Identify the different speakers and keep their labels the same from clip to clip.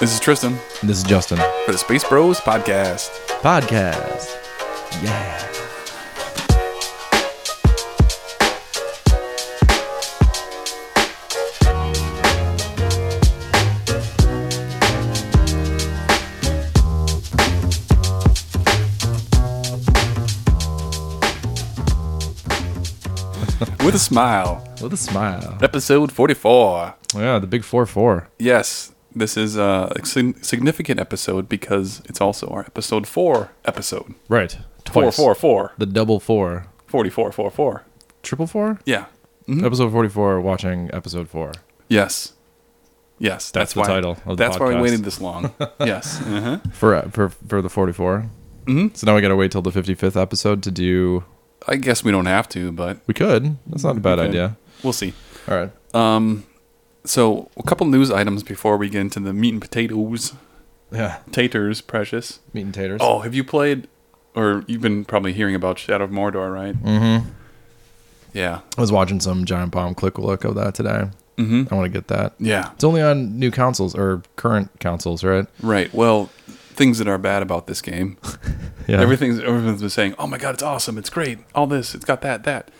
Speaker 1: This is Tristan
Speaker 2: And this is Justin.
Speaker 1: for the Space Bros podcast.
Speaker 2: Podcast. Yeah.
Speaker 1: With a smile,
Speaker 2: With a smile.
Speaker 1: episode 44.
Speaker 2: Yeah, the big 4 4.
Speaker 1: Yes, this is uh, a sig- significant episode because it's also our episode 4 episode.
Speaker 2: Right.
Speaker 1: 444.
Speaker 2: Twice.
Speaker 1: Four, four.
Speaker 2: The double four. Mm-hmm.
Speaker 1: 44, four, four.
Speaker 2: Triple four?
Speaker 1: Yeah.
Speaker 2: Episode 44, watching episode four.
Speaker 1: Yes. Yes. That's,
Speaker 2: the
Speaker 1: why,
Speaker 2: title of the
Speaker 1: That's why we
Speaker 2: podcast.
Speaker 1: waited this long. yes. Uh-huh.
Speaker 2: For, uh, for, for the 44. Mm-hmm. So now we got to wait till the 55th episode to do.
Speaker 1: I guess we don't have to, but
Speaker 2: We could. That's not a bad
Speaker 1: Okay.
Speaker 2: idea.
Speaker 1: we'll see.
Speaker 2: All right.
Speaker 1: So, a couple news items before we get into the meat and potatoes.
Speaker 2: Yeah.
Speaker 1: Taters, precious.
Speaker 2: Meat and taters.
Speaker 1: Oh, have you played, or you've been probably hearing about Shadow of Mordor, right? Mm-hmm. Yeah.
Speaker 2: I was watching some Giant Bomb click look of that today.
Speaker 1: Mm-hmm.
Speaker 2: I want to get that.
Speaker 1: Yeah.
Speaker 2: It's only on new consoles or current consoles, right?
Speaker 1: Right. Well, things that are bad about this game.
Speaker 2: Yeah.
Speaker 1: Everything's everyone's been saying, "Oh my god, it's awesome! It's great! All this! It's got that, that."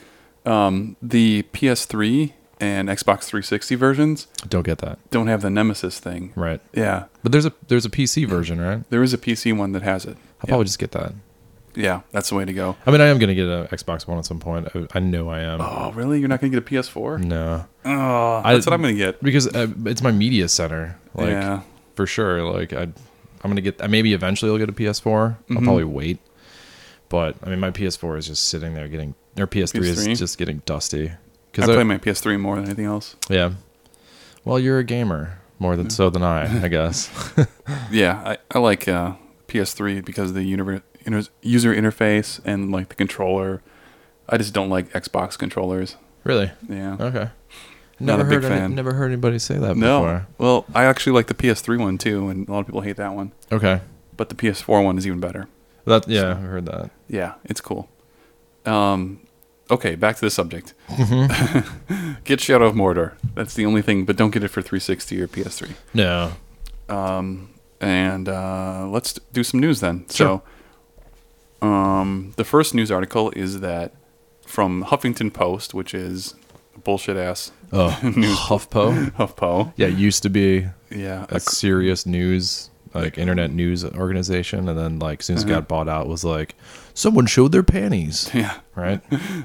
Speaker 1: Um, the PS3 and Xbox 360 versions
Speaker 2: Don't get that.
Speaker 1: don't have the Nemesis thing.
Speaker 2: Right.
Speaker 1: Yeah.
Speaker 2: But there's a there's a PC version, right?
Speaker 1: There is a PC one that has it.
Speaker 2: I'll
Speaker 1: Yeah.
Speaker 2: probably just get that.
Speaker 1: Yeah, that's the way to go.
Speaker 2: I mean, I am going to get an Xbox One at some point. I, I know I am.
Speaker 1: Oh, really? You're not gonna get a PS4?
Speaker 2: No,
Speaker 1: Oh,
Speaker 2: Mm. I-
Speaker 1: that's what I'm gonna get.
Speaker 2: because uh, it's my media center. Like
Speaker 1: yeah.
Speaker 2: for sure. Like I, I'm going to get. I maybe eventually I'll get a PS4. I'll
Speaker 1: Mhm.
Speaker 2: probably wait. But I mean, my PS4 is just sitting there getting, or PS3,
Speaker 1: PS3?
Speaker 2: is just getting dusty.
Speaker 1: I
Speaker 2: Because
Speaker 1: play my PS3 more than anything else.
Speaker 2: yeah. Well, you're a gamer more
Speaker 1: Mm.
Speaker 2: than so than I, I guess.
Speaker 1: Yeah, I, I like uh, PS3 because of the univer- inter- user interface and like the controller. I just don't like Xbox controllers.
Speaker 2: really?
Speaker 1: Yeah.
Speaker 2: Okay.
Speaker 1: Not
Speaker 2: Never
Speaker 1: a big
Speaker 2: heard any-
Speaker 1: fan.
Speaker 2: never heard anybody say that
Speaker 1: no.
Speaker 2: before.
Speaker 1: Well, I actually like the PS3 one too, and a lot of people hate that one.
Speaker 2: Okay.
Speaker 1: But the PS4 one is even better.
Speaker 2: That yeah, I heard that.
Speaker 1: Yeah, it's cool. Um, okay, back to the subject.
Speaker 2: Mm-hmm.
Speaker 1: get Shadow of Mordor. That's the only thing, but don't get it for 360 or PS3.
Speaker 2: No.
Speaker 1: Um, and uh, let's do some news then.
Speaker 2: Sure.
Speaker 1: So, um, the first news article is that from Huffington Post, which is bullshit ass
Speaker 2: Oh, HuffPo.
Speaker 1: HuffPo.
Speaker 2: Yeah, it used to be
Speaker 1: Yeah,
Speaker 2: a serious news, like internet news organization, and then like as soon as it got bought out, was like someone showed their panties,
Speaker 1: yeah.
Speaker 2: right?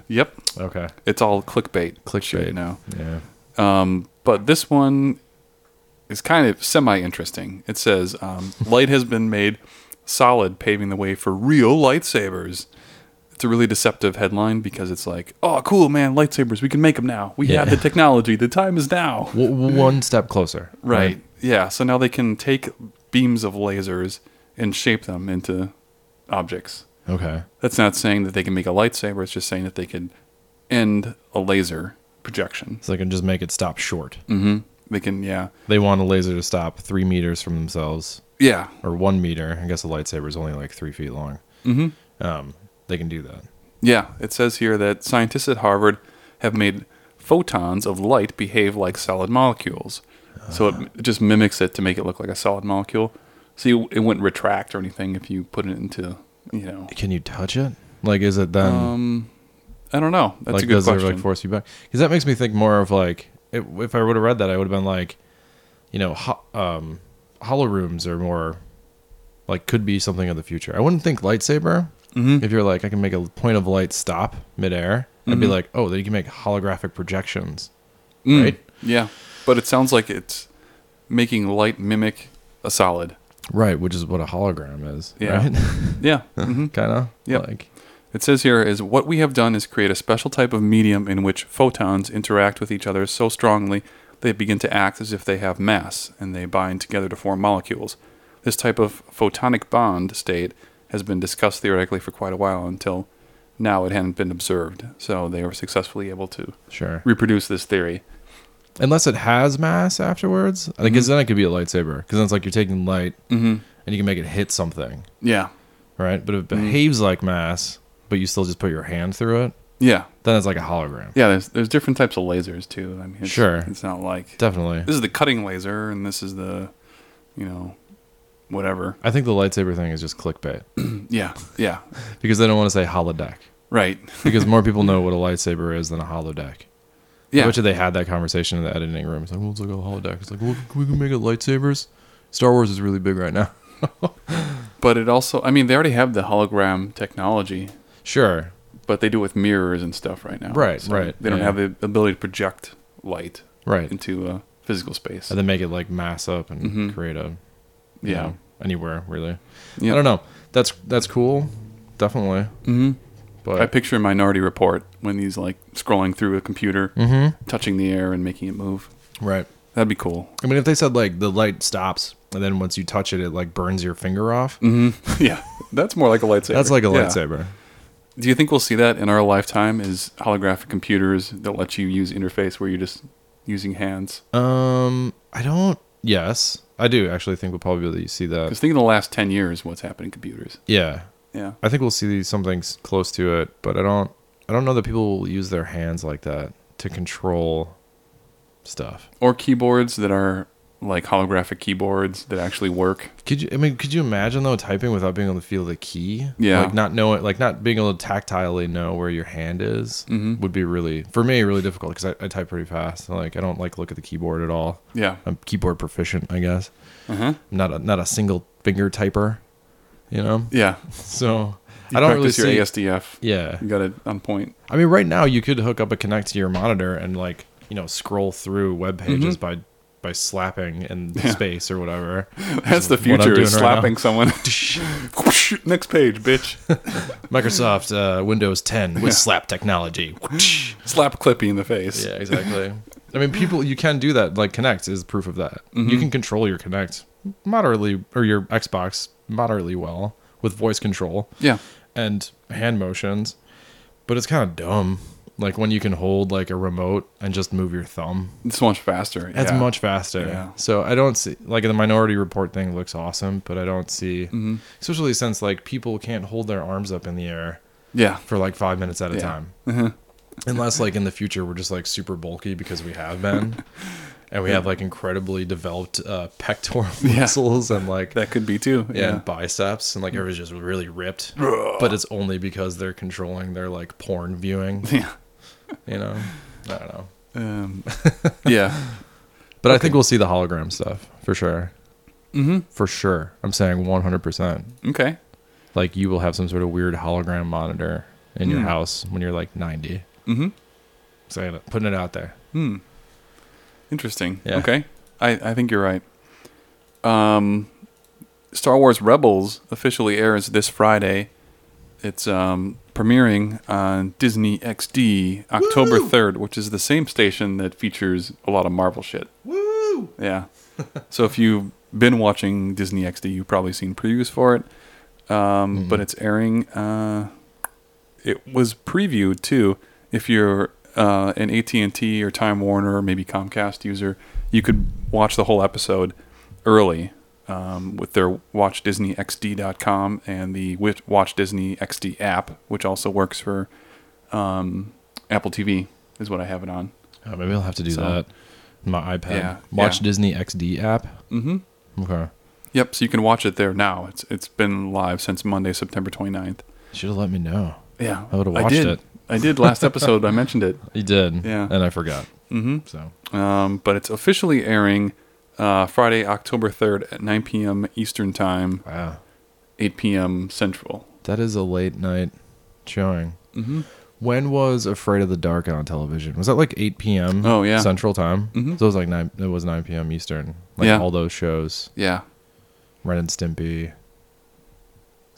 Speaker 1: Yep,
Speaker 2: Okay.
Speaker 1: it's all clickbait.
Speaker 2: Clickbait.
Speaker 1: shit now.
Speaker 2: Yeah.
Speaker 1: Um, but this one is kind of semi interesting. It says um, light has been made solid, paving the way for real lightsabers. It's a really deceptive headline because it's like, oh, cool, man, lightsabers, we can make them now. We have
Speaker 2: Yeah.
Speaker 1: the technology. The time is now.
Speaker 2: W- w- one step closer.
Speaker 1: Right. Yeah. So now they can take beams of lasers and shape them into objects.
Speaker 2: Okay.
Speaker 1: That's not saying that they can make a lightsaber. It's just saying that they can end a laser projection.
Speaker 2: So they can just make it stop short.
Speaker 1: Mm-hmm. They can, yeah.
Speaker 2: They want a laser to stop three meters from themselves,
Speaker 1: Yeah.
Speaker 2: or one meter. I guess a lightsaber is only like three feet long.
Speaker 1: Mm-hmm.
Speaker 2: Um, they can do that.
Speaker 1: Yeah, it says here that scientists at Harvard have made photons of light behave like solid molecules. So
Speaker 2: Uh-huh.
Speaker 1: it it just mimics it to make it look like a solid molecule. So you, it wouldn't retract or anything if you put it into, you know.
Speaker 2: Can you touch it? Like, is it then?
Speaker 1: Um, I don't know. That's
Speaker 2: like
Speaker 1: a good
Speaker 2: does
Speaker 1: question.
Speaker 2: it like force you back? Because that makes me think more of like if, if I would have read that, I would have been like, you know, ho- um, hollow rooms are more like could be something of the future. I wouldn't think lightsaber.
Speaker 1: Mhm.
Speaker 2: If you're like, I can make a point of light stop midair. I'd be like, oh, then you can make holographic projections.
Speaker 1: Mm-hmm. Mm,
Speaker 2: right?
Speaker 1: Yeah, but it sounds like it's making light mimic a solid.
Speaker 2: Right, which is what a hologram is.
Speaker 1: Yeah. Yeah. hmm
Speaker 2: kind of.
Speaker 1: Yep.
Speaker 2: Like,
Speaker 1: It says here is what we have done is create a special type of medium in which photons interact with each other so strongly they begin to act as if they have mass and they bind together to form molecules. This type of photonic bond state has been discussed theoretically for quite a while until now it hadn't been observed. So they were successfully able to
Speaker 2: sure.
Speaker 1: reproduce this theory.
Speaker 2: Unless it has mass afterwards. I think then it could be a lightsaber. Because then it's like you're taking light
Speaker 1: Mm-hmm.
Speaker 2: and you can make it hit something.
Speaker 1: Yeah.
Speaker 2: right? But if it
Speaker 1: Mm.
Speaker 2: behaves like mass, but you still just put your hand through it,
Speaker 1: Yeah.
Speaker 2: then it's like a hologram.
Speaker 1: Yeah, there's there's different types of lasers too. I mean, it's,
Speaker 2: Sure.
Speaker 1: it's not like
Speaker 2: Definitely.
Speaker 1: this is the cutting laser and this is the you know, whatever.
Speaker 2: I think the lightsaber thing is just clickbait
Speaker 1: Yeah, yeah,
Speaker 2: because they don't want to say holodeck
Speaker 1: right.
Speaker 2: because more people know what a lightsaber is than a holodeck. I
Speaker 1: Yeah,
Speaker 2: bet you they had that conversation in the editing room. It's like, well, it's like a holodeck. It's like, well, we can make it lightsabers. Star Wars is really big right now.
Speaker 1: but it also, I mean, they already have the hologram technology,
Speaker 2: Sure.
Speaker 1: but they do it with mirrors and stuff right now.
Speaker 2: Right, right,
Speaker 1: They don't
Speaker 2: yeah.
Speaker 1: have the ability to project light
Speaker 2: Right. And
Speaker 1: into uh, physical space.
Speaker 2: then make it like mass up and
Speaker 1: Mhm.
Speaker 2: create a you
Speaker 1: yeah,
Speaker 2: know, anywhere really.
Speaker 1: yeah.
Speaker 2: I don't know. That's that's cool, definitely.
Speaker 1: hmm I
Speaker 2: But
Speaker 1: picture Minority Report when he's like scrolling through a computer,
Speaker 2: Mhm.
Speaker 1: touching the air and making it move.
Speaker 2: right.
Speaker 1: That'd be cool.
Speaker 2: I mean, if they said like the light stops and then once you touch it, it like burns your finger off.
Speaker 1: hmm yeah, that's more like a lightsaber.
Speaker 2: That's like a
Speaker 1: Yeah.
Speaker 2: lightsaber.
Speaker 1: Do you think we'll see that in our lifetime? Is holographic computers that let you use interface where you're just using hands?
Speaker 2: Um, I don't. Yes, I do actually think we'll probably see
Speaker 1: Because
Speaker 2: that.
Speaker 1: think of the last ten years, what's happened in computers?
Speaker 2: Yeah,
Speaker 1: Yeah,
Speaker 2: I think we'll see something s- close to it, but I don't. I don't know that people will use their hands like that to control stuff.
Speaker 1: or keyboards that are like holographic keyboards that actually work.
Speaker 2: Could you? I mean, could you imagine though typing without being able to feel the key?
Speaker 1: Yeah.
Speaker 2: like not knowing, like not being able to tactilely know where your hand is
Speaker 1: Mhm.
Speaker 2: would be really for me really difficult because I, I type pretty fast. Like I don't like look at the keyboard at all.
Speaker 1: Yeah.
Speaker 2: I'm keyboard proficient, I guess.
Speaker 1: Uh huh.
Speaker 2: I'm not a not a single finger typer, you know.
Speaker 1: Yeah.
Speaker 2: So
Speaker 1: You
Speaker 2: I don't really
Speaker 1: practice
Speaker 2: see.
Speaker 1: your ASDF.
Speaker 2: yeah,
Speaker 1: You got it on point.
Speaker 2: I mean, right now you could hook up a Connect to your monitor and like you know scroll through web pages by by slapping in
Speaker 1: Mm-hmm. Yeah.
Speaker 2: space or whatever.
Speaker 1: That's the
Speaker 2: what I'm
Speaker 1: future. Is
Speaker 2: doing right now.
Speaker 1: slapping someone. Next page, bitch.
Speaker 2: Microsoft uh, Windows 10 with slap technology.
Speaker 1: Slap Clippy in the face.
Speaker 2: yeah, exactly. I mean, people, you can do that. Like Connect is proof of that. You
Speaker 1: Mm-hmm.
Speaker 2: can control your Connect moderately or your Xbox moderately well with voice control.
Speaker 1: Yeah.
Speaker 2: and hand motions, but it's kind of dumb. Like when you can hold like a remote and just move your thumb,
Speaker 1: It's much faster.
Speaker 2: that's
Speaker 1: yeah.
Speaker 2: much faster.
Speaker 1: Yeah.
Speaker 2: So I don't see like the Minority Report thing looks awesome, but I don't see,
Speaker 1: Mm-hmm.
Speaker 2: especially since like people can't hold their arms up in the air
Speaker 1: Yeah.
Speaker 2: for like five minutes at a
Speaker 1: Yeah. Uh-huh.
Speaker 2: time, unless like in the future we're just like super bulky because we have been, and we have like incredibly developed uh, pectoral
Speaker 1: Yeah.
Speaker 2: muscles and like
Speaker 1: That could be too.
Speaker 2: yeah.
Speaker 1: Yeah.
Speaker 2: and biceps and like everyone's just really ripped
Speaker 1: Ugh.
Speaker 2: but it's only because they're controlling their like porn viewing
Speaker 1: Yeah.
Speaker 2: you know i don't know
Speaker 1: Um, yeah.
Speaker 2: but i think we'll see the hologram stuff for sure
Speaker 1: Mm-hmm.
Speaker 2: for sure i'm saying 100%
Speaker 1: Okay.
Speaker 2: like you will have some sort of weird hologram monitor in your
Speaker 1: Hmm.
Speaker 2: house when you're like 90
Speaker 1: Mm-hmm.
Speaker 2: saying it putting it out there
Speaker 1: Hmm. Interesting.
Speaker 2: Yeah.
Speaker 1: Okay. I, I think you're right. Um, Star Wars Rebels officially airs this Friday. It's um, premiering on Disney XD October 3rd, which is the same station that features a lot of Marvel shit.
Speaker 2: woo
Speaker 1: Yeah. so if you've been watching Disney XD, you've probably seen previews for it. Um, But it's airing. Uh, it was previewed too. If you're uh, an AT and T or Time Warner or maybe Comcast user, you could watch the whole episode early um, with their WatchDisneyXD.com and the Wi- Watch Disney XD app, which also works for um, Apple TV. Is what I have it on.
Speaker 2: oh, maybe i'll have to do
Speaker 1: So-
Speaker 2: that on my ipad
Speaker 1: Yeah,
Speaker 2: watch
Speaker 1: yeah.
Speaker 2: disney xd app
Speaker 1: Mm-hmm.
Speaker 2: okay
Speaker 1: Yep, so you can watch it there now. It's it's been live since Monday, September 29th.
Speaker 2: should have let me know
Speaker 1: Yeah.
Speaker 2: I would've watched
Speaker 1: did.
Speaker 2: it.
Speaker 1: I did last episode. I mentioned it.
Speaker 2: you did
Speaker 1: Yeah.
Speaker 2: and i forgot
Speaker 1: Mhm.
Speaker 2: so
Speaker 1: Um, but it's officially airing uh, Friday, October 3rd at 9 p.m. Eastern Time,
Speaker 2: wow
Speaker 1: 8 p.m. Central.
Speaker 2: That is a late night showing.
Speaker 1: Mhm.
Speaker 2: When was Afraid of the Dark on television? Was that like 8 p.m.
Speaker 1: Oh, yeah.
Speaker 2: Central Time?
Speaker 1: Mhm.
Speaker 2: So it was like 9 it was 9 p.m. Eastern. Like
Speaker 1: Yeah.
Speaker 2: all those shows,
Speaker 1: Yeah.
Speaker 2: Ren and Stimpy.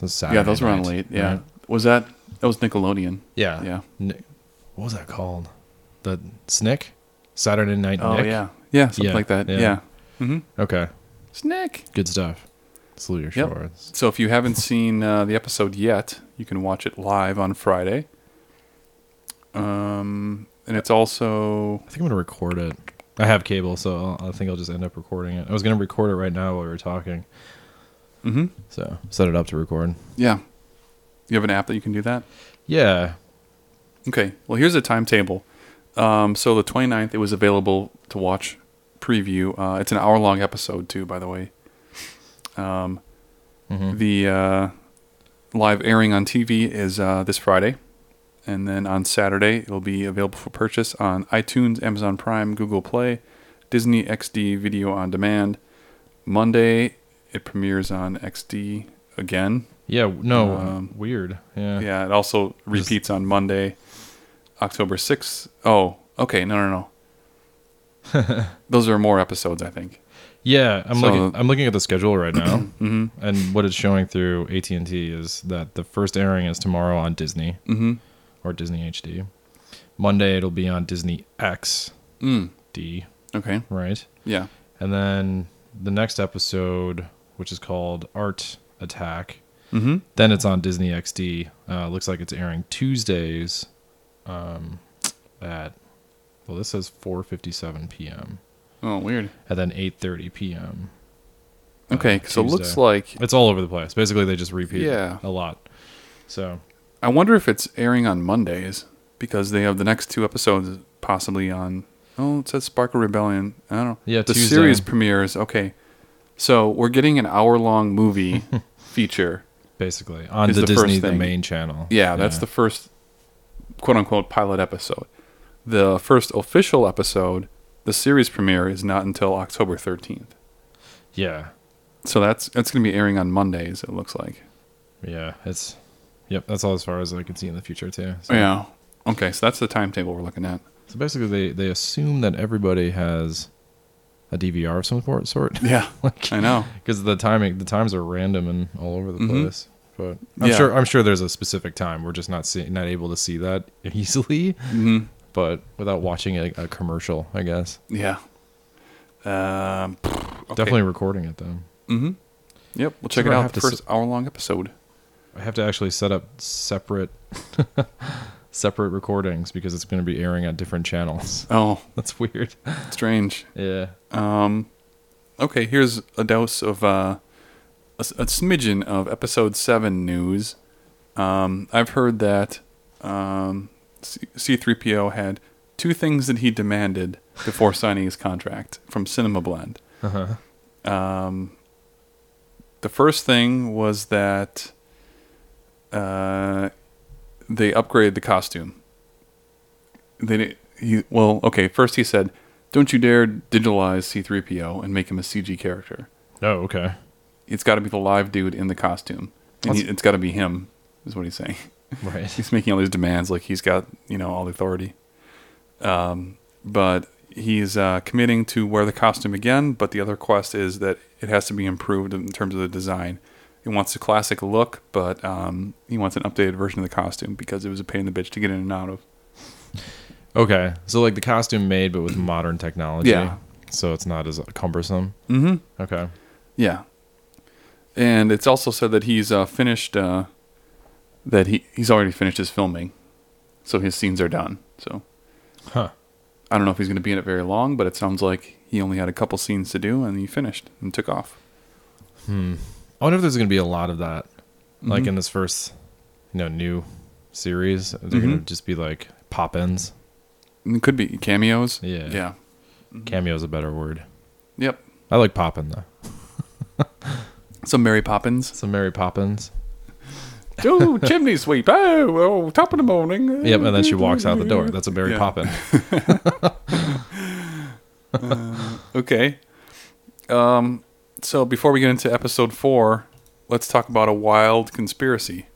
Speaker 2: Those
Speaker 1: yeah,
Speaker 2: Saturday
Speaker 1: those were on
Speaker 2: nights,
Speaker 1: late. Yeah.
Speaker 2: right?
Speaker 1: Was that that was Nickelodeon.
Speaker 2: Yeah.
Speaker 1: Yeah.
Speaker 2: Ni- what was that called? The Snick? Saturday Night
Speaker 1: Oh
Speaker 2: Nick?
Speaker 1: yeah. Yeah, something
Speaker 2: Yeah,
Speaker 1: like that.
Speaker 2: yeah.
Speaker 1: Yeah. Mhm.
Speaker 2: Okay.
Speaker 1: Snick.
Speaker 2: Good stuff. Salute your
Speaker 1: Yep.
Speaker 2: shores.
Speaker 1: So if you haven't seen uh, the episode yet, you can watch it live on Friday. Um, and it's also
Speaker 2: I think I'm going to record it. I have cable, so I'll, I think I'll just end up recording it. I was going to record it right now while we were talking.
Speaker 1: mm-hmm.
Speaker 2: So set it up to record.
Speaker 1: yeah. You have an app that you can do that.
Speaker 2: Yeah.
Speaker 1: Okay. Well, here's a timetable. Um, so the 29th, it was available to watch preview. Uh, it's an hour long episode too, by the way. Um,
Speaker 2: Mhm.
Speaker 1: The uh, live airing on TV is uh, this Friday, and then on Saturday it'll be available for purchase on iTunes, Amazon Prime, Google Play, Disney XD Video on Demand. Monday it premieres on XD again.
Speaker 2: Yeah. No.
Speaker 1: Um,
Speaker 2: weird. Yeah.
Speaker 1: Yeah, it also repeats on Monday, October 6th. Oh, okay. No, no, no. Those are more episodes, I think.
Speaker 2: Yeah, I'm
Speaker 1: So-
Speaker 2: looking. I'm looking at the schedule right now,
Speaker 1: Mm-hmm.
Speaker 2: and what it's showing through AT and T is that the first airing is tomorrow on Disney
Speaker 1: Mm-hmm.
Speaker 2: or Disney HD. Monday it'll be on Disney XD,
Speaker 1: Mm. Okay.
Speaker 2: right?
Speaker 1: Yeah.
Speaker 2: And then the next episode, which is called Art Attack,
Speaker 1: Mm-hmm.
Speaker 2: then it's on Disney XD. Uh, looks like it's airing Tuesdays, um, at well, this says 4:57 p.m.
Speaker 1: Oh, weird.
Speaker 2: and then 8:30 p.m. uh,
Speaker 1: Okay, so it looks
Speaker 2: Tuesday.
Speaker 1: like
Speaker 2: It's all over the place. Basically, they just repeat
Speaker 1: Yeah.
Speaker 2: a lot. So
Speaker 1: I wonder if it's airing on Mondays because they have the next two episodes possibly on. Oh, it says Sparkle Rebellion. I don't know.
Speaker 2: Yeah,
Speaker 1: the
Speaker 2: Tuesday.
Speaker 1: series premieres. Okay, so we're getting an hour-long movie feature.
Speaker 2: basically, on
Speaker 1: Is
Speaker 2: the,
Speaker 1: the first
Speaker 2: Disney the
Speaker 1: thing.
Speaker 2: main channel.
Speaker 1: Yeah, that's the first quote-unquote pilot episode. The first official episode, the series premiere, is not until October thirteenth.
Speaker 2: yeah
Speaker 1: So that's that's going to be airing on Mondays. It looks like.
Speaker 2: yeah. It's yep. That's all as far as I can see in the future too. So,
Speaker 1: Yeah. Okay, so that's the timetable we're looking at.
Speaker 2: so basically, they they assume that everybody has a DVR of some sort. Sort
Speaker 1: Yeah,
Speaker 2: like
Speaker 1: I know.
Speaker 2: because the timing the times are random and all over the
Speaker 1: Mhm.
Speaker 2: place. But I'm
Speaker 1: Yeah.
Speaker 2: sure I'm sure there's a specific time we're just not seeing not able to see that easily.
Speaker 1: hmm
Speaker 2: But without watching a, a commercial, I guess
Speaker 1: Yeah. Um,
Speaker 2: definitely recording it though.
Speaker 1: Mm-hmm. Yep. We'll check
Speaker 2: So
Speaker 1: it
Speaker 2: I
Speaker 1: out.
Speaker 2: have
Speaker 1: The
Speaker 2: to s-
Speaker 1: first hour-long episode.
Speaker 2: I have to actually set up separate separate recordings because it's going to be airing on different channels.
Speaker 1: Oh,
Speaker 2: That's weird.
Speaker 1: strange.
Speaker 2: Yeah.
Speaker 1: Um, okay. Here's a dose of uh, a, s- a smidgen of episode seven news. Um, I've heard that um, C three PO had two things that he demanded before signing his contract from Cinema Blend.
Speaker 2: Uh-huh.
Speaker 1: Um, the first thing was that uh, they upgraded the costume. They did, he well okay. First he said, "Don't you dare digitalize C-3PO and make him a CG character.
Speaker 2: Oh, okay.
Speaker 1: It's got to be the live dude in the costume, and he,
Speaker 2: That's-
Speaker 1: it's got to be him." Is what he's saying.
Speaker 2: Right.
Speaker 1: He's making all these demands like he's got you know all the authority. Um, but he's uh, committing to wear the costume again. But the other quest is that it has to be improved in terms of the design. He wants a classic look, but um, he wants an updated version of the costume because it was a pain in the bitch to get in and out of.
Speaker 2: Okay. So like the costume made but with modern technology.
Speaker 1: Yeah.
Speaker 2: So it's not as cumbersome.
Speaker 1: Mm-hmm.
Speaker 2: Okay.
Speaker 1: Yeah. And it's also said that he's uh, finished. Uh, that he he's already finished his filming, so his scenes are done. So
Speaker 2: Huh.
Speaker 1: I don't know if he's going to be in it very long, but it sounds like he only had a couple scenes to do and he finished and took off.
Speaker 2: I wonder if there's going to be a lot of that
Speaker 1: Mm-hmm.
Speaker 2: like in this first you know new series. They're going to
Speaker 1: Mhm.
Speaker 2: just be like pop-ins.
Speaker 1: And it could be cameos.
Speaker 2: Yeah.
Speaker 1: Yeah. Mm-hmm.
Speaker 2: Cameo is a better word.
Speaker 1: Yep.
Speaker 2: I like poppin though.
Speaker 1: Some Mary Poppins.
Speaker 2: Some Mary Poppins.
Speaker 1: oh, chimney sweep. Oh, oh, top of the morning.
Speaker 2: Yep, and then she walks out the door. That's a Mary
Speaker 1: Yeah.
Speaker 2: Poppin.
Speaker 1: Okay. Um, so before we get into episode four, let's talk about a wild conspiracy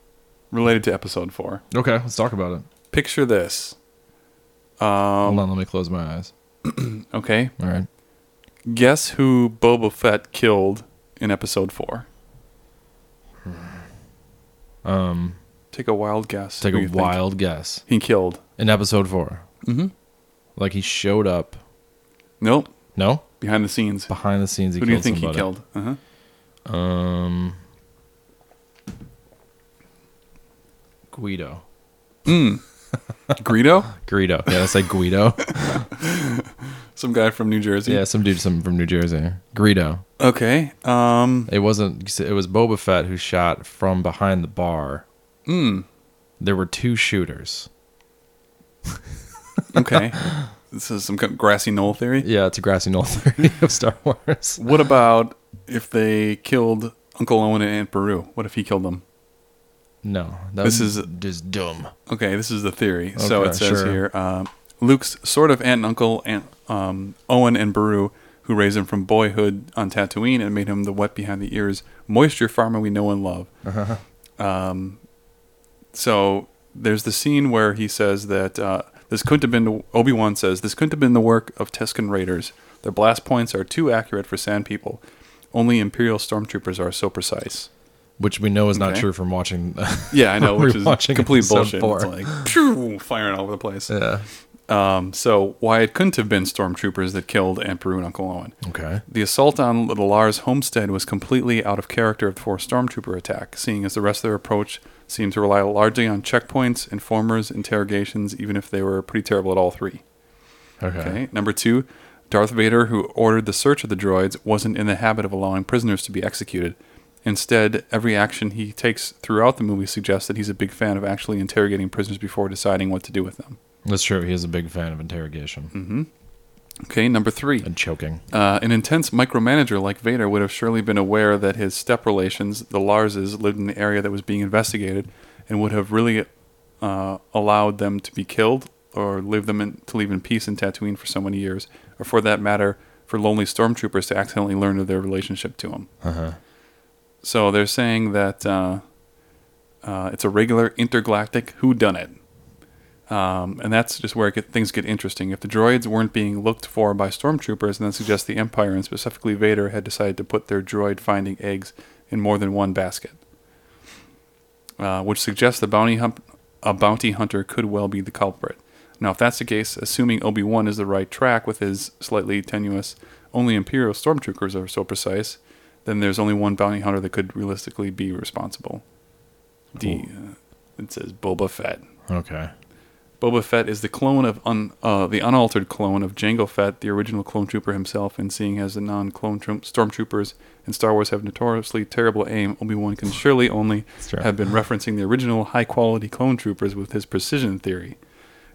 Speaker 1: related to episode four.
Speaker 2: Okay, let's talk about it.
Speaker 1: Picture this. Um,
Speaker 2: Hold on, let me close my eyes.
Speaker 1: Okay.
Speaker 2: All right.
Speaker 1: Guess who Boba Fett killed in episode four?
Speaker 2: Hmm. Um,
Speaker 1: Take a wild guess.
Speaker 2: take
Speaker 1: who
Speaker 2: a
Speaker 1: you think
Speaker 2: wild guess.
Speaker 1: He killed.
Speaker 2: In episode four,
Speaker 1: Mm-hmm.
Speaker 2: like he showed up.
Speaker 1: Nope.
Speaker 2: No,
Speaker 1: Behind the scenes.
Speaker 2: behind the scenes, he
Speaker 1: Who do
Speaker 2: killed
Speaker 1: you think
Speaker 2: somebody.
Speaker 1: he killed? Uh-huh.
Speaker 2: Um, Guido.
Speaker 1: Greedo?
Speaker 2: Guido. Yeah, that's like Guido.
Speaker 1: Some guy from New Jersey.
Speaker 2: yeah, some dude, some from New Jersey. Guido.
Speaker 1: Okay. Um
Speaker 2: It wasn't. It was Boba Fett who shot from behind the bar.
Speaker 1: mm,
Speaker 2: There were two shooters.
Speaker 1: okay. this is some kind of grassy knoll theory.
Speaker 2: Yeah, it's a grassy knoll theory of Star Wars.
Speaker 1: What about if they killed Uncle Owen and Aunt Peru? What if he killed them?
Speaker 2: No, that
Speaker 1: This
Speaker 2: would-
Speaker 1: is-
Speaker 2: just dumb.
Speaker 1: Okay, this is the theory. so
Speaker 2: Okay,
Speaker 1: it says
Speaker 2: sure.
Speaker 1: here um, Luke's sort of aunt and uncle, aunt, um, Owen and Baru, who raised him from boyhood on Tatooine and made him the wet behind the ears moisture farmer we know and love.
Speaker 2: Uh-huh.
Speaker 1: Um, so there's the scene where he says that uh, this couldn't have been, Obi Wan says, this couldn't have been the work of Tusken Raiders. Their blast points are too accurate for sand people. Only Imperial stormtroopers are so precise.
Speaker 2: Which we know is not
Speaker 1: Okay.
Speaker 2: true from watching.
Speaker 1: Yeah, I know, which is
Speaker 2: Rewatching
Speaker 1: complete
Speaker 2: episode
Speaker 1: bullshit.
Speaker 2: four.
Speaker 1: It's like phew, firing all over the place.
Speaker 2: yeah.
Speaker 1: Um, so why it couldn't have been stormtroopers that killed Aunt Peru and Uncle Owen.
Speaker 2: Okay.
Speaker 1: The assault on the Lars homestead was completely out of character for a stormtrooper attack, seeing as the rest of their approach seemed to rely largely on checkpoints, informers, interrogations, even if they were pretty terrible at all three.
Speaker 2: Okay.
Speaker 1: Okay. Number two, Darth Vader, who ordered the search of the droids, wasn't in the habit of allowing prisoners to be executed. Instead, every action he takes throughout the movie suggests that he's a big fan of actually interrogating prisoners before deciding what to do with them.
Speaker 2: That's true. He is a big fan of interrogation
Speaker 1: Mm-hmm. Okay, number three.
Speaker 2: and choking.
Speaker 1: Uh, an intense micromanager like Vader would have surely been aware that his step relations, the Larses, lived in the area that was being investigated, and would have really uh, allowed them to be killed or live them in, to live in peace in Tatooine for so many years, or for that matter, for lonely stormtroopers to accidentally learn of their relationship to him.
Speaker 2: Uh huh.
Speaker 1: So they're saying that uh, uh, it's a regular intergalactic whodunit. Um, and that's just where it get, things get interesting. If the droids weren't being looked for by stormtroopers, then that suggests the Empire, and specifically Vader, had decided to put their droid finding eggs in more than one basket, uh, which suggests the bounty hump, a bounty hunter could well be the culprit. Now, if that's the case, assuming Obi Wan is the right track with his slightly tenuous "only Imperial stormtroopers are so precise," then there's only one bounty hunter that could realistically be responsible. D. Uh, it says Boba Fett.
Speaker 2: Okay.
Speaker 1: Boba Fett is the clone of un, uh, the unaltered clone of Jango Fett, the original clone trooper himself. And seeing as the non-clone troop stormtroopers in Star Wars have notoriously terrible aim, Obi Wan can surely only
Speaker 2: That's true.
Speaker 1: have been referencing the original high-quality clone troopers with his precision theory,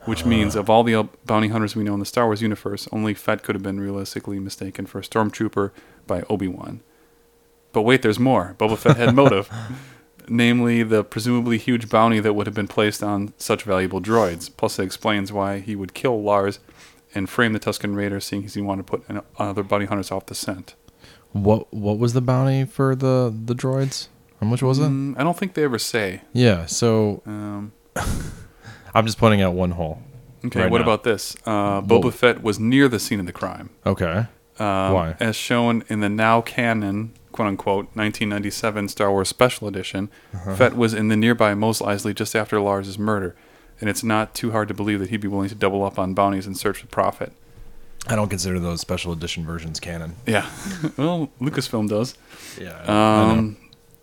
Speaker 1: which means of all the el- bounty hunters we know in the Star Wars universe, only Fett could have been realistically mistaken for a stormtrooper by Obi Wan. But wait, there's more. Boba Fett had motive, namely the presumably huge bounty that would have been placed on such valuable droids. Plus, it explains why he would kill Lars and frame the Tusken Raider, seeing as he wanted to put an- other bounty hunters off the scent.
Speaker 2: What What was the bounty for the the droids? How much was it?
Speaker 1: Mm, I don't think they ever say.
Speaker 2: Yeah. So
Speaker 1: Um,
Speaker 2: I'm just pointing out one hole.
Speaker 1: okay,
Speaker 2: Right
Speaker 1: what
Speaker 2: now.
Speaker 1: about this? Uh, Boba
Speaker 2: Whoa.
Speaker 1: Fett was near the scene of the crime.
Speaker 2: Okay.
Speaker 1: um,
Speaker 2: Why?
Speaker 1: as shown in the now canon quote unquote 1997 Star Wars Special Edition. Fett was in the nearby Mos Eisley just after Lars's murder, and it's not too hard to believe that he'd be willing to double up on bounties in search of profit.
Speaker 2: I don't consider those special edition versions canon.
Speaker 1: Yeah, well, Lucasfilm does.
Speaker 2: Yeah.
Speaker 1: Um,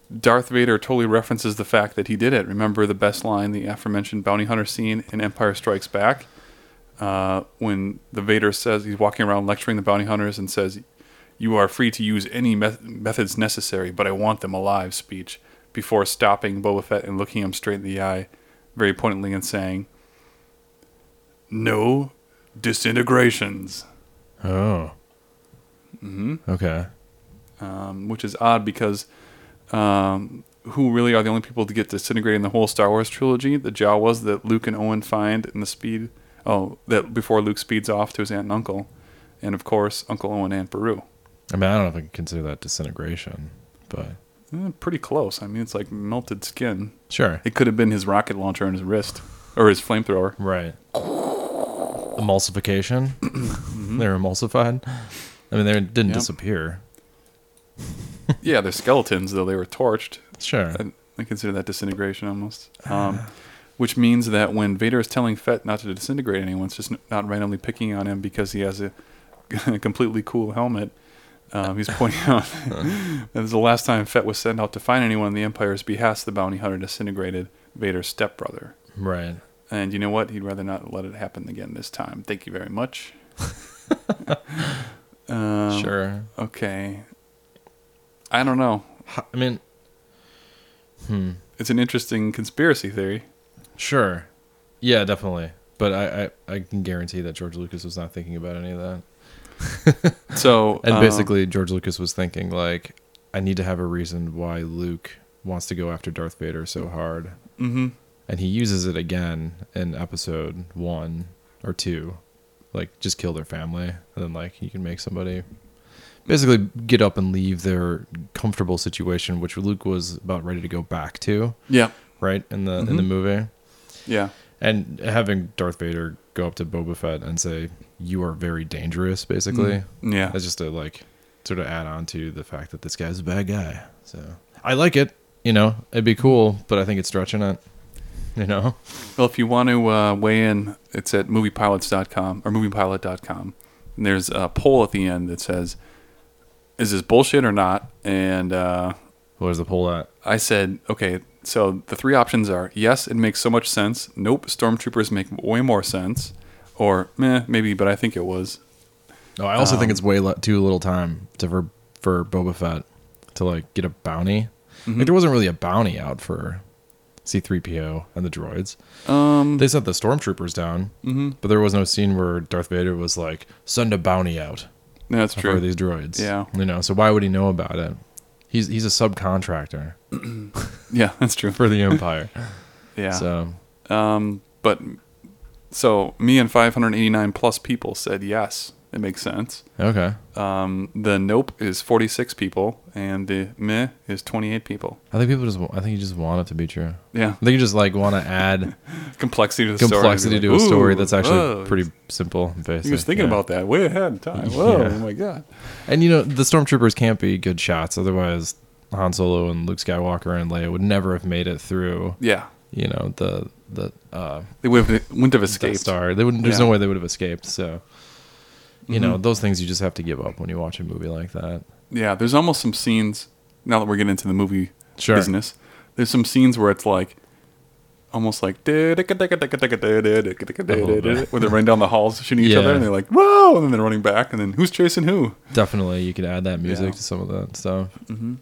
Speaker 1: Darth Vader totally references the fact that he did it. Remember the best line, the aforementioned bounty hunter scene in Empire Strikes Back, uh, when the Vader says he's walking around lecturing the bounty hunters and says, "You are free to use any meth- methods necessary, but I want them alive." Speech before stopping Boba Fett and looking him straight in the eye, very pointedly, and saying, "No disintegrations."
Speaker 2: oh. Mm-hmm. Okay.
Speaker 1: um, which is odd because um, who really are the only people to get disintegrated in the whole Star Wars trilogy? The Jawas that Luke and Owen find in the speed. Oh, that before Luke speeds off to his aunt and uncle, and of course Uncle Owen and Peru.
Speaker 2: I mean, I don't know if I can consider that disintegration, but
Speaker 1: Eh, pretty close. I mean, it's like melted skin.
Speaker 2: sure.
Speaker 1: It could have been his rocket launcher on his wrist or his flamethrower.
Speaker 2: Right. Emulsification.
Speaker 1: Mm-hmm.
Speaker 2: They're emulsified. I mean, they didn't
Speaker 1: Yep.
Speaker 2: disappear.
Speaker 1: yeah, they're skeletons though. They were torched.
Speaker 2: Sure.
Speaker 1: I, I consider that disintegration almost. Um, which means that when Vader is telling Fett not to disintegrate anyone, it's just n- not randomly picking on him because he has a, completely cool helmet. Um, he's pointing out that this is the last time Fett was sent out to find anyone in the Empire's behest. The bounty hunter disintegrated Vader's stepbrother.
Speaker 2: Right.
Speaker 1: And you know what? He'd rather not let it happen again this time. Thank you very much. um,
Speaker 2: sure.
Speaker 1: Okay. I don't know.
Speaker 2: Ho- I mean, hmm.
Speaker 1: It's an interesting conspiracy theory.
Speaker 2: Sure. Yeah, definitely. But I, I, I can guarantee that George Lucas was not thinking about any of that.
Speaker 1: So
Speaker 2: And
Speaker 1: um,
Speaker 2: basically, George Lucas was thinking like, I need to have a reason why Luke wants to go after Darth Vader so hard.
Speaker 1: Mm-hmm.
Speaker 2: And he uses it again in episode one or two. Like, just kill their family. And then, like, you can make somebody basically get up and leave their comfortable situation, which Luke was about ready to go back to,
Speaker 1: Yeah.
Speaker 2: right? In the, in the
Speaker 1: Mhm.
Speaker 2: movie.
Speaker 1: Yeah.
Speaker 2: And having Darth Vader go up to Boba Fett and say, You are very dangerous, basically.
Speaker 1: Yeah.
Speaker 2: That's just to like sort of add on to the fact that this guy's a bad guy. So I like it. You know, it'd be cool, but I think it's stretching it. You know,
Speaker 1: Well, if you want to uh, weigh in, it's at moviepilots.com or moviepilot.com. And there's a poll at the end that says, is this bullshit or not? And uh,
Speaker 2: where's the poll at?
Speaker 1: I said, okay, so the three options are yes, it makes so much sense. Nope, stormtroopers make way more sense. Or meh, maybe, but I think it was.
Speaker 2: No, Oh, I also
Speaker 1: Um,
Speaker 2: think it's way le- too little time to for for Boba Fett to like get a bounty.
Speaker 1: Mm-hmm.
Speaker 2: Like there wasn't really a bounty out for C-3PO and the droids.
Speaker 1: Um,
Speaker 2: They sent the stormtroopers down,
Speaker 1: mhm.
Speaker 2: but there was no scene where Darth Vader was like, "Send a bounty out."
Speaker 1: No, that's
Speaker 2: for
Speaker 1: true.
Speaker 2: these droids.
Speaker 1: Yeah.
Speaker 2: You know, so why would he know about it? He's he's a subcontractor
Speaker 1: yeah, that's true.
Speaker 2: for the Empire.
Speaker 1: Yeah.
Speaker 2: So
Speaker 1: Um, but so me and 589 plus people said yes, it makes sense.
Speaker 2: okay.
Speaker 1: Um, the nope is 46 people, and the meh is 28 people.
Speaker 2: I think people just wa- I think you just want it to be true.
Speaker 1: Yeah,
Speaker 2: I think you just like want to add
Speaker 1: complexity to the
Speaker 2: complexity
Speaker 1: story.
Speaker 2: to a story
Speaker 1: Ooh,
Speaker 2: that's actually
Speaker 1: whoa.
Speaker 2: pretty simple and basic.
Speaker 1: He was thinking
Speaker 2: yeah.
Speaker 1: about that way ahead in time. Whoa,
Speaker 2: Yeah.
Speaker 1: oh my god.
Speaker 2: And you know, the stormtroopers can't be good shots otherwise Han Solo and Luke Skywalker and Leia would never have made it through,
Speaker 1: Yeah,
Speaker 2: you know, the the uh
Speaker 1: they would have, wouldn't have
Speaker 2: Death
Speaker 1: escaped.
Speaker 2: Star. They wouldn't there's
Speaker 1: Yeah.
Speaker 2: no way they would have escaped, so you know, those things you just have to give up when you watch a movie like that.
Speaker 1: Yeah, there's almost some scenes. Now that we're getting into the movie
Speaker 2: Sure.
Speaker 1: business, there's some scenes where it's like. Almost like
Speaker 2: Oh,
Speaker 1: where they're running down the halls shooting each
Speaker 2: Yeah.
Speaker 1: other, and they're like, "Whoa!" and then they're running back, and then who's chasing who?
Speaker 2: Definitely, you could add that music
Speaker 1: Yeah.
Speaker 2: to some of that stuff.
Speaker 1: Mm-hmm.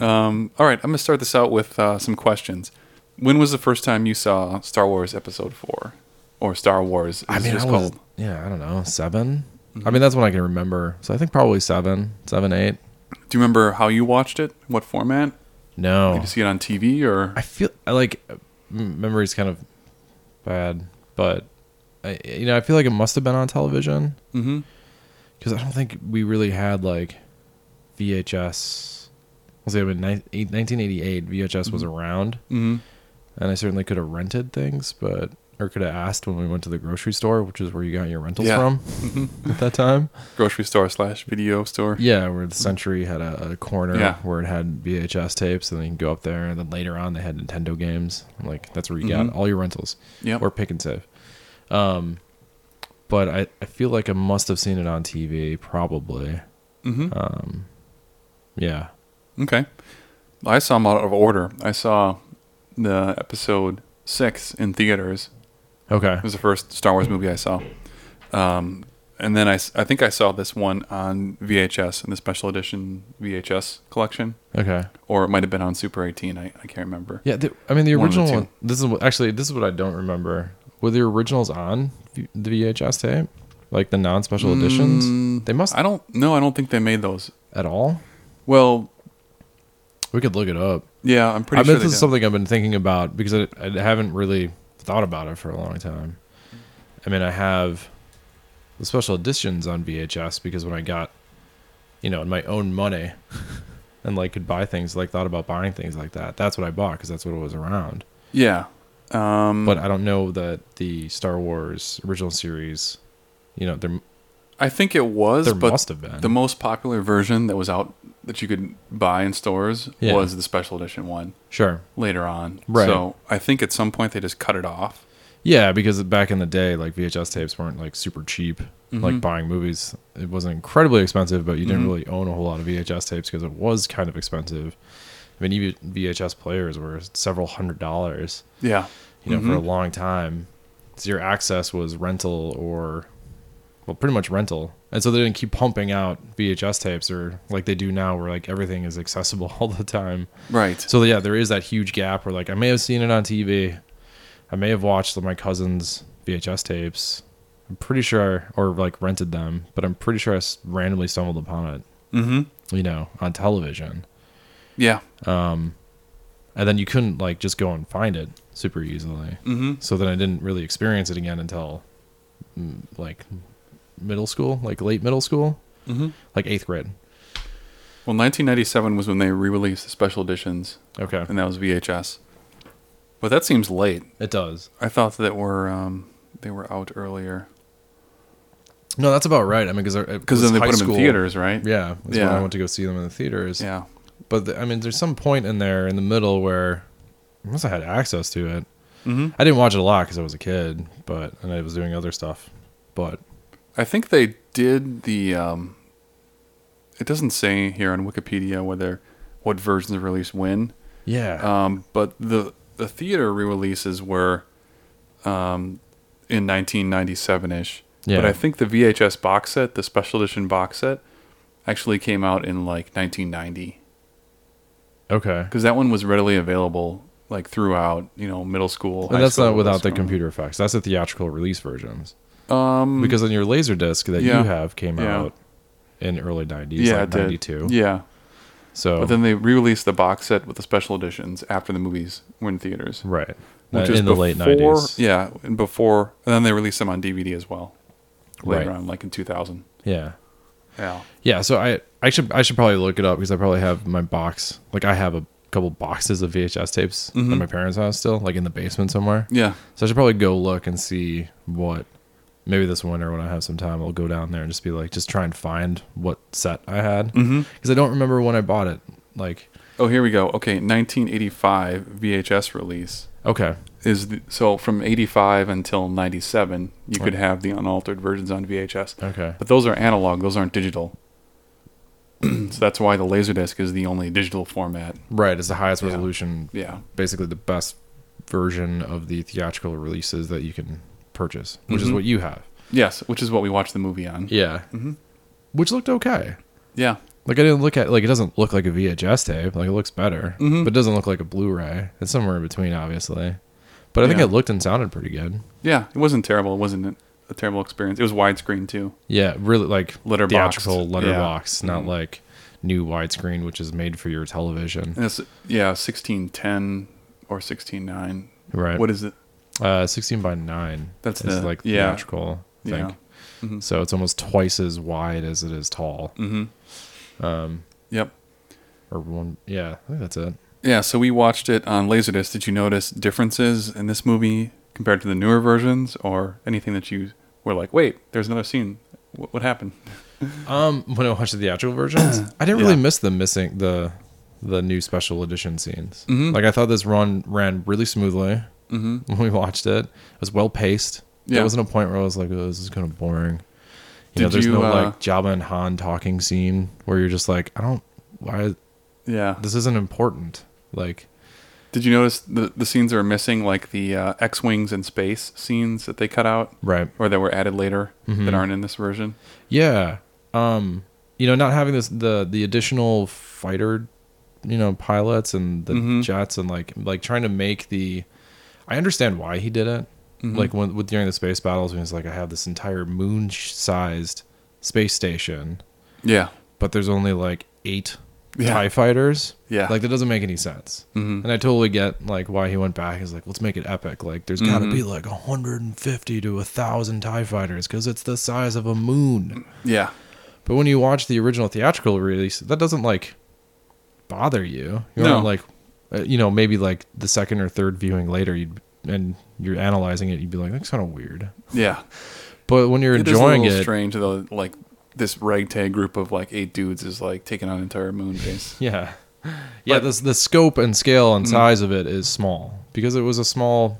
Speaker 1: Um, all right, I'm going to start this out with uh, some questions. When was the first time you saw Star Wars Episode 4? Or Star Wars, as
Speaker 2: I mean,
Speaker 1: it's
Speaker 2: I was, Mm-hmm.
Speaker 1: called.
Speaker 2: yeah, I don't know, 7 I mean, that's when I can remember. So I think probably seven, seven, eight.
Speaker 1: Do you remember how you watched it? What format?
Speaker 2: No,
Speaker 1: Did you see it on TV or?
Speaker 2: Oh. I feel I like m- memory's kind of bad, but I, you know, I feel like it must have been on television
Speaker 1: Mm-hmm.
Speaker 2: because I don't think we really had like VHS. Let's say it was ni- eight- 1988. VHS was around,
Speaker 1: Mm-hmm.
Speaker 2: and I certainly could have rented things, but or could have asked when we went to the grocery store, which is where you got your rentals
Speaker 1: Yeah. Mm-hmm.
Speaker 2: from at that time.
Speaker 1: Grocery store slash video store.
Speaker 2: Yeah, where the Century had a, a corner
Speaker 1: Yeah.
Speaker 2: where it had VHS tapes, and then you can go up there, and then later on they had Nintendo games. I'm Like that's where you
Speaker 1: Mhm.
Speaker 2: got all your rentals
Speaker 1: Yep.
Speaker 2: or pick and save. Um, but I, I feel like I must have seen it on TV, probably.
Speaker 1: mm-hmm.
Speaker 2: Um, yeah,
Speaker 1: Okay. I saw them out of order. I saw the episode six in theaters.
Speaker 2: okay,
Speaker 1: It was the first Star Wars movie I saw. Um, and then I, s- I think I saw this one on VHS in the special edition VHS collection,
Speaker 2: okay.
Speaker 1: or it might have been on Super 18. I, I can't remember.
Speaker 2: Yeah, the, I mean the
Speaker 1: One of the
Speaker 2: original
Speaker 1: two.
Speaker 2: one, This is what, actually this is what I don't remember. Were the originals on v- the VHS tape, like the non-special editions?
Speaker 1: Mm,
Speaker 2: They must
Speaker 1: I don't know. I don't think they made those.
Speaker 2: at all.
Speaker 1: Well,
Speaker 2: We could look it up.
Speaker 1: yeah, I'm pretty
Speaker 2: I
Speaker 1: sure
Speaker 2: bet
Speaker 1: they
Speaker 2: this is
Speaker 1: did.
Speaker 2: something I've been thinking about because I, I haven't really thought about it for a long time. I mean, I have the special editions on VHS because when I got, you know, my own money and like could buy things, like thought about buying things like that. That's what I bought because that's what was around.
Speaker 1: Yeah. Um,
Speaker 2: But I don't know that the Star Wars original series, you know, there
Speaker 1: I think it was,
Speaker 2: there
Speaker 1: but
Speaker 2: must have been.
Speaker 1: the most popular version that was out that you could buy in stores
Speaker 2: Yeah.
Speaker 1: was the special edition one
Speaker 2: sure.
Speaker 1: later on.
Speaker 2: Right.
Speaker 1: So I think at some point they just cut it off.
Speaker 2: Yeah, because back in the day, like VHS tapes weren't like super cheap. Like buying movies, it wasn't incredibly expensive, but you didn't
Speaker 1: Mhm.
Speaker 2: really own a whole lot of VHS tapes because it was kind of expensive. I mean, even VHS players were several hundred dollars,
Speaker 1: Yeah.
Speaker 2: you know, for a
Speaker 1: Mhm.
Speaker 2: long time. So your access was rental or well, pretty much rental. And so they didn't keep pumping out VHS tapes or like they do now, where like everything is accessible all the time.
Speaker 1: Right.
Speaker 2: So yeah, there is that huge gap where like I may have seen it on TV, I may have watched my cousin's VHS tapes. I'm pretty sure, or like rented them, but I'm pretty sure I s- randomly stumbled upon it,
Speaker 1: Mm-hmm.
Speaker 2: you know, on television.
Speaker 1: Yeah.
Speaker 2: And then you couldn't like just go and find it super easily.
Speaker 1: Mm-hmm.
Speaker 2: So then I didn't really experience it again until mm, like middle school, like late middle school,
Speaker 1: Mm-hmm.
Speaker 2: like eighth grade.
Speaker 1: Well, 1997 was when they re-released the special editions,
Speaker 2: Okay.
Speaker 1: and that was VHS. But that seems late.
Speaker 2: It does.
Speaker 1: I thought that were um, they were out earlier
Speaker 2: No, that's about right. I mean, uh, because
Speaker 1: because then they put them in theaters, right?
Speaker 2: Yeah, that's
Speaker 1: Yeah.
Speaker 2: when I went to go see them in the theaters.
Speaker 1: Yeah.
Speaker 2: But the, I mean, there's some point in there in the middle where once I had access to it,
Speaker 1: Mm-hmm.
Speaker 2: I didn't watch it a lot because I was a kid, but and I was doing other stuff. But
Speaker 1: I think they did the. Um, it doesn't say here on Wikipedia whether what versions are released when,
Speaker 2: yeah,
Speaker 1: um, but the the theater re-releases were um, in 1997 ish.
Speaker 2: yeah,
Speaker 1: But I think the VHS box set, the special edition box set, actually came out in like 1990
Speaker 2: Uh, okay.
Speaker 1: because that one was readily available like throughout you know middle school. high
Speaker 2: And that's
Speaker 1: school,
Speaker 2: not without the
Speaker 1: middle school.
Speaker 2: computer effects. That's the theatrical release versions.
Speaker 1: Um,
Speaker 2: Because on your laser disc that
Speaker 1: Yeah.
Speaker 2: you have came
Speaker 1: Yeah.
Speaker 2: out in early '90s,
Speaker 1: yeah, it
Speaker 2: like
Speaker 1: did.
Speaker 2: '92.
Speaker 1: Yeah,
Speaker 2: So
Speaker 1: but then they re-released the box set with the special editions after the movies were in theaters,
Speaker 2: right,
Speaker 1: which
Speaker 2: Uh,
Speaker 1: was
Speaker 2: in the late
Speaker 1: before-
Speaker 2: '90s.
Speaker 1: Yeah, and before, and then they released them on DVD as well later
Speaker 2: Right.
Speaker 1: on, like in 2000.
Speaker 2: yeah.
Speaker 1: Yeah.
Speaker 2: Yeah, so I I should I should probably look it up because I probably have my box. Like I have a couple boxes of VHS tapes
Speaker 1: Mhm.
Speaker 2: at my parents' house still, like in the basement somewhere.
Speaker 1: Yeah.
Speaker 2: So I should probably go look and see what maybe this winter when I have some time, I'll go down there and just be like just try and find what set I had because
Speaker 1: Mm-hmm.
Speaker 2: I don't remember when I bought it. Like
Speaker 1: Oh, here we go. Okay, 1985 VHS release.
Speaker 2: okay,
Speaker 1: is the, so from 85 until 97 you could have the unaltered versions on vhs
Speaker 2: okay,
Speaker 1: but those are analog those aren't digital so that's why the laserdisc is the only digital format
Speaker 2: right. It's the highest
Speaker 1: Yeah.
Speaker 2: resolution,
Speaker 1: yeah
Speaker 2: basically the best version of the theatrical releases that you can purchase, which is
Speaker 1: Mhm.
Speaker 2: what you have.
Speaker 1: yes which is what we watched the movie on
Speaker 2: Yeah,
Speaker 1: Mhm.
Speaker 2: which looked okay.
Speaker 1: yeah
Speaker 2: Like I didn't look at like it doesn't look like a VHS tape. Like it looks better,
Speaker 1: Mhm.
Speaker 2: but it doesn't look like a Blu-ray. It's somewhere in between, obviously. But I think
Speaker 1: Yeah.
Speaker 2: it looked and sounded pretty good.
Speaker 1: yeah it wasn't terrible it wasn't a terrible experience it was widescreen too
Speaker 2: Yeah, really like
Speaker 1: Letterboxed.
Speaker 2: theatrical
Speaker 1: Yeah.
Speaker 2: letterbox, not
Speaker 1: Mhm.
Speaker 2: like new widescreen, which is made for your television.
Speaker 1: and it's yeah 1610 or 16.9
Speaker 2: Right.
Speaker 1: what is it
Speaker 2: uh, sixteen by nine?
Speaker 1: That's
Speaker 2: is
Speaker 1: the-
Speaker 2: like
Speaker 1: yeah.
Speaker 2: theatrical thing.
Speaker 1: yeah Mhm.
Speaker 2: So it's almost twice as wide as it is tall.
Speaker 1: mm-hmm
Speaker 2: Um,
Speaker 1: yep
Speaker 2: or one. Yeah, I think that's it.
Speaker 1: Yeah, so we watched it on Laserdisc. Did you notice differences in this movie compared to the newer versions, or anything that you were like, "Wait, there's another scene. What, what happened?"
Speaker 2: Um, when I watched the theatrical versions, I didn't really
Speaker 1: Yeah.
Speaker 2: miss the missing the the new special edition scenes.
Speaker 1: Mhm.
Speaker 2: Like I thought this run ran really smoothly
Speaker 1: Mm-hmm.
Speaker 2: when we watched it. It was well paced.
Speaker 1: Yeah.
Speaker 2: There wasn't a point where I was like, "Oh, this is kind of boring." You know,
Speaker 1: Did
Speaker 2: there's
Speaker 1: you,
Speaker 2: no
Speaker 1: uh,
Speaker 2: like Jabba and Han talking scene where you're just like, "I don't why
Speaker 1: Yeah.
Speaker 2: this isn't important." Like,
Speaker 1: Did you notice the the scenes that are missing, like the uh, X wings in space scenes that they cut out,
Speaker 2: right?
Speaker 1: or that were added later that
Speaker 2: Mhm.
Speaker 1: aren't in this version?
Speaker 2: Yeah. Um, you know, not having this the the additional fighter, you know, pilots and the
Speaker 1: Mhm.
Speaker 2: jets and like like trying to make the I understand why he did it.
Speaker 1: Mhm.
Speaker 2: Like when with during the space battles when he's like I have this entire moon-sized space station,
Speaker 1: Yeah.
Speaker 2: but there's only like 8
Speaker 1: Yeah.
Speaker 2: tie E fighters.
Speaker 1: Yeah.
Speaker 2: Like that doesn't make any sense.
Speaker 1: Mm-hmm.
Speaker 2: And I totally get like why he went back. He's like, let's make it epic. Like there's got to
Speaker 1: Mm-hmm.
Speaker 2: be like 150 to 1000 tie E fighters cuz it's the size of a moon.
Speaker 1: Yeah.
Speaker 2: But when you watch the original theatrical release, that doesn't like bother you. You're
Speaker 1: No.
Speaker 2: not like, uh, you know, maybe like the second or third viewing later, you'd and you're analyzing it, you'd be like, that's kind of weird.
Speaker 1: Yeah.
Speaker 2: But when you're
Speaker 1: It is a
Speaker 2: enjoying
Speaker 1: little
Speaker 2: it,
Speaker 1: strange though. Like this ragtag group of like eight dudes is like taking on an entire moon base.
Speaker 2: yeah, yeah,
Speaker 1: But- Mm-hmm.
Speaker 2: the the scope and scale and size of it is small because it was a small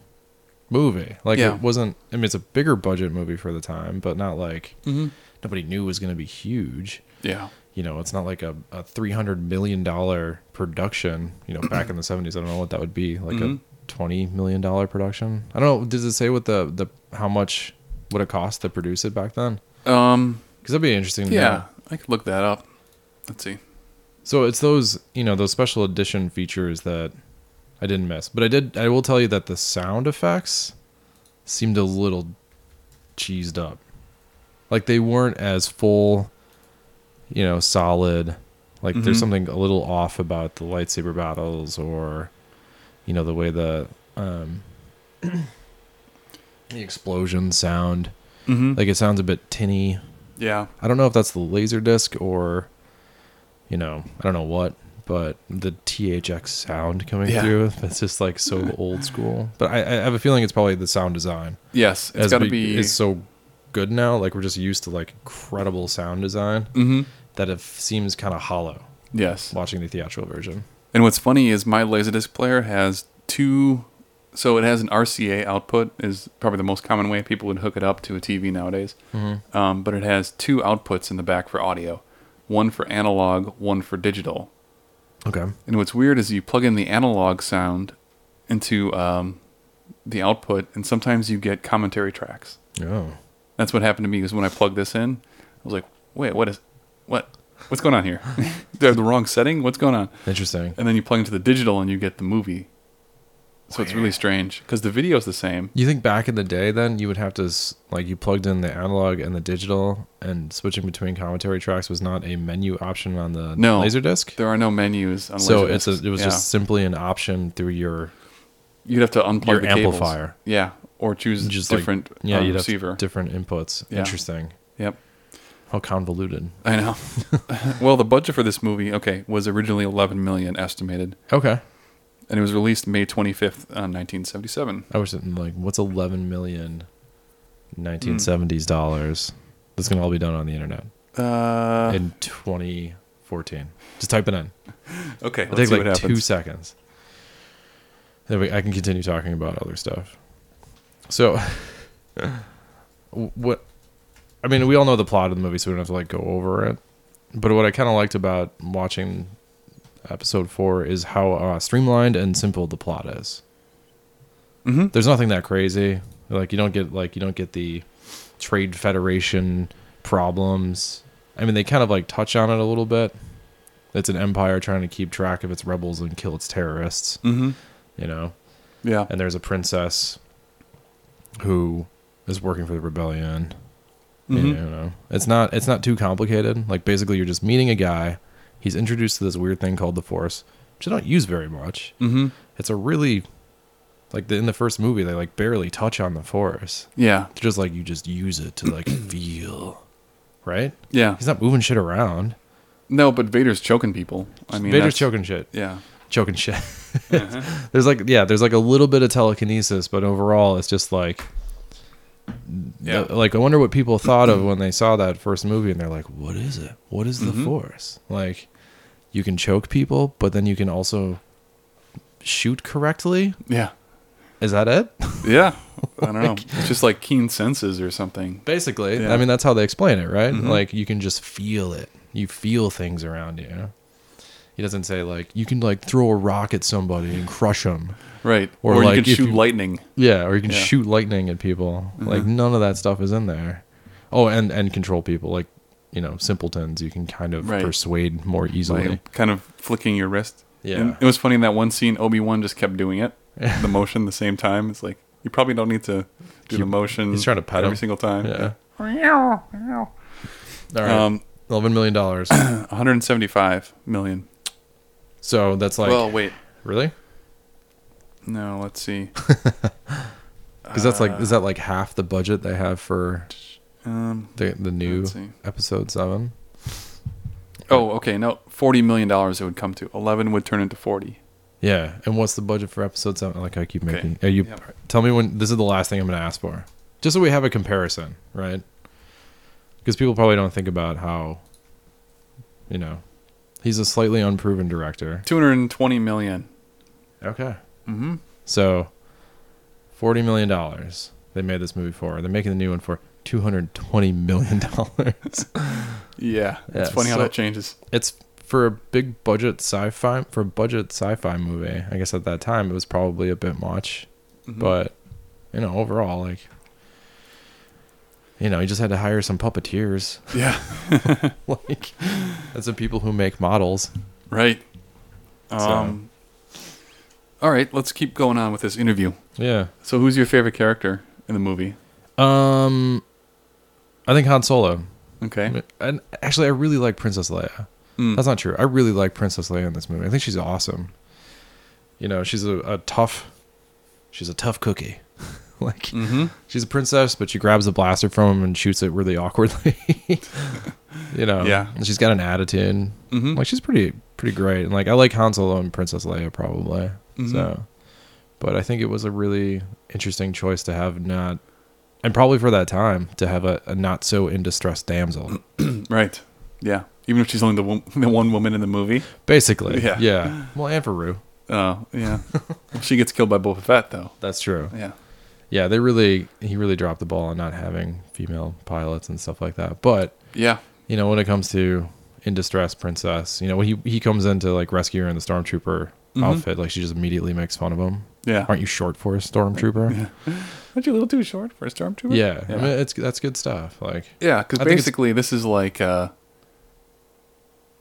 Speaker 2: movie. Like
Speaker 1: Yeah.
Speaker 2: it wasn't. I mean, it's a bigger budget movie for the time, but not like
Speaker 1: mm-hmm.
Speaker 2: nobody knew it was going to be huge.
Speaker 1: Yeah.
Speaker 2: you know, it's not like a, a three hundred million dollar production. You know, back in the seventies, I don't know what that would be, like
Speaker 1: Mhm.
Speaker 2: a twenty million dollar production. I don't know. Does it say what the the how much would it cost to produce it back then?
Speaker 1: Um,
Speaker 2: Because that'd be interesting. to
Speaker 1: yeah,
Speaker 2: know.
Speaker 1: I could look that up. Let's see.
Speaker 2: So it's those you know those special edition features that I didn't miss, but I did. I will tell you that the sound effects seemed a little cheesed up. Like they weren't as full, you know, solid. Like
Speaker 1: Mhm.
Speaker 2: there's something a little off about the lightsaber battles, or you know the way the um, the explosion sound.
Speaker 1: Mm-hmm.
Speaker 2: Like it sounds a bit tinny.
Speaker 1: yeah,
Speaker 2: I don't know if that's the laser disc or, you know, I don't know what, but the THX sound coming
Speaker 1: Yeah.
Speaker 2: through, it's just like so old school. But I, I have a feeling it's probably the sound design.
Speaker 1: yes, it's
Speaker 2: as
Speaker 1: got to
Speaker 2: we-
Speaker 1: be.
Speaker 2: It's so good now. Like we're just used to like incredible sound design
Speaker 1: Mhm.
Speaker 2: that it seems kind of hollow
Speaker 1: Yes,
Speaker 2: watching the theatrical version.
Speaker 1: and what's funny is my Laserdisc player has two. So it has an RCA output is probably the most common way people would hook it up to a TV nowadays.
Speaker 2: Mm-hmm.
Speaker 1: Um, but it has two outputs in the back for audio, one for analog, one for digital.
Speaker 2: Okay.
Speaker 1: And what's weird is you plug in the analog sound into um, the output, and sometimes you get commentary tracks.
Speaker 2: Oh.
Speaker 1: That's what happened to me because when I plugged this in, I was like, "Wait, what is what? What's going on here? They're the wrong setting. What's going on?"
Speaker 2: Interesting.
Speaker 1: And then you plug into the digital, and you get the movie. So it's really strange because the video's the same.
Speaker 2: You think back in the day, then you would have to s- like you plugged in the analog and the digital, and switching between commentary tracks was not a menu option on the
Speaker 1: No.
Speaker 2: laserdisc.
Speaker 1: There are no menus on
Speaker 2: So
Speaker 1: Laserdiscs.
Speaker 2: it's a, it was
Speaker 1: Yeah.
Speaker 2: just simply an option through your
Speaker 1: you'd have to unplug
Speaker 2: your
Speaker 1: the cables.
Speaker 2: amplifier.
Speaker 1: yeah, or choose
Speaker 2: just like-
Speaker 1: different uh,
Speaker 2: yeah you'd have
Speaker 1: receiver.
Speaker 2: different inputs.
Speaker 1: Yeah.
Speaker 2: Interesting.
Speaker 1: yep.
Speaker 2: How convoluted.
Speaker 1: I know. well, the budget for this movie, okay, was originally 11 million estimated,
Speaker 2: Okay,
Speaker 1: and it was released May 25th, uh, 1977.
Speaker 2: I was sitting like, what's 11 million 1970s dollars? That's gonna all be done on the internet
Speaker 1: Uh,
Speaker 2: in 2014. Just type it in.
Speaker 1: okay,
Speaker 2: It
Speaker 1: let's
Speaker 2: takes
Speaker 1: see what
Speaker 2: like
Speaker 1: happens.
Speaker 2: two seconds. Then we, I can continue talking about other stuff. So, what? I mean, we all know the plot of the movie, so we don't have to like go over it. But what I kind of liked about watching episode four is how uh, streamlined and simple the plot is.
Speaker 1: mm-hmm.
Speaker 2: There's nothing that crazy. Like you don't get like you don't get the trade federation problems. I mean, they kind of like touch on it a little bit. It's an empire trying to keep track of its rebels and kill its terrorists,
Speaker 1: Mm-hmm.
Speaker 2: you know.
Speaker 1: Yeah.
Speaker 2: And there's a princess who is working for the rebellion. You
Speaker 1: Mhm.
Speaker 2: know, it's not it's not too complicated. Like basically, you're just meeting a guy. He's introduced to this weird thing called the Force, which I don't use very much.
Speaker 1: Mm-hmm.
Speaker 2: It's a really like the, in the first movie they like barely touch on the Force.
Speaker 1: Yeah.
Speaker 2: It's just like you just use it to like feel, right?
Speaker 1: Yeah.
Speaker 2: He's not moving shit around.
Speaker 1: No, but Vader's choking people. I mean,
Speaker 2: Vader's
Speaker 1: that's- Uh-huh.
Speaker 2: choking shit,
Speaker 1: Yeah.
Speaker 2: choking shit. there's like yeah, there's like a little bit of telekinesis, but overall it's just like
Speaker 1: Yeah.
Speaker 2: Uh, like I wonder what people thought of when they saw that first movie and they're like, "What is it? What is the
Speaker 1: Mm-hmm.
Speaker 2: force?" Like you can choke people, but then you can also shoot correctly?
Speaker 1: Yeah.
Speaker 2: Is that it?
Speaker 1: Yeah. I don't know. It's just like keen senses or something.
Speaker 2: Basically,
Speaker 1: Yeah. Mm-hmm.
Speaker 2: I mean that's how they explain it, right? Like you can just feel it. You feel things around you. He doesn't say like you can like throw a rock at somebody and crush them.
Speaker 1: Right. Or,
Speaker 2: Or
Speaker 1: you
Speaker 2: like
Speaker 1: can
Speaker 2: if
Speaker 1: shoot
Speaker 2: you-
Speaker 1: lightning.
Speaker 2: Yeah, or you can
Speaker 1: Yeah. Mm-hmm.
Speaker 2: shoot lightning at people. Like none of that stuff is in there. Oh, and and control people like you know simpletons. You can kind of
Speaker 1: Right.
Speaker 2: persuade more easily.
Speaker 1: Like kind of flicking your wrist.
Speaker 2: Yeah.
Speaker 1: And it was funny in that one scene, Obi Wan just kept doing it, the motion the same time. It's like you probably don't need to do the
Speaker 2: Keep-
Speaker 1: motion.
Speaker 2: he's trying to pet
Speaker 1: every
Speaker 2: him.
Speaker 1: single time.
Speaker 2: yeah.
Speaker 3: Wow.
Speaker 2: All right.
Speaker 1: Um,
Speaker 2: Eleven million dollars.
Speaker 1: 175 million.
Speaker 2: so that's like
Speaker 1: well, wait.
Speaker 2: really
Speaker 1: No, let's see.
Speaker 2: because that's like is
Speaker 1: uh,
Speaker 2: that like half the budget they have for
Speaker 1: Um,
Speaker 2: the the new
Speaker 1: Let's see.
Speaker 2: episode seven.
Speaker 1: oh, okay. No, 40 million dollars it would come to. 11 would turn into 40.
Speaker 2: Yeah, and what's the budget for episode seven? Like I keep
Speaker 1: Okay.
Speaker 2: making. Are you
Speaker 1: Yep.
Speaker 2: tell me when this is the last thing I'm going to ask for, just so we have a comparison, right? Because people probably don't think about how, you know, he's a slightly unproven director.
Speaker 1: 220 million.
Speaker 2: Okay,
Speaker 1: Mhm.
Speaker 2: so forty million dollars they made this movie for. They're making the new one for two hundred twenty million dollars.
Speaker 1: Yeah. It's
Speaker 2: Yeah,
Speaker 1: funny how
Speaker 2: so-
Speaker 1: that changes.
Speaker 2: it's for a big budget sci-fi for a budget sci-fi movie. I guess at that time it was probably a bit much,
Speaker 1: Mhm.
Speaker 2: but you know overall like you know, you just had to hire some puppeteers,
Speaker 1: Yeah.
Speaker 2: like, and some people who make models.
Speaker 1: Right. Um, All right, let's keep going on with this interview.
Speaker 2: Yeah.
Speaker 1: So, who's your favorite character in the movie?
Speaker 2: Um, I think Han Solo.
Speaker 1: Okay.
Speaker 2: And actually, I really like Princess Leia.
Speaker 1: Mm.
Speaker 2: That's not true. I really like Princess Leia in this movie. I think she's awesome. You know, she's a, a tough, she's a tough cookie. like
Speaker 1: Mm-hmm.
Speaker 2: she's a princess, but she grabs a blaster from him and shoots it really awkwardly. you know,
Speaker 1: Yeah.
Speaker 2: And she's got an attitude.
Speaker 1: Mhm.
Speaker 2: Like she's pretty, pretty great. And like I like Han Solo and Princess Leia probably.
Speaker 1: Mhm.
Speaker 2: So, but I think it was a really interesting choice to have not, and probably for that time to have a, a not so in distress damsel.
Speaker 1: Right. Yeah. Even if she's only the one, the one woman in the movie.
Speaker 2: Basically,
Speaker 1: Yeah.
Speaker 2: yeah. Well, and for Rue,
Speaker 1: Uh, yeah. she gets killed by Boba Fett, though.
Speaker 2: that's true.
Speaker 1: Yeah.
Speaker 2: Yeah, they really he really dropped the ball on not having female pilots and stuff like that. But
Speaker 1: Yeah.
Speaker 2: you know, when it comes to in distress princess, you know, when he he comes in to like rescue her in the stormtrooper
Speaker 1: Mhm.
Speaker 2: outfit, like she just immediately makes fun of him.
Speaker 1: Yeah.
Speaker 2: Aren't you short for a stormtrooper? Yeah,
Speaker 1: Aren't you a little too short for a stormtrooper?
Speaker 2: I mean, it's that's good stuff. Like,
Speaker 1: Yeah, because
Speaker 2: I think it's-
Speaker 1: basically this is like uh,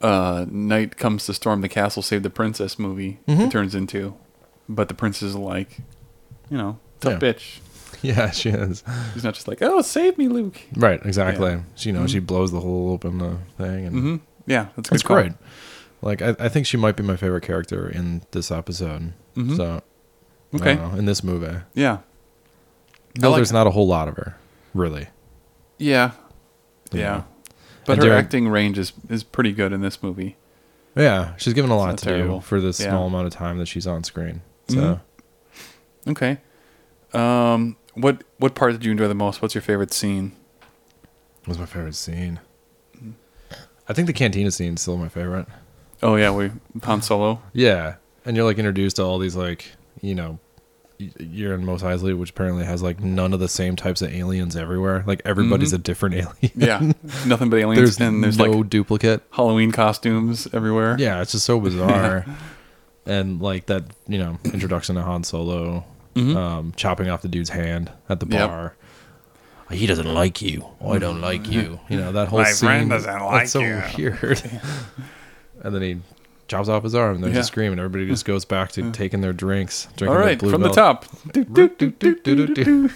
Speaker 1: uh, Knight comes to storm the castle, save the princess movie. It
Speaker 2: Mhm.
Speaker 1: turns into, but the princess is like, you know, tough
Speaker 2: Yeah.
Speaker 1: bitch.
Speaker 2: yeah, she is.
Speaker 1: She's not just like, oh, save me, Luke.
Speaker 2: Right, exactly.
Speaker 1: Yeah.
Speaker 2: She, you know, she blows the hole open the thing, and
Speaker 1: hmm Yeah, Mm-hmm. that's a good.
Speaker 2: it's
Speaker 1: call.
Speaker 2: great. Like, I, I think she might be my favorite character in this episode.
Speaker 1: Mhm.
Speaker 2: So, I
Speaker 1: Okay.
Speaker 2: don't know, in this movie,
Speaker 1: Yeah,
Speaker 2: no,
Speaker 1: like
Speaker 2: there's
Speaker 1: it.
Speaker 2: not a whole lot of her, really.
Speaker 1: yeah, yeah.
Speaker 2: Yeah.
Speaker 1: But
Speaker 2: And
Speaker 1: her
Speaker 2: during-
Speaker 1: acting range is is pretty good in this movie.
Speaker 2: Yeah, she's given a lot
Speaker 1: not
Speaker 2: to
Speaker 1: terrible.
Speaker 2: do for this
Speaker 1: Yeah.
Speaker 2: small amount of time that she's on screen. So,
Speaker 1: Mhm. Okay. Um, what what part did you enjoy the most? What's your favorite scene?
Speaker 2: what was my favorite scene?
Speaker 1: Mm-hmm.
Speaker 2: I think the cantina scene's still my favorite.
Speaker 1: Oh yeah, we Han Solo.
Speaker 2: Yeah, and you're like introduced to all these like you know, y- you're in Mos Eisley, which apparently has like none of the same types of aliens everywhere. Like everybody's
Speaker 1: Mhm.
Speaker 2: a different alien.
Speaker 1: Yeah, nothing but aliens,
Speaker 2: there's
Speaker 1: and there's
Speaker 2: no
Speaker 1: like
Speaker 2: duplicate.
Speaker 1: Halloween costumes everywhere.
Speaker 2: Yeah, it's just so bizarre. and like that, you know, introduction to Han Solo,
Speaker 1: Mhm.
Speaker 2: um, chopping off the dude's hand at the
Speaker 1: Yep.
Speaker 2: bar. He doesn't like you. I don't like you. You know that whole
Speaker 4: My
Speaker 2: scene.
Speaker 4: friend doesn't like
Speaker 2: that's so
Speaker 4: you.
Speaker 2: weird. and then he chops off his arm. And there's
Speaker 1: Yeah.
Speaker 2: a scream, and everybody just goes back to taking their drinks. Drinking
Speaker 1: All
Speaker 2: their
Speaker 1: right,
Speaker 2: Blue
Speaker 1: from the
Speaker 2: Belt.
Speaker 1: top. Do, do, do, do, do, do, do.
Speaker 2: Do-do-do-do-do-do.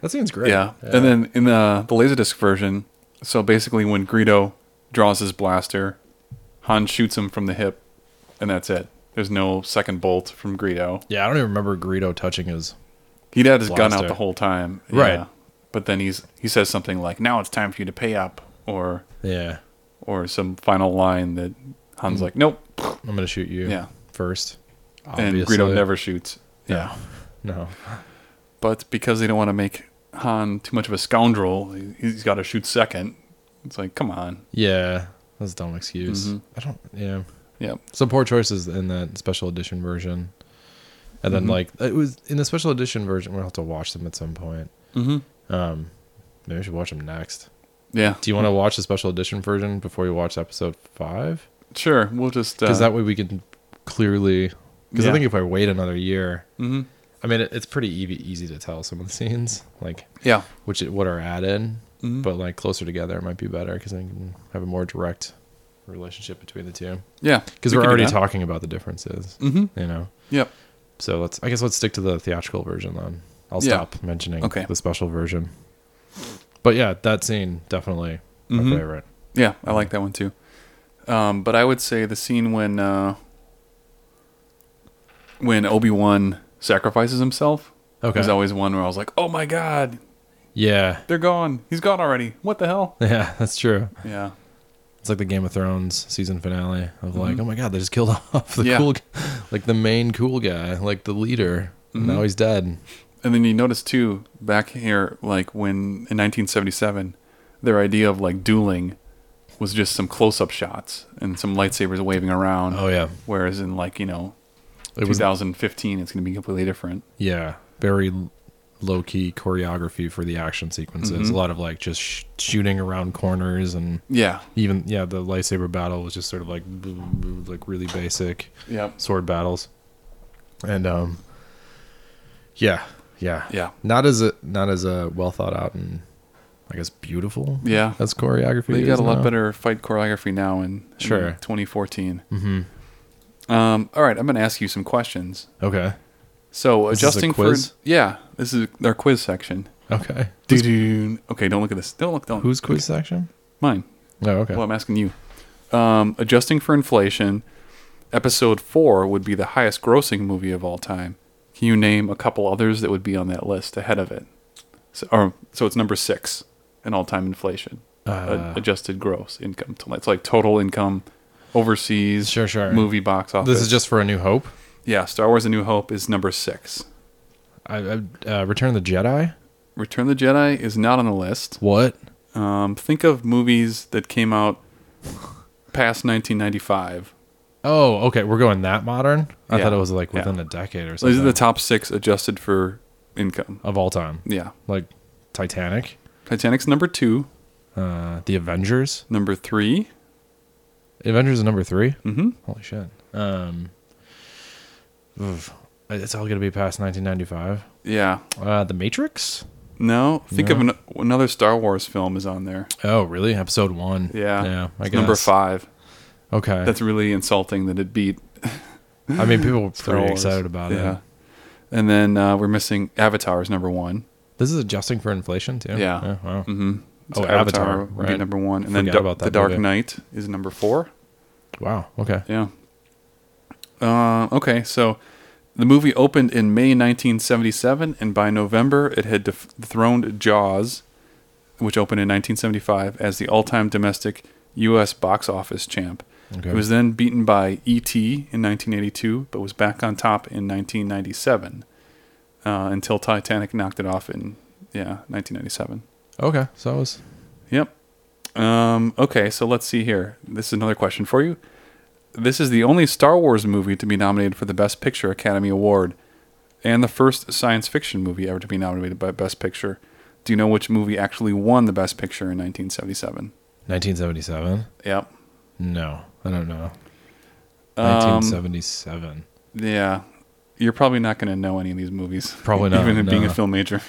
Speaker 2: That seems great.
Speaker 1: Yeah. and then in the the laserdisc version, so basically when Greedo draws his blaster, Han shoots him from the hip, and that's it. There's no second bolt from Greedo.
Speaker 2: yeah, I don't even remember Greedo touching his.
Speaker 1: He'd had his gun out
Speaker 2: Blaster.
Speaker 1: the whole time,
Speaker 2: Right.
Speaker 1: But then he's he says something like, "Now it's time for you to pay up," or
Speaker 2: Yeah,
Speaker 1: or some final line that Han's
Speaker 2: Hmm.
Speaker 1: like, "Nope,"
Speaker 2: I'm gonna shoot you.
Speaker 1: Yeah.
Speaker 2: first.
Speaker 1: and Greedo never shoots. Yeah.
Speaker 2: No.
Speaker 1: but because they don't want to make Han too much of a scoundrel, he- he's got to shoot second. It's like, come on.
Speaker 2: Yeah, that's a dumb excuse.
Speaker 1: Mhm.
Speaker 2: I don't. Yeah,
Speaker 1: Yep.
Speaker 2: some poor choices in that special edition version. And then
Speaker 1: Mhm.
Speaker 2: like it was in the special edition version, we'll have to watch them at some point.
Speaker 1: Mm-hmm.
Speaker 2: Um, maybe we should watch them next.
Speaker 1: Yeah.
Speaker 2: Do you want to watch the special edition version before you watch episode five?
Speaker 1: Sure. We'll just. Uh,
Speaker 2: Because that way we can clearly. Because
Speaker 1: Yeah.
Speaker 2: I think if I wait another year,
Speaker 1: hmm
Speaker 2: I mean it, it's pretty easy, easy to tell some of the scenes, like
Speaker 1: Yeah.
Speaker 2: which what are added,
Speaker 1: Mhm.
Speaker 2: but like closer together it might be better because then you can have a more direct relationship between the two.
Speaker 1: Yeah.
Speaker 2: because we're already talking about the differences
Speaker 1: Mm-hmm.
Speaker 2: you know
Speaker 1: Yep.
Speaker 2: so let's i guess let's stick to the theatrical version then i'll
Speaker 1: Yeah.
Speaker 2: stop mentioning
Speaker 1: Okay.
Speaker 2: the special version but yeah that scene definitely
Speaker 1: Mhm.
Speaker 2: my favorite
Speaker 1: Yeah. I like that one too. Um, but I would say the scene when uh, when Obi Wan sacrifices himself
Speaker 2: okay
Speaker 1: was always one where I was like, oh my god,
Speaker 2: yeah
Speaker 1: they're gone. He's gone already. What the hell?
Speaker 2: yeah that's true
Speaker 1: Yeah.
Speaker 2: it's like the game of thrones season finale of like oh my god they just killed off the
Speaker 1: Mm-hmm. Yeah.
Speaker 2: cool g- like the main cool guy like the leader and
Speaker 1: Mm-hmm.
Speaker 2: now he's dead
Speaker 1: And then you notice too, back here, like when in 1977, their idea of like dueling was just some close-up shots and some lightsabers waving around.
Speaker 2: oh yeah
Speaker 1: Whereas in like you know
Speaker 2: it was
Speaker 1: 2015, it's going to be completely different.
Speaker 2: yeah very low key choreography for the action sequences
Speaker 1: Mm-hmm.
Speaker 2: a lot of like just sh- shooting around corners and
Speaker 1: Yeah.
Speaker 2: even yeah the lightsaber battle was just sort of like boo- boo- like really basic
Speaker 1: Yep.
Speaker 2: sword battles and um yeah yeah
Speaker 1: Yeah.
Speaker 2: not as a not as a well thought out and I guess beautiful.
Speaker 1: Yeah.
Speaker 2: That's choreography.
Speaker 1: They
Speaker 2: is
Speaker 1: got a lot
Speaker 2: now.
Speaker 1: better fight choreography now in, in
Speaker 2: Sure.
Speaker 1: 2014.
Speaker 2: Mhm.
Speaker 1: Um, all right, I'm going to ask you some questions.
Speaker 2: Okay.
Speaker 1: So
Speaker 2: This is a
Speaker 1: adjusting
Speaker 2: quiz?
Speaker 1: for yeah, this is our quiz section.
Speaker 2: Okay.
Speaker 1: Doo-doo. Okay, don't look at this. Don't look. Don't.
Speaker 2: Who's quiz section?
Speaker 1: Mine.
Speaker 2: Oh, okay.
Speaker 1: Well, I'm asking you. Um, adjusting for inflation, episode four would be the highest grossing movie of all time. Can you name a couple others that would be on that list ahead of it? So, or, so it's number six in all time inflation,
Speaker 2: Uh.
Speaker 1: uh, adjusted gross income. It's like total income overseas
Speaker 2: Sure, sure.
Speaker 1: movie box office.
Speaker 2: This is just for A New Hope.
Speaker 1: yeah. Star Wars: A New Hope is number six.
Speaker 2: I, I uh, Return of the Jedi.
Speaker 1: Return of the Jedi is not on the list.
Speaker 2: What?
Speaker 1: Um, think of movies that came out past 1995.
Speaker 2: Oh, okay. We're going that modern. I
Speaker 1: Yeah.
Speaker 2: thought it was like
Speaker 1: Yeah.
Speaker 2: within a decade or
Speaker 1: So these
Speaker 2: something
Speaker 1: are the top six adjusted for income.
Speaker 2: of all time.
Speaker 1: Yeah.
Speaker 2: Like Titanic,
Speaker 1: Titanic's number two,
Speaker 2: uh, The Avengers.
Speaker 1: number three.
Speaker 2: Avengers is number three.
Speaker 1: Mm-hmm.
Speaker 2: Holy shit. Um, oof. it's all gonna be past 1995.
Speaker 1: Yeah.
Speaker 2: Uh, the Matrix.
Speaker 1: No. Think of
Speaker 2: No.
Speaker 1: an, another Star Wars film is on there.
Speaker 2: Oh, really? Episode one.
Speaker 1: Yeah.
Speaker 2: Yeah. I
Speaker 1: It's number
Speaker 2: guess.
Speaker 1: five.
Speaker 2: Okay.
Speaker 1: That's really insulting that it beat
Speaker 2: I mean, people were
Speaker 1: Star
Speaker 2: pretty
Speaker 1: Wars.
Speaker 2: excited about
Speaker 1: yeah.
Speaker 2: it.
Speaker 1: And then uh, we're missing Avatar's number one.
Speaker 2: This is adjusting for inflation too.
Speaker 1: Yeah.
Speaker 2: wow.
Speaker 1: Mm-hmm.
Speaker 2: Oh, Avatar,
Speaker 1: would be
Speaker 2: right.
Speaker 1: number one, and
Speaker 2: Forgot
Speaker 1: then Da-
Speaker 2: about that
Speaker 1: the Dark
Speaker 2: movie.
Speaker 1: Knight is number four.
Speaker 2: Wow. Okay.
Speaker 1: Yeah. Uh, okay, so the movie opened in May 1977, and by November, it had def- dethroned Jaws, which opened in 1975, as the all time domestic U.S. box office champ.
Speaker 2: Okay.
Speaker 1: It was then beaten by E.T. in 1982, but was back on top in 1997 uh, until Titanic knocked it off in, yeah, 1997.
Speaker 2: Okay. So I was.
Speaker 1: Yep. Um, okay, so let's see here. This is another question for you. This is the only Star Wars movie to be nominated for the Best Picture Academy Award and the first science fiction movie ever to be nominated by Best Picture. Do you know which movie actually won the Best Picture in 1977?
Speaker 2: 1977.
Speaker 1: Yep.
Speaker 2: No, I don't know.
Speaker 1: Um,
Speaker 2: 1977.
Speaker 1: yeah. You're probably not going to know any of these movies.
Speaker 2: Probably not,
Speaker 1: Even being a
Speaker 2: no.
Speaker 1: film major.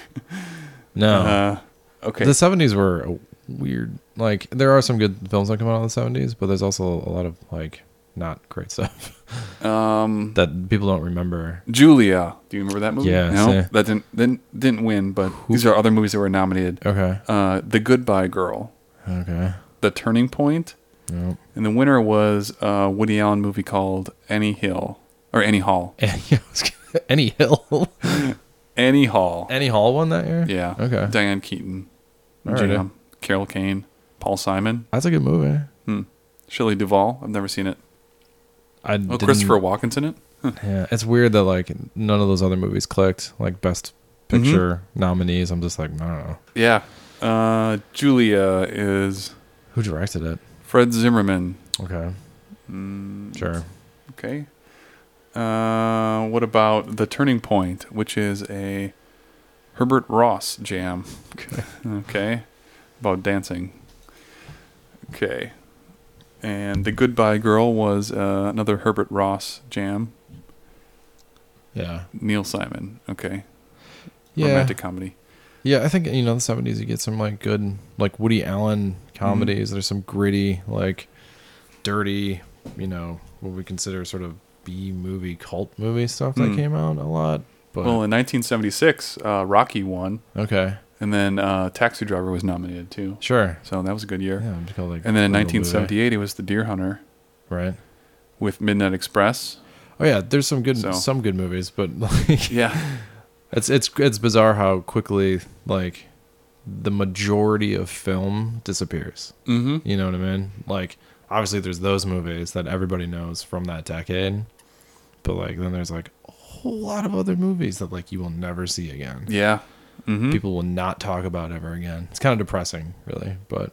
Speaker 2: No.
Speaker 1: Uh, okay.
Speaker 2: The 70s were a weird. Like, there are some good films that come out in the 70s, but there's also a lot of, like, not great stuff
Speaker 1: um,
Speaker 2: that people don't remember.
Speaker 1: Julia. Do you remember that movie?
Speaker 2: Yeah,
Speaker 1: No,
Speaker 2: see.
Speaker 1: that didn't, didn't didn't win. But these are other movies that were nominated.
Speaker 2: Okay.
Speaker 1: uh, The Goodbye Girl,
Speaker 2: Okay.
Speaker 1: The Turning Point,
Speaker 2: Nope.
Speaker 1: and the winner was a Woody Allen movie called Annie Hill or Annie Hall.
Speaker 2: Any, Any Hill.
Speaker 1: Annie Hall.
Speaker 2: Any Hall won that year?
Speaker 1: yeah.
Speaker 2: Okay.
Speaker 1: Diane Keaton,
Speaker 2: All right.
Speaker 1: Jam, Carol Kane, Paul Simon,
Speaker 2: That's a good movie.
Speaker 1: hmm. Shirley Duvall. I've never seen it.
Speaker 2: I
Speaker 1: Oh,
Speaker 2: didn't-
Speaker 1: Christopher Walken's in it.
Speaker 2: Yeah. It's weird that, like, none of those other movies clicked. Like, best
Speaker 1: Mm-hmm.
Speaker 2: picture nominees. I'm just like, I don't know.
Speaker 1: Yeah. Uh, Julia is
Speaker 2: Who directed it?
Speaker 1: Fred Zimmerman.
Speaker 2: Okay.
Speaker 1: Mm,
Speaker 2: Sure.
Speaker 1: Okay. Uh, what about The Turning Point, which is a Herbert Ross jam?
Speaker 2: Okay.
Speaker 1: Okay. About dancing. Okay. And The Goodbye Girl was uh, another Herbert Ross jam.
Speaker 2: Yeah.
Speaker 1: Neil Simon. Okay.
Speaker 2: Yeah.
Speaker 1: Romantic comedy.
Speaker 2: Yeah, I think you know the seventies. You get some like good, like Woody Allen comedies.
Speaker 1: Mm-hmm.
Speaker 2: There's some gritty, like dirty, you know, what we consider sort of B movie cult movie stuff that
Speaker 1: Mm.
Speaker 2: came out a lot. But
Speaker 1: Well, in 1976, uh, Rocky won,
Speaker 2: okay,
Speaker 1: and then uh, Taxi Driver was nominated too.
Speaker 2: sure.
Speaker 1: So that was a good year.
Speaker 2: Yeah, I'm just called, like,
Speaker 1: And then in
Speaker 2: little
Speaker 1: 1978, it was The Deer Hunter
Speaker 2: movie, right?
Speaker 1: with Midnight Express.
Speaker 2: Oh yeah, there's some good,
Speaker 1: So-
Speaker 2: some good movies, but like
Speaker 1: Yeah.
Speaker 2: it's it's it's bizarre how quickly like the majority of film disappears.
Speaker 1: mm-hmm.
Speaker 2: You know what I mean? Like, obviously, there's those movies that everybody knows from that decade, but like, then there's like a whole lot of other movies that like you will never see again.
Speaker 1: Yeah. Mm-hmm.
Speaker 2: People will not talk about ever again. It's kind of depressing, really, but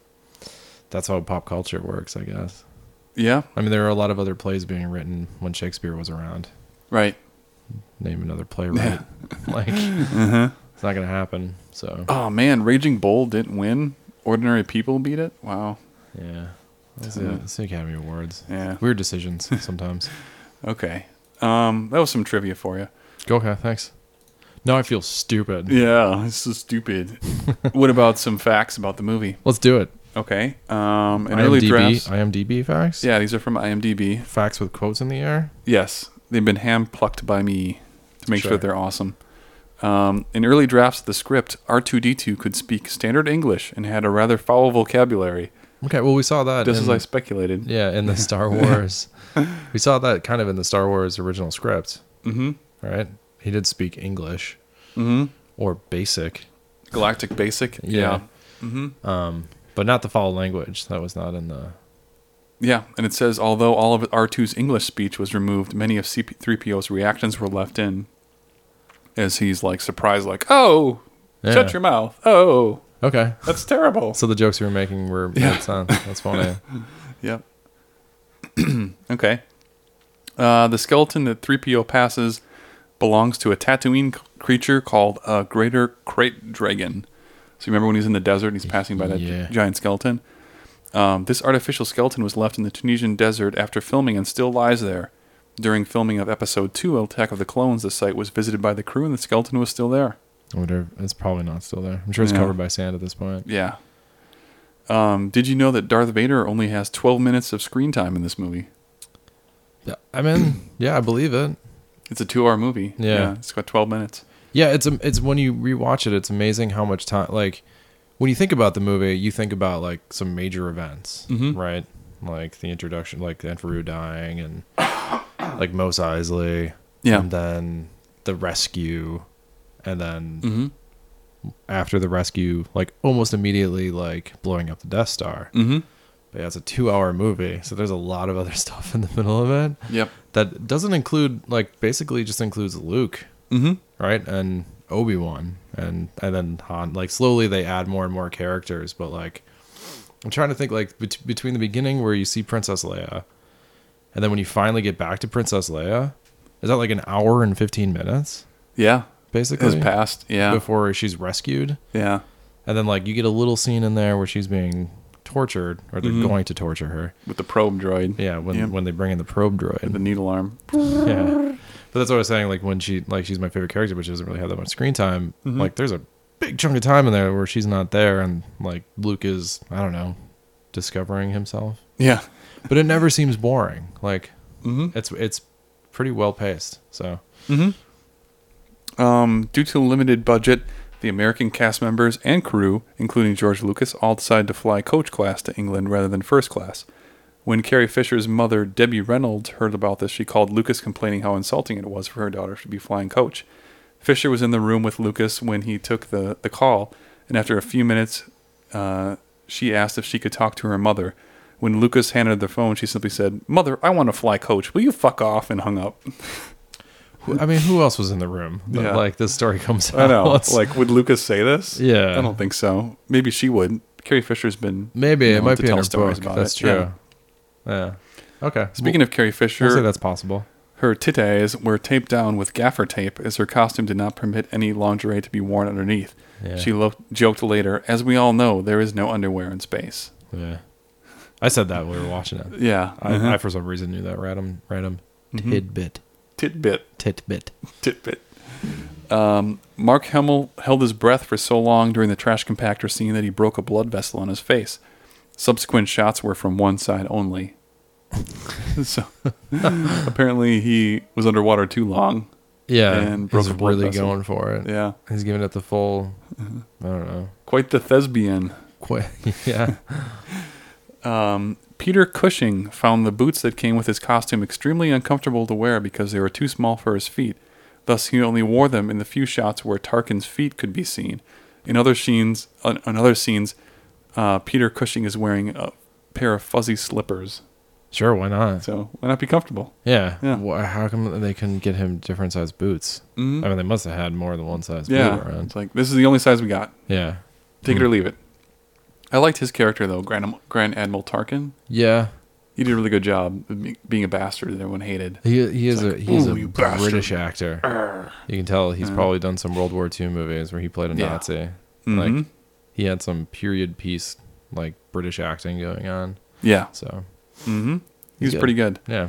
Speaker 2: that's how pop culture works, I guess.
Speaker 1: Yeah.
Speaker 2: I mean, there are a lot of other plays being written when Shakespeare was around.
Speaker 1: Right.
Speaker 2: Name another playwright. like, it's not gonna happen. So,
Speaker 1: Oh man, Raging Bull didn't win. Ordinary People beat it. Wow.
Speaker 2: yeah, it's
Speaker 1: Yeah.
Speaker 2: the, it's the Academy Awards.
Speaker 1: Yeah.
Speaker 2: Weird decisions sometimes.
Speaker 1: Okay. Um, that was some trivia for you.
Speaker 2: Okay, thanks. Now I feel stupid.
Speaker 1: Yeah, this is stupid. what about some facts about the movie?
Speaker 2: Let's do it.
Speaker 1: Okay. Um, in early
Speaker 2: IMDb,
Speaker 1: drafts.
Speaker 2: IMDb facts.
Speaker 1: Yeah, these are from IMDb.
Speaker 2: Facts with quotes in the air.
Speaker 1: Yes, they've been hand plucked by me to make sure,
Speaker 2: Sure.
Speaker 1: they're awesome. Um, in early drafts of the script, R2D2 could speak standard English and had a rather foul vocabulary,
Speaker 2: Okay. Well, we saw that.
Speaker 1: just as
Speaker 2: in-
Speaker 1: I speculated.
Speaker 2: Yeah, in the Star Wars. we saw that kind of in the Star Wars original script,
Speaker 1: Mm-hmm.
Speaker 2: right? He did speak English
Speaker 1: Mm-hmm.
Speaker 2: or basic,
Speaker 1: Galactic Basic.
Speaker 2: Yeah.
Speaker 1: Mm-hmm.
Speaker 2: um, but not the foul language. That was not in the.
Speaker 1: Yeah, and it says although all of R2's English speech was removed, many of CP3PO's reactions were left in. As he's like surprised, like, "Oh,
Speaker 2: Yeah.
Speaker 1: shut your mouth! Oh,
Speaker 2: Okay.
Speaker 1: that's terrible."
Speaker 2: So the jokes we were making were
Speaker 1: Yeah.
Speaker 2: made sense. That's funny.
Speaker 1: Yep. okay. Uh, the skeleton that 3PO passes belongs to a Tatooine c- creature called a Greater Crate Dragon. So you remember when he's in the desert and he's passing by that gi-
Speaker 2: Yeah.
Speaker 1: giant skeleton? Um, this artificial skeleton was left in the Tunisian desert after filming and still lies there. During filming of Episode 2, Attack of the Clones, the site was visited by the crew and the skeleton was still there.
Speaker 2: I wonder. It's probably not still there. I'm sure it's
Speaker 1: No.
Speaker 2: covered by sand at this point.
Speaker 1: Yeah. Um, did you know that Darth Vader only has 12 minutes of screen time in this movie?
Speaker 2: Yeah, I mean, yeah, I believe it.
Speaker 1: It's a two-hour movie.
Speaker 2: Yeah.
Speaker 1: it's got twelve minutes.
Speaker 2: Yeah, it's am- it's when you rewatch it, it's amazing how much time. Like when you think about the movie, you think about like some major events,
Speaker 1: Mhm.
Speaker 2: right? Like the introduction, like the Enferu dying, and like Mos Eisley,
Speaker 1: Yeah.
Speaker 2: and uh, then the rescue, and then
Speaker 1: Mm-hmm.
Speaker 2: after the rescue, like almost immediately, like blowing up the Death Star.
Speaker 1: Mm-hmm.
Speaker 2: But yeah, it's a two-hour movie, so there's a lot of other stuff in the middle of it
Speaker 1: Yep.
Speaker 2: that doesn't include like basically just includes Luke
Speaker 1: Mm-hmm.
Speaker 2: right? And Obi Wan, and and then Han. Like slowly they add more and more characters, but like I'm trying to think like bet- between the beginning where you see Princess Leia, and then when you finally get back to Princess Leia, is that like an hour and fifteen minutes
Speaker 1: Yeah. It
Speaker 2: basically
Speaker 1: was past. Yeah.
Speaker 2: before she's rescued,
Speaker 1: Yeah.
Speaker 2: and then like you get a little scene in there where she's being tortured or they're going to torture her.
Speaker 1: With the probe droid.
Speaker 2: Yeah, when
Speaker 1: Mm-hmm. Yep.
Speaker 2: when they bring in the probe droid.
Speaker 1: With the needle arm.
Speaker 2: yeah. But that's what I was saying. Like when she, like she's my favorite character, but she doesn't really have that much screen time.
Speaker 1: Mm-hmm.
Speaker 2: Like there's a big chunk of time in there where she's not there, and like Luke is, I don't know, discovering himself.
Speaker 1: Yeah.
Speaker 2: But it never seems boring. Like
Speaker 1: Mm-hmm.
Speaker 2: it's it's pretty well paced. So
Speaker 1: Mm-hmm. Um, due to limited budget, the American cast members and crew, including George Lucas, all decided to fly coach class to England rather than first class. When Carrie Fisher's mother, Debbie Reynolds, heard about this, she called Lucas complaining how insulting it was for her daughter to be flying coach. Fisher was in the room with Lucas when he took the, the call, and after a few minutes, uh, she asked if she could talk to her mother. When Lucas handed her the phone, she simply said, Mother, I want to fly coach. Will you fuck off? and hung up.
Speaker 2: who- I mean, who else was in the room? that,
Speaker 1: Yeah.
Speaker 2: Like this story comes out.
Speaker 1: I know. like, would Lucas say this?
Speaker 2: Yeah.
Speaker 1: I don't think so. Maybe she would. Carrie Fisher's been.
Speaker 2: maybe
Speaker 1: you
Speaker 2: it
Speaker 1: know,
Speaker 2: might
Speaker 1: to
Speaker 2: be in
Speaker 1: tell
Speaker 2: her book.
Speaker 1: stories about
Speaker 2: That's
Speaker 1: it.
Speaker 2: true.
Speaker 1: Yeah.
Speaker 2: Yeah. Okay.
Speaker 1: Speaking of Carrie Fisher,
Speaker 2: we'll say that's possible.
Speaker 1: her titties were taped down with gaffer tape as her costume did not permit any lingerie to be worn underneath.
Speaker 2: Yeah.
Speaker 1: She lo- joked later, as we all know, there is no underwear in space.
Speaker 2: Yeah. I said that when we were watching it.
Speaker 1: Yeah.
Speaker 2: I,
Speaker 1: Uh-huh. Mm-hmm.
Speaker 2: I for some reason knew that random random tidbit
Speaker 1: Tidbit.
Speaker 2: tidbit.
Speaker 1: Tidbit. Um, Mark Hemmel held his breath for so long during the trash compactor scene that he broke a blood vessel on his face. Subsequent shots were from one side only. so apparently he was underwater too long.
Speaker 2: Yeah,
Speaker 1: And broke
Speaker 2: he's
Speaker 1: a blood
Speaker 2: really
Speaker 1: vessel.
Speaker 2: going for it.
Speaker 1: Yeah. Uh-huh.
Speaker 2: He's giving it the full. I don't know.
Speaker 1: Quite the thespian.
Speaker 2: Quite. Yeah.
Speaker 1: Um, Peter Cushing found the boots that came with his costume extremely uncomfortable to wear because they were too small for his feet. Thus, he only wore them in the few shots where Tarkin's feet could be seen. In other scenes, on, on other scenes, uh, Peter Cushing is wearing a pair of fuzzy slippers.
Speaker 2: Sure. Why not?
Speaker 1: So why not be comfortable?
Speaker 2: Yeah.
Speaker 1: Yeah.
Speaker 2: Why, how come they couldn't get him different size boots?
Speaker 1: Mhm.
Speaker 2: I mean, they must have had more than one size boot
Speaker 1: Yeah,
Speaker 2: around. Hmm.
Speaker 1: it's like this is the only size we got.
Speaker 2: Yeah.
Speaker 1: Take it or leave it. I liked his character though, Grand, Grand Admiral Tarkin.
Speaker 2: Yeah.
Speaker 1: He did a really good job of be- being a bastard that everyone hated.
Speaker 2: He he is a
Speaker 1: like,
Speaker 2: he's
Speaker 1: "Ooh,
Speaker 2: a
Speaker 1: you bastard."
Speaker 2: British actor. You can tell he's probably done some World War II movies where he played a
Speaker 1: Yeah.
Speaker 2: Nazi.
Speaker 1: Mhm.
Speaker 2: Like he had some period piece like British acting going on.
Speaker 1: Yeah,
Speaker 2: So
Speaker 1: hmm he was
Speaker 2: Good.
Speaker 1: pretty good.
Speaker 2: yeah.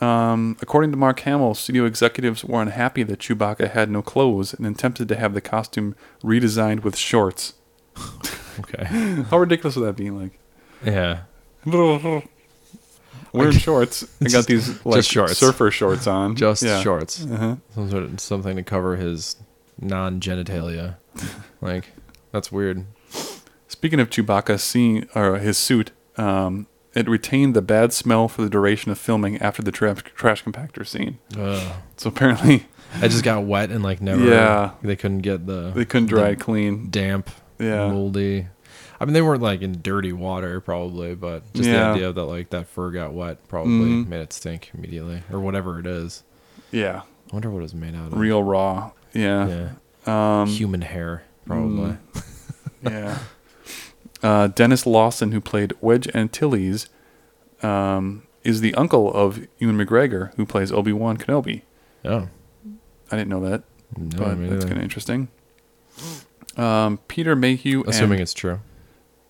Speaker 1: Um, according to Mark Hamill, studio executives were unhappy that Chewbacca had no clothes and attempted to have the costume redesigned with shorts.
Speaker 2: Okay.
Speaker 1: How ridiculous would that be? Like,
Speaker 2: Yeah.
Speaker 1: wearing shorts. I got these like
Speaker 2: just shorts.
Speaker 1: surfer shorts on.
Speaker 2: Just
Speaker 1: Yeah.
Speaker 2: shorts.
Speaker 1: Uh-huh.
Speaker 2: Some sort of, something to cover his non genitalia. like, that's weird.
Speaker 1: Speaking of Chewbacca, seeing or his suit, um, it retained the bad smell for the duration of filming after the tra- trash compactor scene.
Speaker 2: Ugh.
Speaker 1: So apparently
Speaker 2: I just got wet and like never.
Speaker 1: Yeah.
Speaker 2: They couldn't get the.
Speaker 1: they couldn't dry
Speaker 2: the
Speaker 1: it clean.
Speaker 2: Damp.
Speaker 1: Yeah.
Speaker 2: Moldy. I mean, they weren't like in dirty water probably, but just the
Speaker 1: Yeah.
Speaker 2: idea that like that fur got wet probably
Speaker 1: Mhm.
Speaker 2: made it stink immediately or whatever it is.
Speaker 1: Yeah,
Speaker 2: I wonder what it's made out of.
Speaker 1: real raw. Yeah,
Speaker 2: Yeah.
Speaker 1: yeah. Um, mm.
Speaker 2: Human hair probably.
Speaker 1: yeah. Uh, Dennis Lawson, who played Wedge Antilles, um, is the uncle of Ewan McGregor, who plays Obi Wan Kenobi.
Speaker 2: Oh.
Speaker 1: I didn't know that,
Speaker 2: No,
Speaker 1: but
Speaker 2: I mean,
Speaker 1: that's
Speaker 2: uh,
Speaker 1: kind of interesting. Um, Peter Mayhew,
Speaker 2: assuming
Speaker 1: and,
Speaker 2: it's true.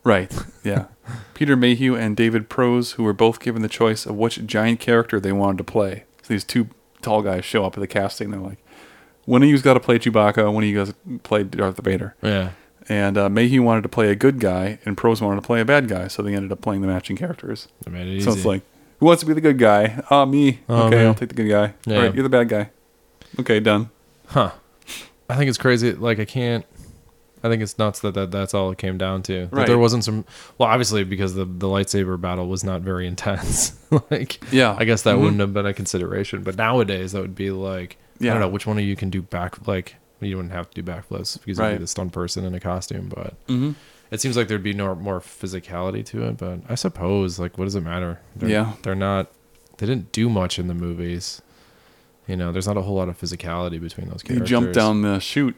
Speaker 1: right, yeah, Peter Mayhew and David Prose, who were both given the choice of which giant character they wanted to play. So these two tall guys show up at the casting. They're like, "One of you's got to play Chewbacca. One of you guys play Darth Vader."
Speaker 2: Yeah.
Speaker 1: And uh, Mayhew wanted to play a good guy, and Pros wanted to play a bad guy, so they ended up playing the matching characters.
Speaker 2: I made it
Speaker 1: So
Speaker 2: easy.
Speaker 1: it's like, who wants to be the good guy? Ah, me.
Speaker 2: Oh,
Speaker 1: okay,
Speaker 2: man.
Speaker 1: I'll take the good guy.
Speaker 2: Yeah.
Speaker 1: All right, you're the bad guy. Okay, done.
Speaker 2: huh. I think it's crazy. Like I can't. I think it's nuts that, that that's all it came down to. That
Speaker 1: Right.
Speaker 2: there wasn't some. Well, obviously because the the lightsaber battle was not very intense. like
Speaker 1: Yeah,
Speaker 2: I guess that
Speaker 1: Mhm.
Speaker 2: wouldn't have been a consideration. But nowadays that would be like I
Speaker 1: Yeah.
Speaker 2: don't know which one of you can do back like you wouldn't have to do backflips because you'd
Speaker 1: Right.
Speaker 2: be the stunt person in a costume. But
Speaker 1: Mhm.
Speaker 2: it seems like there'd be no more physicality to it. But I suppose like what does it matter? They're,
Speaker 1: Yeah.
Speaker 2: they're not. They didn't do much in the movies. You know, there's not a whole lot of physicality between those
Speaker 1: He
Speaker 2: characters.
Speaker 1: jumped down the chute,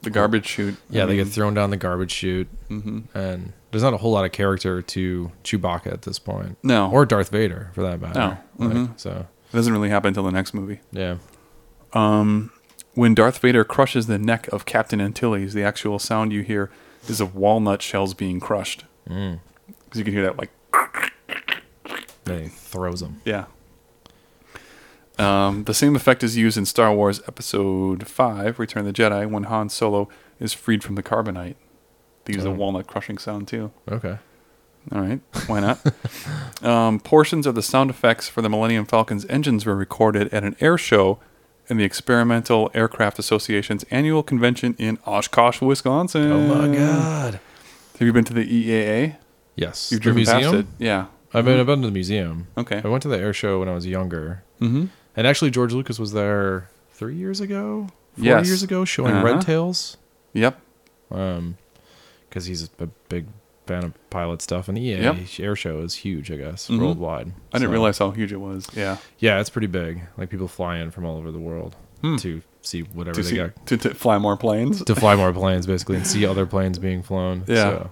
Speaker 1: the garbage chute.
Speaker 2: Yeah,
Speaker 1: I
Speaker 2: they
Speaker 1: mean,
Speaker 2: get thrown down the garbage chute,
Speaker 1: mhm.
Speaker 2: and there's not a whole lot of character to Chewbacca at this point,
Speaker 1: No,
Speaker 2: or Darth Vader for that matter.
Speaker 1: No,
Speaker 2: Like,
Speaker 1: mhm.
Speaker 2: so
Speaker 1: it doesn't really happen until the next movie.
Speaker 2: yeah,
Speaker 1: Um, when Darth Vader crushes the neck of Captain Antilles, the actual sound you hear is of walnut shells being crushed.
Speaker 2: Mm.
Speaker 1: Because you can hear that, like,
Speaker 2: then he throws him.
Speaker 1: Yeah. Um, the same effect is used in Star Wars Episode Five: Return of the Jedi when Han Solo is freed from the carbonite. They use the
Speaker 2: Oh.
Speaker 1: walnut crushing sound too.
Speaker 2: Okay,
Speaker 1: All right, why not? um, portions of the sound effects for the Millennium Falcon's engines were recorded at an air show in the Experimental Aircraft Association's annual convention in Oshkosh, Wisconsin.
Speaker 2: oh my god.
Speaker 1: Have you been to the EAA?
Speaker 2: Yes,
Speaker 1: You've
Speaker 2: the
Speaker 1: driven
Speaker 2: museum. Oh.
Speaker 1: past it. Mm-hmm. Yeah.
Speaker 2: I've been, I've been to the museum.
Speaker 1: Okay.
Speaker 2: I went to the air show when I was younger,
Speaker 1: Mm-hmm.
Speaker 2: and actually George Lucas was there three years ago, four
Speaker 1: Yes.
Speaker 2: years ago, showing
Speaker 1: Uh-huh.
Speaker 2: Red Tails.
Speaker 1: Yep.
Speaker 2: um because he's a big fan of pilot stuff and the EA
Speaker 1: Yep.
Speaker 2: air show is huge i guess
Speaker 1: Mhm.
Speaker 2: worldwide
Speaker 1: I didn't
Speaker 2: So-
Speaker 1: realize how huge it was. Yeah.
Speaker 2: yeah it's pretty big like people fly in from all over the world
Speaker 1: Hmm.
Speaker 2: to see whatever
Speaker 1: to,
Speaker 2: they
Speaker 1: see-
Speaker 2: got
Speaker 1: to, to fly more planes.
Speaker 2: to fly more planes basically and see other planes being flown
Speaker 1: Yeah.
Speaker 2: so,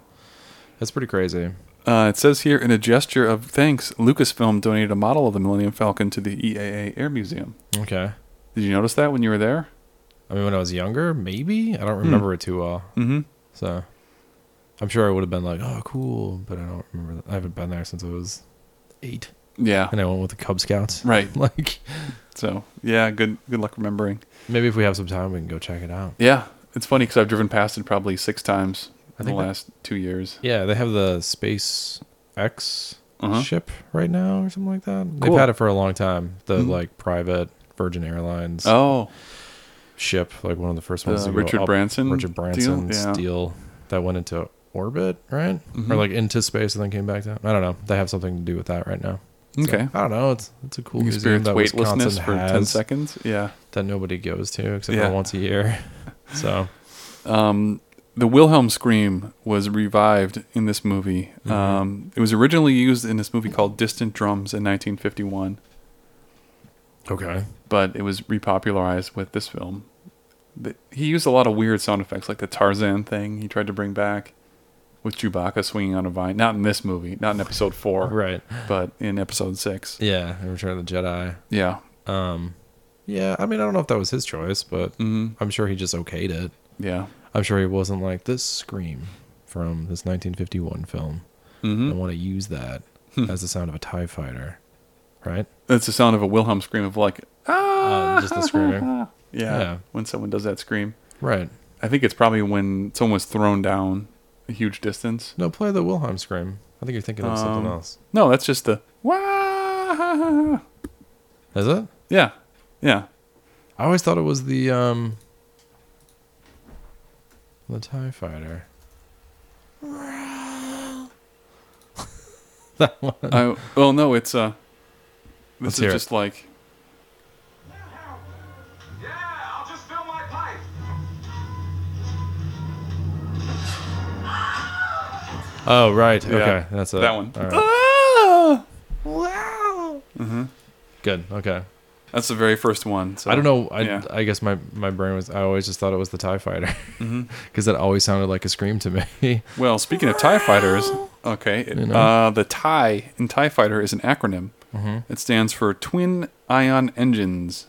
Speaker 2: that's pretty crazy
Speaker 1: Uh, it says here, in a gesture of thanks, Lucasfilm donated a model of the Millennium Falcon to the EAA Air Museum.
Speaker 2: okay
Speaker 1: Did you notice that when you were there?
Speaker 2: i mean when i was younger maybe i don't
Speaker 1: Hmm.
Speaker 2: remember it too well
Speaker 1: Mm-hmm.
Speaker 2: so i'm sure i would have been like oh cool but i don't remember that. i haven't been there since i was eight
Speaker 1: Yeah.
Speaker 2: and i went with the cub scouts
Speaker 1: Right.
Speaker 2: like
Speaker 1: So yeah, good good luck remembering.
Speaker 2: maybe if we have some time we can go check it out
Speaker 1: Yeah, it's funny because I've driven past it probably six times
Speaker 2: I
Speaker 1: in the
Speaker 2: think that-
Speaker 1: last two years.
Speaker 2: Yeah, they have the Space X
Speaker 1: Uh-huh.
Speaker 2: ship right now or something like that.
Speaker 1: Cool.
Speaker 2: They've had it for a long time. The
Speaker 1: Mhm.
Speaker 2: like private Virgin Airlines
Speaker 1: Oh,
Speaker 2: ship, like one of the first ones
Speaker 1: the
Speaker 2: to go
Speaker 1: Richard
Speaker 2: up.
Speaker 1: Branson.
Speaker 2: Richard Branson
Speaker 1: deal? Yeah.
Speaker 2: steel that went into orbit, right?
Speaker 1: Mhm.
Speaker 2: Or like into space and then came back down. I don't know. They have something to do with that right now. So,
Speaker 1: Okay.
Speaker 2: I don't know. It's it's a cool
Speaker 1: You
Speaker 2: museum
Speaker 1: experience
Speaker 2: that
Speaker 1: weightlessness
Speaker 2: Wisconsin
Speaker 1: for
Speaker 2: has
Speaker 1: ten seconds. Yeah.
Speaker 2: that nobody goes to except
Speaker 1: Yeah.
Speaker 2: for once a year. so
Speaker 1: Um, the Wilhelm scream was revived in this movie.
Speaker 2: Mhm.
Speaker 1: Um, it was originally used in this movie called Distant Drums in 1951,
Speaker 2: okay,
Speaker 1: but it was repopularized with this film. The- He used a lot of weird sound effects, like the Tarzan thing he tried to bring back with Chewbacca swinging on a vine. Not in this movie, not in episode four,
Speaker 2: right?
Speaker 1: but in episode six.
Speaker 2: Yeah, and Return of the Jedi.
Speaker 1: Yeah.
Speaker 2: Um, yeah, I mean, I don't know if that was his choice, but
Speaker 1: hmm
Speaker 2: I'm sure he just okayed it.
Speaker 1: Yeah.
Speaker 2: I'm sure he wasn't like this scream from this 1951 film. I
Speaker 1: hmm
Speaker 2: want to use that
Speaker 1: Hmm.
Speaker 2: as the sound of a Tie Fighter right?
Speaker 1: That's the sound of a Wilhelm scream of like,
Speaker 2: Uh, just the screaming,
Speaker 1: yeah,
Speaker 2: Yeah.
Speaker 1: when someone does that scream.
Speaker 2: right?
Speaker 1: I think it's probably when someone was thrown down a huge distance.
Speaker 2: No, play the Wilhelm scream. I think you're thinking of something
Speaker 1: Um,
Speaker 2: else.
Speaker 1: No, that's just the wah.
Speaker 2: Is it?
Speaker 1: Yeah, yeah.
Speaker 2: I always thought it was the um the Tie Fighter. that one.
Speaker 1: I well, no, it's uh,
Speaker 2: Let's
Speaker 1: this
Speaker 2: hear
Speaker 1: is
Speaker 2: it.
Speaker 1: just like
Speaker 4: Yeah, I'll just fill my pipe.
Speaker 2: Oh right.
Speaker 1: Yeah,
Speaker 2: okay, that's it.
Speaker 1: that one.
Speaker 2: All right.
Speaker 1: Ah!
Speaker 2: Good. Okay.
Speaker 1: That's the very first one. So
Speaker 2: I don't know. I,
Speaker 1: yeah.
Speaker 2: I guess my, my brain was. I always just thought it was the Tie Fighter
Speaker 1: Mm-hmm.
Speaker 2: because that always sounded like a scream to me.
Speaker 1: Well, speaking of Tie Fighters, okay, it,
Speaker 2: know?
Speaker 1: uh, the Tie in Tie Fighter is an acronym.
Speaker 2: Mm-hmm.
Speaker 1: It stands for Twin Ion Engines.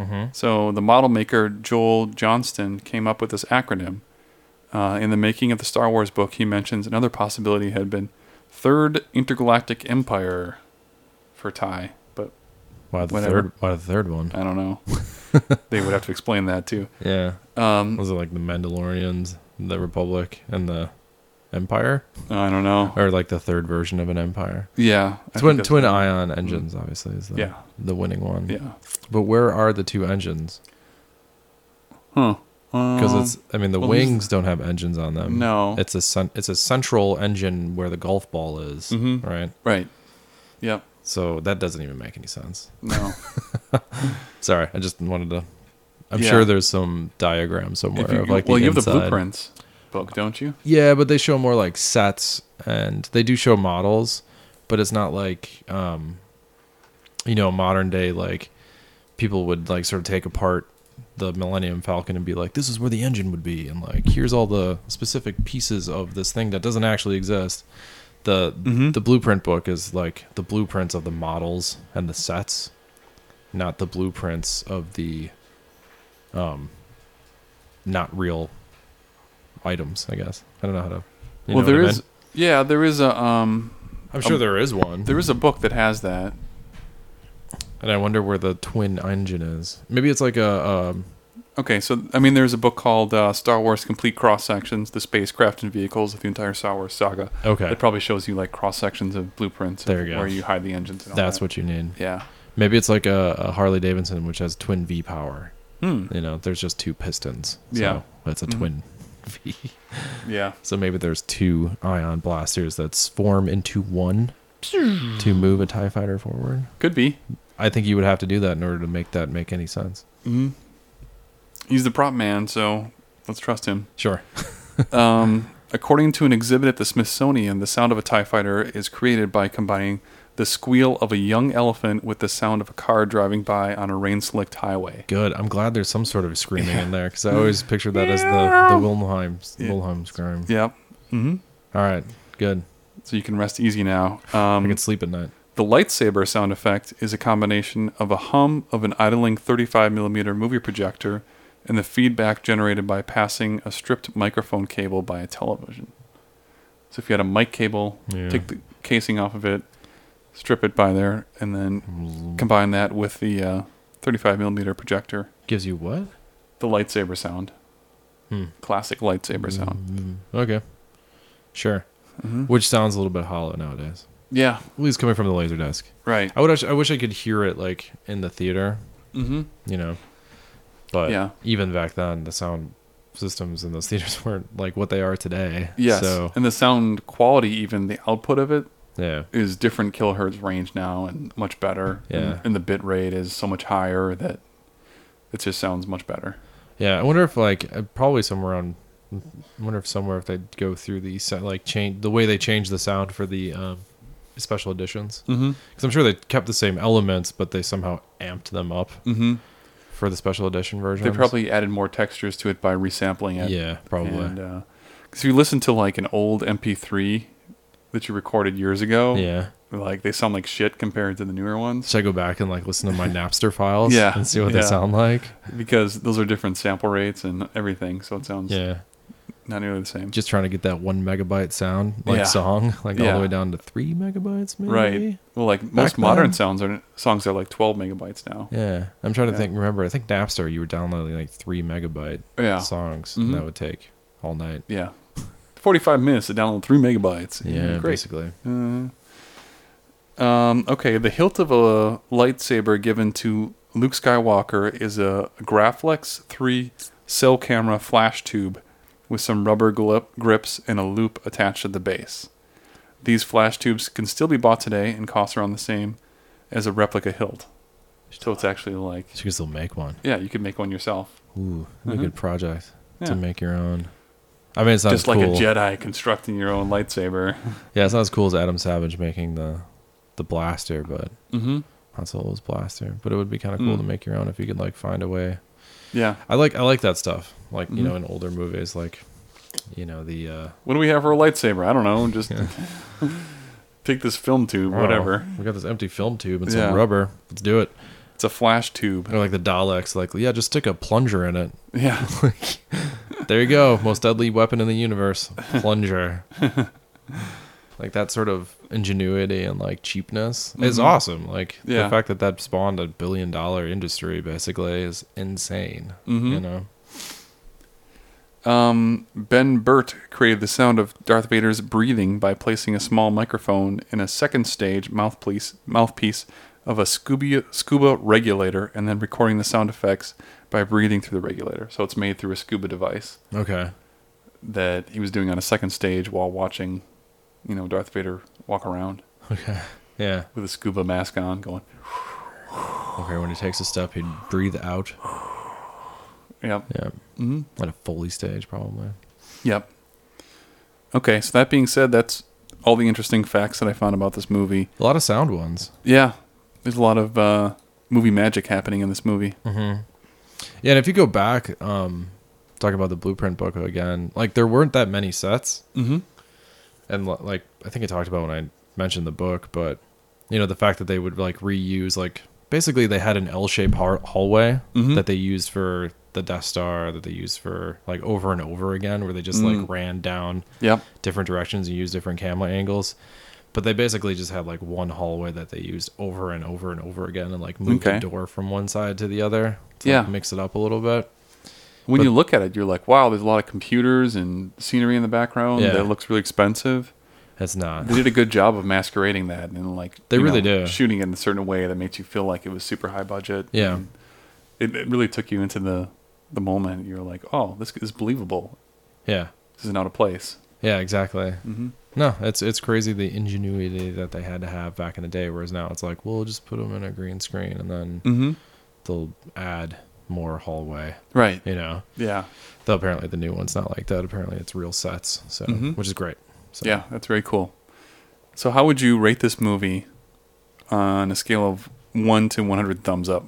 Speaker 2: Mm-hmm.
Speaker 1: So the model maker Joel Johnston came up with this acronym. Uh, in the making of the Star Wars book, he mentions another possibility had been Third Intergalactic Empire for Tie, but
Speaker 2: Why the
Speaker 1: Whatever. Uh,
Speaker 2: third? Why the third one?
Speaker 1: I don't know. they would have to explain that too.
Speaker 2: Yeah.
Speaker 1: Um,
Speaker 2: Was it like the Mandalorians, the Republic, and the Empire,
Speaker 1: I don't know.
Speaker 2: or like the third version of an Empire?
Speaker 1: Yeah, I
Speaker 2: Twin
Speaker 1: think that's- Mm.
Speaker 2: twin ion engines, obviously, is the
Speaker 1: Yeah.
Speaker 2: the winning one.
Speaker 1: Yeah.
Speaker 2: But where are the two engines?
Speaker 1: Huh.
Speaker 2: Because
Speaker 1: Um,
Speaker 2: it's, I mean, the
Speaker 1: well, there's-
Speaker 2: wings don't have engines on them.
Speaker 1: No.
Speaker 2: it's a cen- it's a central engine where the golf ball is,
Speaker 1: Mhm.
Speaker 2: right?
Speaker 1: right. Yep.
Speaker 2: So that doesn't even make any sense.
Speaker 1: No.
Speaker 2: Sorry, I just wanted to. I'm
Speaker 1: Yeah.
Speaker 2: sure there's some diagram somewhere
Speaker 1: If you,
Speaker 2: of like
Speaker 1: well,
Speaker 2: the
Speaker 1: you have the
Speaker 2: inside.
Speaker 1: blueprints book, don't you?
Speaker 2: Yeah, but they show more like sets and they do show models, but it's not like um you know, modern day like people would like sort of take apart the Millennium Falcon and be like, this is where the engine would be and like here's all the specific pieces of this thing that doesn't actually exist. The
Speaker 1: Mm-hmm.
Speaker 2: the blueprint book is like the blueprints of the models and the sets, not the blueprints of the um not real items, I guess. I don't know how to. you
Speaker 1: well,
Speaker 2: know what
Speaker 1: there
Speaker 2: I
Speaker 1: is.
Speaker 2: mean?
Speaker 1: Yeah, there is a um,
Speaker 2: I'm sure there is one.
Speaker 1: there is a book that has that.
Speaker 2: and I wonder where the twin engine is. Maybe it's like a. Um,
Speaker 1: Okay, so I mean, there's a book called uh, Star Wars: Complete Cross Sections: The Spacecraft and Vehicles of the Entire Star Wars Saga.
Speaker 2: okay.
Speaker 1: That probably shows you like cross sections of blueprints. of
Speaker 2: There you go.
Speaker 1: Where you hide the engines. And all
Speaker 2: that's
Speaker 1: that.
Speaker 2: what you need.
Speaker 1: Yeah.
Speaker 2: Maybe it's like a, a Harley Davidson, which has twin V power.
Speaker 1: Hmm.
Speaker 2: You know, there's just two pistons. So
Speaker 1: Yeah. Mm-hmm.
Speaker 2: That's a twin V.
Speaker 1: Yeah.
Speaker 2: So maybe there's two ion blasters that form into one to move a TIE fighter forward.
Speaker 1: Could be.
Speaker 2: I think you would have to do that in order to make that make any sense.
Speaker 1: He's the prop man, so let's trust him.
Speaker 2: Sure.
Speaker 1: Um, according to an exhibit at the Smithsonian, the sound of a TIE fighter is created by combining the squeal of a young elephant with the sound of a car driving by on a rain slicked highway.
Speaker 2: Good. I'm glad there's some sort of screaming in there because I always pictured that as the the Wilhelm
Speaker 1: Yeah.
Speaker 2: Wilhelm scream.
Speaker 1: Yep.
Speaker 2: All right. Good.
Speaker 1: So you can rest easy now.
Speaker 2: I
Speaker 1: Um,
Speaker 2: can sleep at night.
Speaker 1: the lightsaber sound effect is a combination of a hum of an idling 35 millimeter movie projector and the feedback generated by passing a stripped microphone cable by a television. So if you had a mic cable,
Speaker 2: Yeah.
Speaker 1: take the casing off of it, strip it by there, and then
Speaker 2: Mm.
Speaker 1: combine that with the uh, 35 millimeter projector,
Speaker 2: Gives you what?
Speaker 1: the lightsaber sound,
Speaker 2: Hmm. Mm.
Speaker 1: classic lightsaber sound.
Speaker 2: Okay. Sure. Which sounds a little bit hollow nowadays.
Speaker 1: Yeah,
Speaker 2: At least coming from the laser desk.
Speaker 1: right.
Speaker 2: I would. Actually, I wish I could hear it like in the theater.
Speaker 1: Mm-hmm.
Speaker 2: You know. But
Speaker 1: Yeah.
Speaker 2: even back then, the sound systems in those theaters weren't like what they are today.
Speaker 1: Yes,
Speaker 2: So
Speaker 1: and the sound quality, even the output of it,
Speaker 2: yeah.
Speaker 1: is different kilohertz range now and much better.
Speaker 2: Yeah.
Speaker 1: And, and the bit rate is so much higher that it just sounds much better.
Speaker 2: Yeah, I wonder if like uh, probably somewhere on. I wonder if somewhere if they go through the sa- like change the way they change the sound for the um, special editions because
Speaker 1: Mm-hmm.
Speaker 2: I'm sure they kept the same elements but they somehow amped them up
Speaker 1: Mm-hmm.
Speaker 2: for the special edition version.
Speaker 1: They probably added more textures to it by resampling it.
Speaker 2: yeah probably
Speaker 1: And, uh 'cause if you listen to like an old MP3 that you recorded years ago,
Speaker 2: yeah.
Speaker 1: like they sound like shit compared to the newer ones
Speaker 2: Should I go back and like listen to my Napster files
Speaker 1: Yeah,
Speaker 2: and see what
Speaker 1: yeah.
Speaker 2: they sound like?
Speaker 1: because those are different sample rates and everything. So it sounds
Speaker 2: Yeah,
Speaker 1: Not nearly the same.
Speaker 2: Just trying to get that one megabyte sound, like
Speaker 1: Yeah.
Speaker 2: song, like all
Speaker 1: Yeah.
Speaker 2: the way down to three megabytes, maybe.
Speaker 1: Right. Well, like most
Speaker 2: Back
Speaker 1: modern
Speaker 2: then?
Speaker 1: sounds are songs are like 12 megabytes now.
Speaker 2: Yeah, I'm trying to
Speaker 1: Yeah.
Speaker 2: think. Remember, I think Napster, you were downloading like three megabyte
Speaker 1: Yeah.
Speaker 2: songs,
Speaker 1: Mhm.
Speaker 2: and that would take all night.
Speaker 1: Yeah. 45 minutes to download 3 megabytes.
Speaker 2: Yeah,
Speaker 1: Great.
Speaker 2: basically.
Speaker 1: Um, okay. The hilt of a lightsaber given to Luke Skywalker is a Graflex 3 cell camera flash tube with some rubber gl- grips and a loop attached to the base. These flash tubes can still be bought today and cost around the same as a replica hilt. So it's actually like,
Speaker 2: So you can still make one.
Speaker 1: yeah, you could make one yourself.
Speaker 2: Ooh, that'd be
Speaker 1: Mhm.
Speaker 2: a good project
Speaker 1: Yeah.
Speaker 2: to make your own. I mean, it's not
Speaker 1: just
Speaker 2: as
Speaker 1: like a
Speaker 2: cool.
Speaker 1: Jedi constructing your own lightsaber.
Speaker 2: Yeah, it's not as cool as Adam Savage making the the blaster, but
Speaker 1: Mm-hmm.
Speaker 2: Han Solo's blaster. But it would be kind of cool
Speaker 1: Mm.
Speaker 2: to make your own if you could like find a way.
Speaker 1: Yeah.
Speaker 2: I like I like that stuff. Like you
Speaker 1: Mhm.
Speaker 2: know, in older movies, like you know the uh,
Speaker 1: What do we have for a lightsaber? I don't know. Just
Speaker 2: Yeah.
Speaker 1: pick this film tube,
Speaker 2: wow,
Speaker 1: whatever.
Speaker 2: oh, We got this empty film tube and
Speaker 1: Yeah.
Speaker 2: some rubber. Let's do it.
Speaker 1: It's a flash tube.
Speaker 2: Or like the Daleks, like yeah, just stick a plunger in it.
Speaker 1: Yeah.
Speaker 2: There you go, most deadly weapon in the universe, plunger. like that sort of ingenuity and like cheapness is
Speaker 1: Mhm.
Speaker 2: awesome. Like
Speaker 1: Yeah.
Speaker 2: the fact that that spawned a billion dollar industry basically is insane. You
Speaker 1: Mhm.
Speaker 2: know,
Speaker 1: Um, ben Burt created the sound of Darth Vader's breathing by placing a small microphone in a second stage mouthpiece mouthpiece of a scuba scuba regulator, and then recording the sound effects by breathing through the regulator. So it's made through a scuba device.
Speaker 2: okay,
Speaker 1: that he was doing on a second stage while watching, you know, Darth Vader walk around
Speaker 2: okay, yeah,
Speaker 1: with a scuba mask on, going,
Speaker 2: okay. When he takes a step, he'd breathe out.
Speaker 1: "Yep,
Speaker 2: Yeah,
Speaker 1: mm-hmm.
Speaker 2: on a Foley stage probably.
Speaker 1: yep." Okay, so that being said, that's all the interesting facts that I found about this movie.
Speaker 2: A lot of sound ones.
Speaker 1: Yeah, there's a lot of uh, movie magic happening in this movie.
Speaker 2: Hmm. Yeah, and if you go back, um, talk about the blueprint book again. Like there weren't that many sets.
Speaker 1: Mm-hmm.
Speaker 2: and li- like I think I talked about when I mentioned the book, but you know the fact that they would like reuse like basically they had an L-shaped har- hallway
Speaker 1: Mhm.
Speaker 2: that they used for the Death Star that they used for like over and over again, where they just like ran down
Speaker 1: Yep.
Speaker 2: different directions and used different camera angles. But they basically just had like one hallway that they used over and over and over again, and like moved
Speaker 1: Okay.
Speaker 2: the door from one side to the other to like,
Speaker 1: Yeah.
Speaker 2: mix it up a little bit.
Speaker 1: When
Speaker 2: But-
Speaker 1: you look at it, you're like, "Wow, there's a lot of computers and scenery in the background
Speaker 2: Yeah.
Speaker 1: that looks really expensive."
Speaker 2: That's not.
Speaker 1: They did a good job of masquerading that and like
Speaker 2: They
Speaker 1: you
Speaker 2: really
Speaker 1: know,
Speaker 2: do.
Speaker 1: shooting it in a certain way that makes you feel like it was super high budget.
Speaker 2: Yeah.
Speaker 1: And it, it really took you into the the moment. You're like, oh, this is believable.
Speaker 2: Yeah.
Speaker 1: This is not a place.
Speaker 2: Yeah, exactly.
Speaker 1: Mhm.
Speaker 2: No, it's it's crazy the ingenuity that they had to have back in the day. Whereas now it's like, we'll just put them in a green screen and then
Speaker 1: Mm-hmm.
Speaker 2: they'll add more hallway.
Speaker 1: Right.
Speaker 2: You know,
Speaker 1: Yeah.
Speaker 2: though apparently the new one's not like that. Apparently it's real sets, so
Speaker 1: Mhm.
Speaker 2: which is great. So,
Speaker 1: Yeah. That's very cool. So, how would you rate this movie on a scale of one to one hundred thumbs up?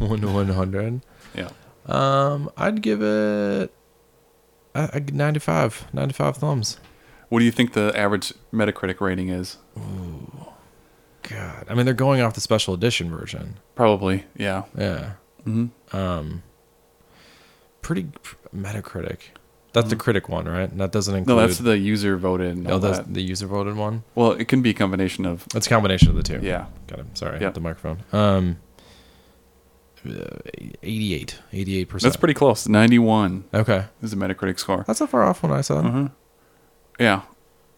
Speaker 2: one to one hundred.
Speaker 1: Yeah.
Speaker 2: Um, I'd give it a, a 95, 95 thumbs.
Speaker 1: What do you think the average Metacritic rating is?
Speaker 2: God, I mean they're going off the special edition version.
Speaker 1: Probably. Yeah.
Speaker 2: Yeah.
Speaker 1: Mm-hmm.
Speaker 2: Um. Pretty pr- Metacritic. That's the critic one, right? And that doesn't include.
Speaker 1: No, that's the user voted. And all
Speaker 2: Oh, that's
Speaker 1: that.
Speaker 2: the user voted one.
Speaker 1: Well, it can be a combination of
Speaker 2: It's a combination of the two.
Speaker 1: yeah.
Speaker 2: Got him. Sorry, I
Speaker 1: Yeah.
Speaker 2: hit the microphone. Um, uh, 88, 88 percent.
Speaker 1: That's pretty close. Ninety-one
Speaker 2: Okay,
Speaker 1: is the Metacritic score.
Speaker 2: that's not far off when I saw. it.
Speaker 1: Uh-huh. Yeah.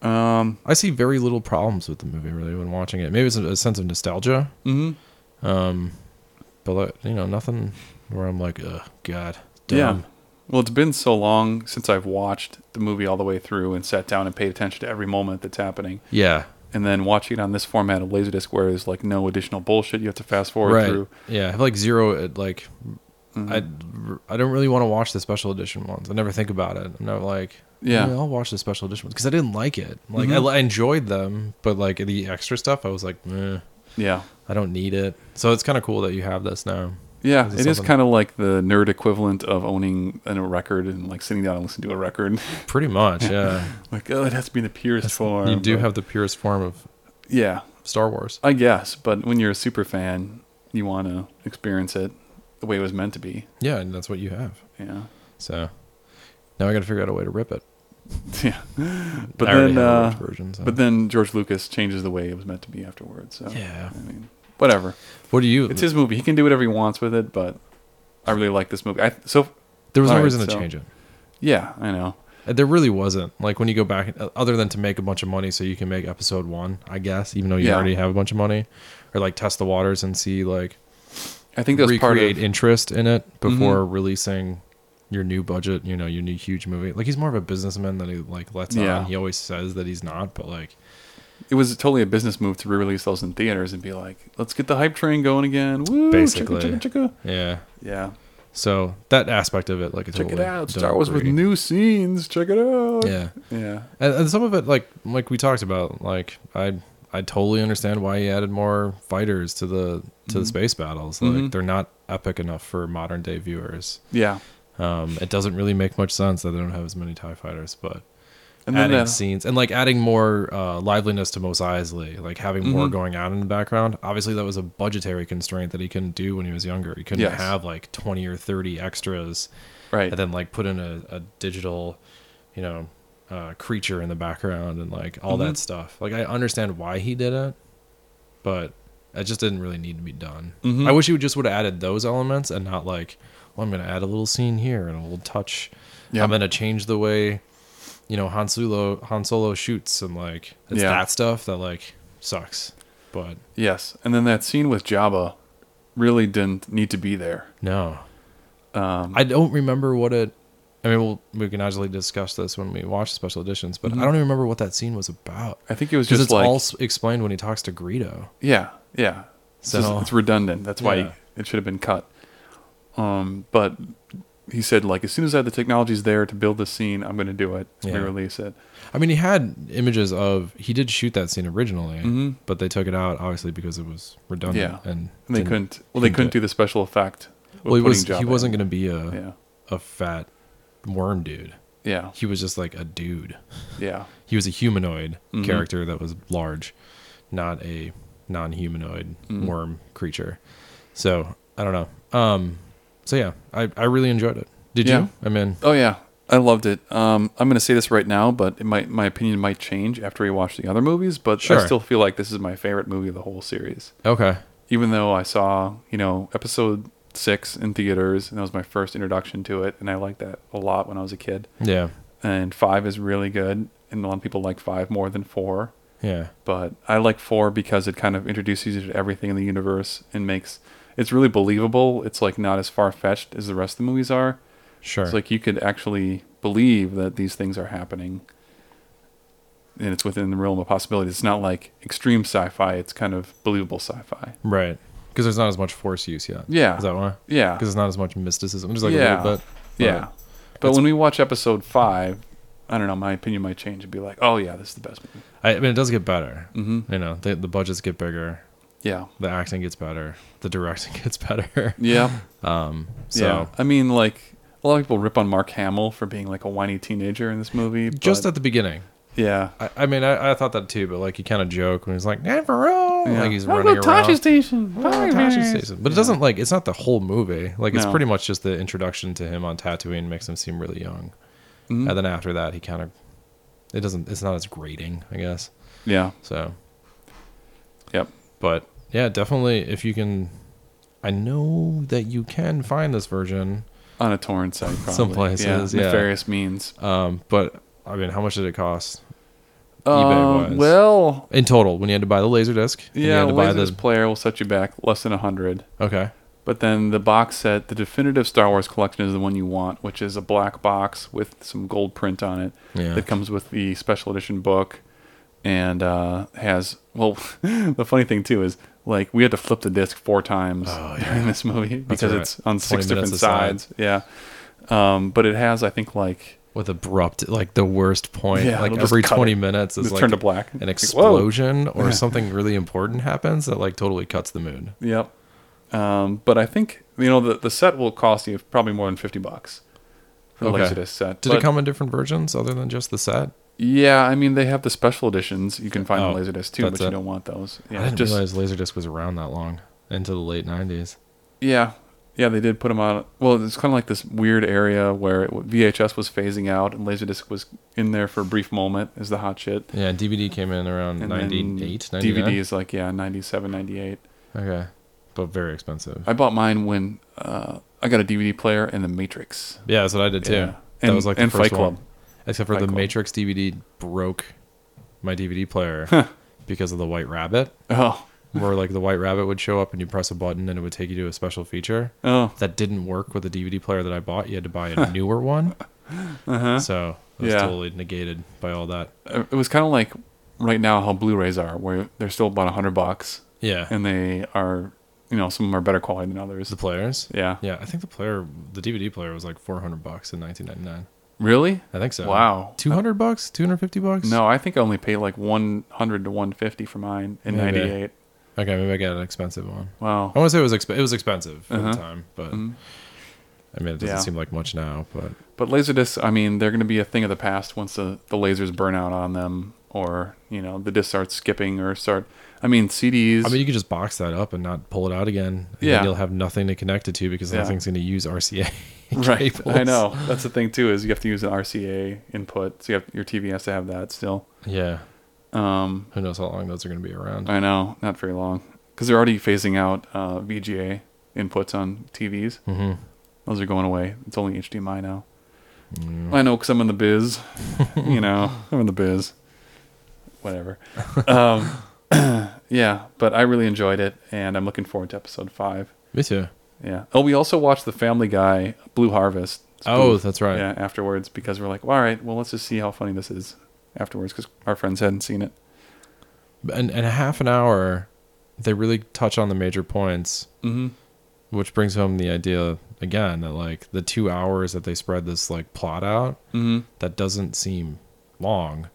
Speaker 1: Um,
Speaker 2: I see very little problems with the movie really when watching it. Maybe it's a, a sense of nostalgia,
Speaker 1: hmm
Speaker 2: but like, you know, nothing where I'm like, oh god,
Speaker 1: Yeah.
Speaker 2: dumb.
Speaker 1: Well, it's been so long since I've watched the movie all the way through and sat down and paid attention to every moment that's happening.
Speaker 2: Yeah,
Speaker 1: And then watching it on this format of Laserdisc, where there's like no additional bullshit, you have to fast forward
Speaker 2: right.
Speaker 1: through. Mm-hmm.
Speaker 2: Yeah, I have like zero. At, like, I I don't really want to watch the special edition ones. I never think about it. I'm never like,
Speaker 1: Yeah.
Speaker 2: I'll watch the special edition ones because I didn't like it. Like I
Speaker 1: Mhm.
Speaker 2: li- I, enjoyed them, but like the extra stuff, I was like, meh,
Speaker 1: Yeah.
Speaker 2: I don't need it. So it's kind of cool that you have this now.
Speaker 1: Yeah,
Speaker 2: Is it
Speaker 1: it is
Speaker 2: something-
Speaker 1: kind of like the nerd equivalent of owning a record and like sitting down and listening to a record.
Speaker 2: Pretty much, yeah.
Speaker 1: like, oh, it has to be in the purest form.
Speaker 2: you do
Speaker 1: but-
Speaker 2: have the purest form of
Speaker 1: yeah,
Speaker 2: Star Wars.
Speaker 1: I guess. But when you're a super fan, you want to experience it the way it was meant to be.
Speaker 2: Yeah, and that's what you have.
Speaker 1: Yeah.
Speaker 2: So now I got to figure out a way to rip it.
Speaker 1: yeah. But
Speaker 2: I already
Speaker 1: then,
Speaker 2: had a
Speaker 1: uh,
Speaker 2: large version, so.
Speaker 1: but then George Lucas changes the way it was meant to be afterwards. So
Speaker 2: Yeah.
Speaker 1: I mean, whatever.
Speaker 2: what do you?
Speaker 1: It's his movie. He can do whatever he wants with it. But I really like this movie. I, so
Speaker 2: there was no
Speaker 1: alright,
Speaker 2: reason to
Speaker 1: so-
Speaker 2: change it.
Speaker 1: yeah, I know.
Speaker 2: Uh, There really wasn't. Like when you go back, uh, other than to make a bunch of money so you can make episode one, I guess, even though you
Speaker 1: Yeah.
Speaker 2: already have a bunch of money, or like test the waters and see like
Speaker 1: I think that's
Speaker 2: recreate
Speaker 1: part of Mm-hmm.
Speaker 2: interest in it before releasing your new budget. You know, your new huge movie. Like he's more of a businessman than he like lets
Speaker 1: Yeah.
Speaker 2: on. He always says that he's not, but like
Speaker 1: it was totally a business move to re-release those in theaters and be like, let's get the hype train going again. Woo, chicka,
Speaker 2: Basically.
Speaker 1: chicka, chicka.
Speaker 2: yeah.
Speaker 1: Yeah,
Speaker 2: So that aspect of it, like, I
Speaker 1: check
Speaker 2: totally
Speaker 1: it out.
Speaker 2: don't
Speaker 1: Star Wars with
Speaker 2: agree.
Speaker 1: new scenes. Check it out.
Speaker 2: yeah.
Speaker 1: yeah.
Speaker 2: and, and some of it like like we talked about like i i totally understand why he added more fighters to the to
Speaker 1: Mm-hmm.
Speaker 2: the space battles like
Speaker 1: Mhm.
Speaker 2: they're not epic enough for modern day viewers
Speaker 1: Yeah.
Speaker 2: um it doesn't really make much sense that they don't have as many tie fighters but
Speaker 1: And then
Speaker 2: adding
Speaker 1: that,
Speaker 2: scenes and like adding more uh, liveliness to Mos Eisley, like having more
Speaker 1: Mhm.
Speaker 2: going on in the background. Obviously, that was a budgetary constraint that he couldn't do when he was younger. He couldn't
Speaker 1: Yes.
Speaker 2: have like twenty or thirty extras
Speaker 1: right.
Speaker 2: and then like put in a, a digital you know uh, creature in the background and like all
Speaker 1: Mhm.
Speaker 2: that stuff like i understand why he did it but it just didn't really need to be done
Speaker 1: Mhm.
Speaker 2: i wish he would just would have added those elements and not like well i'm gonna add a little scene here and a little touch
Speaker 1: Yeah.
Speaker 2: i'm gonna change the way you know han solo han solo shoots and like it's
Speaker 1: Yeah.
Speaker 2: that stuff that like sucks but
Speaker 1: Yes, and then that scene with Jabba really didn't need to be there.
Speaker 2: no
Speaker 1: Um,
Speaker 2: I don't remember what it. I mean, we'll, we can actually discuss this when we watch special editions, but I don't even remember what that scene was about.
Speaker 1: I think Mhm. it was
Speaker 2: Because
Speaker 1: just
Speaker 2: it's
Speaker 1: like
Speaker 2: all s- explained when he talks to Greedo.
Speaker 1: yeah, yeah. It's, just-
Speaker 2: So-
Speaker 1: it's redundant. That's why
Speaker 2: Yeah.
Speaker 1: it should have been cut. Um, but he said like as soon as I have the technology's there to build this scene, I'm going to do it.
Speaker 2: Yeah.
Speaker 1: Re-release it.
Speaker 2: I mean, he had images of he did shoot that scene originally,
Speaker 1: Mhm.
Speaker 2: but they took it out obviously because it was redundant.
Speaker 1: Yeah.
Speaker 2: and,
Speaker 1: And they
Speaker 2: didn't-
Speaker 1: couldn't. Well, they
Speaker 2: didn't
Speaker 1: couldn't
Speaker 2: do
Speaker 1: do the special effect. with
Speaker 2: Well, he
Speaker 1: putting
Speaker 2: was
Speaker 1: Jabba
Speaker 2: he
Speaker 1: in.
Speaker 2: wasn't going to be a
Speaker 1: Yeah,
Speaker 2: a fat worm dude.
Speaker 1: yeah,
Speaker 2: He was just like a dude.
Speaker 1: yeah,
Speaker 2: He was a humanoid
Speaker 1: Mhm.
Speaker 2: character that was large, not a non-humanoid
Speaker 1: Mm.
Speaker 2: worm creature. So I don't know. Um, so yeah, I, I really enjoyed it. Did
Speaker 1: Yeah.
Speaker 2: you? I mean,
Speaker 1: Oh yeah, I loved it. Um, I'm going to say this right now, but it might my opinion might change after we watch the other movies. But I
Speaker 2: Sure.
Speaker 1: still feel like this is my favorite movie of the whole series.
Speaker 2: okay,
Speaker 1: Even though I saw you know episode six in theaters, and that was my first introduction to it, and I liked that a lot when I was a kid.
Speaker 2: yeah,
Speaker 1: And five is really good, and a lot of people like five more than four.
Speaker 2: yeah,
Speaker 1: But I like four because it kind of introduces you to everything in the universe and makes it's really believable. It's like not as far fetched as the rest of the movies are.
Speaker 2: sure.
Speaker 1: It's like you could actually believe that these things are happening. And it's within the realm of possibilities. It's not like extreme sci fi, it's kind of believable sci fi.
Speaker 2: right, because there's not as much force use yet.
Speaker 1: Yeah.
Speaker 2: is that why?
Speaker 1: Yeah.
Speaker 2: Because there's not as much mysticism. Just like a
Speaker 1: Yeah.
Speaker 2: little bit. but-
Speaker 1: yeah. But when we watch episode five, I don't know, my opinion might change and be like, oh, yeah, this is the best movie.
Speaker 2: I, I mean, it does get better.
Speaker 1: Mhm.
Speaker 2: You know, the, the budgets get bigger,
Speaker 1: Yeah.
Speaker 2: the acting gets better, the directing gets better.
Speaker 1: Yeah.
Speaker 2: Um, so
Speaker 1: yeah. I mean, like, a lot of people rip on Mark Hamill for being like a whiny teenager in this movie.
Speaker 2: just
Speaker 1: but-
Speaker 2: at the beginning,
Speaker 1: yeah.
Speaker 2: I, I mean, I, I thought that too, but like he kind of joke when he's like, "Never roll,"
Speaker 1: Yeah.
Speaker 2: like he's running around.
Speaker 3: station.
Speaker 2: Oh, Tasha Station. But it doesn't like it's not the whole movie. Like it's
Speaker 1: No.
Speaker 2: pretty much just the introduction to him on Tatooine makes him seem really young,
Speaker 1: Mhm.
Speaker 2: and then after that he kind of it doesn't it's not as grating, I guess.
Speaker 1: Yeah.
Speaker 2: So,
Speaker 1: Yep.
Speaker 2: but yeah, definitely if you can, I know that you can find this version.
Speaker 1: On a torrent site, probably.
Speaker 2: Some places, yeah.
Speaker 1: Nefarious means.
Speaker 2: Um, but I mean, how much did it cost
Speaker 1: Uh,
Speaker 2: eBay-wise.
Speaker 1: well,
Speaker 2: in total when you had to buy the laser disc? and you
Speaker 1: Yeah,
Speaker 2: had to buy
Speaker 1: Laserdisc
Speaker 2: the
Speaker 1: player will set you back less than a hundred.
Speaker 2: okay.
Speaker 1: But then the box set, the definitive Star Wars collection is the one you want, which is a black box with some gold print on it
Speaker 2: Yeah.
Speaker 1: that comes with the special edition book and uh, has well the funny thing too is like we had to flip the disc four times
Speaker 2: Oh,
Speaker 1: during this movie because
Speaker 2: right.
Speaker 1: it's on
Speaker 2: 20
Speaker 1: six different
Speaker 2: minutes a side.
Speaker 1: sides. Yeah. Um, but it has I think like
Speaker 2: with abrupt like the worst point
Speaker 1: Yeah,
Speaker 2: like
Speaker 1: it'll just
Speaker 2: every
Speaker 1: cut
Speaker 2: 20
Speaker 1: it.
Speaker 2: minutes is
Speaker 1: It'll
Speaker 2: like
Speaker 1: turn to black.
Speaker 2: an
Speaker 1: Like, whoa.
Speaker 2: explosion or something really important happens that like totally cuts the mood
Speaker 1: Yep. Um, but I think you know the the set will cost you probably more than fifty bucks for the
Speaker 2: Okay.
Speaker 1: Laserdisc set.
Speaker 2: did
Speaker 1: But-
Speaker 2: it come in different versions other than just the set
Speaker 1: Yeah, I mean they have the special editions. You can find
Speaker 2: Oh,
Speaker 1: on Laserdisc too,
Speaker 2: that's
Speaker 1: but you
Speaker 2: it.
Speaker 1: don't want those.
Speaker 2: i
Speaker 1: Yeah,
Speaker 2: didn't
Speaker 1: just
Speaker 2: realize laserdisc was around that long into the late 90s
Speaker 1: yeah. Yeah, they did put them on. Well, it's kind of like this weird area where it, VHS was phasing out and Laserdisc was in there for a brief moment as the hot shit.
Speaker 2: Yeah, DVD came in around
Speaker 1: And then
Speaker 2: 98, 99.
Speaker 1: DVD is like, yeah, 97, 98.
Speaker 2: Okay. But very expensive.
Speaker 1: I bought mine when uh, I got a DVD player and The Matrix.
Speaker 2: Yeah, that's what I did too.
Speaker 1: Yeah.
Speaker 2: That
Speaker 1: And-
Speaker 2: was like
Speaker 1: and
Speaker 2: the first
Speaker 1: Fight
Speaker 2: one.
Speaker 1: Club.
Speaker 2: Except for
Speaker 1: Fight
Speaker 2: the
Speaker 1: Club.
Speaker 2: Matrix DVD broke my DVD player because of the White Rabbit,
Speaker 1: Oh,
Speaker 2: where like the White Rabbit would show up and you press a button and it would take you to a special feature.
Speaker 1: oh,
Speaker 2: That didn't work with the DVD player that I bought. You had to buy a newer one. Uh-huh. So it was
Speaker 1: Yeah.
Speaker 2: totally negated by all that.
Speaker 1: Uh, it was kind of like right now how Blu-rays are, where they're still about a hundred bucks,
Speaker 2: Yeah.
Speaker 1: and they are, you know, some of them are better quality than others.
Speaker 2: the players.
Speaker 1: Yeah.
Speaker 2: Yeah, I think the player, the DVD player, was like four hundred bucks in nineteen ninety nine.
Speaker 1: Really?
Speaker 2: I think so.
Speaker 1: Wow.
Speaker 2: two hundred bucks, two hundred fifty bucks.
Speaker 1: No, I think I only paid like one hundred to one fifty for mine in
Speaker 2: Maybe. Oh.
Speaker 1: '98.
Speaker 2: okay, maybe I got an expensive one.
Speaker 1: Wow.
Speaker 2: I want to say it was exp- it was expensive at
Speaker 1: Uh-huh.
Speaker 2: the time, but I mean, it doesn't
Speaker 1: Yeah.
Speaker 2: seem like much now. But
Speaker 1: But laserdiscs, I mean, they're going to be a thing of the past once the, the lasers burn out on them, or you know, the discs start skipping or start. I mean, CDs.
Speaker 2: I mean, you could just box that up and not pull it out again. And then
Speaker 1: Yeah.
Speaker 2: you'll have nothing to connect it to because
Speaker 1: Yeah.
Speaker 2: nothing's going to use RCA.
Speaker 1: right?
Speaker 2: cables.
Speaker 1: I know. That's the thing too is you have to use an RCA input, so you have, your TV has to have that still.
Speaker 2: Yeah,
Speaker 1: Um,
Speaker 2: who knows how long those are going to be around?
Speaker 1: I know, not very long, because they're already phasing out uh, VGA inputs on TVs.
Speaker 2: hmm
Speaker 1: Those are going away. It's only HDMI now.
Speaker 2: Mm.
Speaker 1: I know because I'm in the biz. you know, I'm in the biz. Whatever. Um, yeah, but I really enjoyed it, and I'm looking forward to episode five.
Speaker 2: Me too.
Speaker 1: Yeah. Oh, we also watched the Family Guy Blue Harvest.
Speaker 2: Oh, that's right.
Speaker 1: Yeah, afterwards because we're like, well, all right, well, let's just see how funny this is afterwards because our friends hadn't seen it.
Speaker 2: And and half an hour, they really touch on the major points.
Speaker 1: Mm-hmm.
Speaker 2: which brings home the idea again that like the two hours that they spread this like plot out
Speaker 1: Mm-hmm.
Speaker 2: that doesn't seem long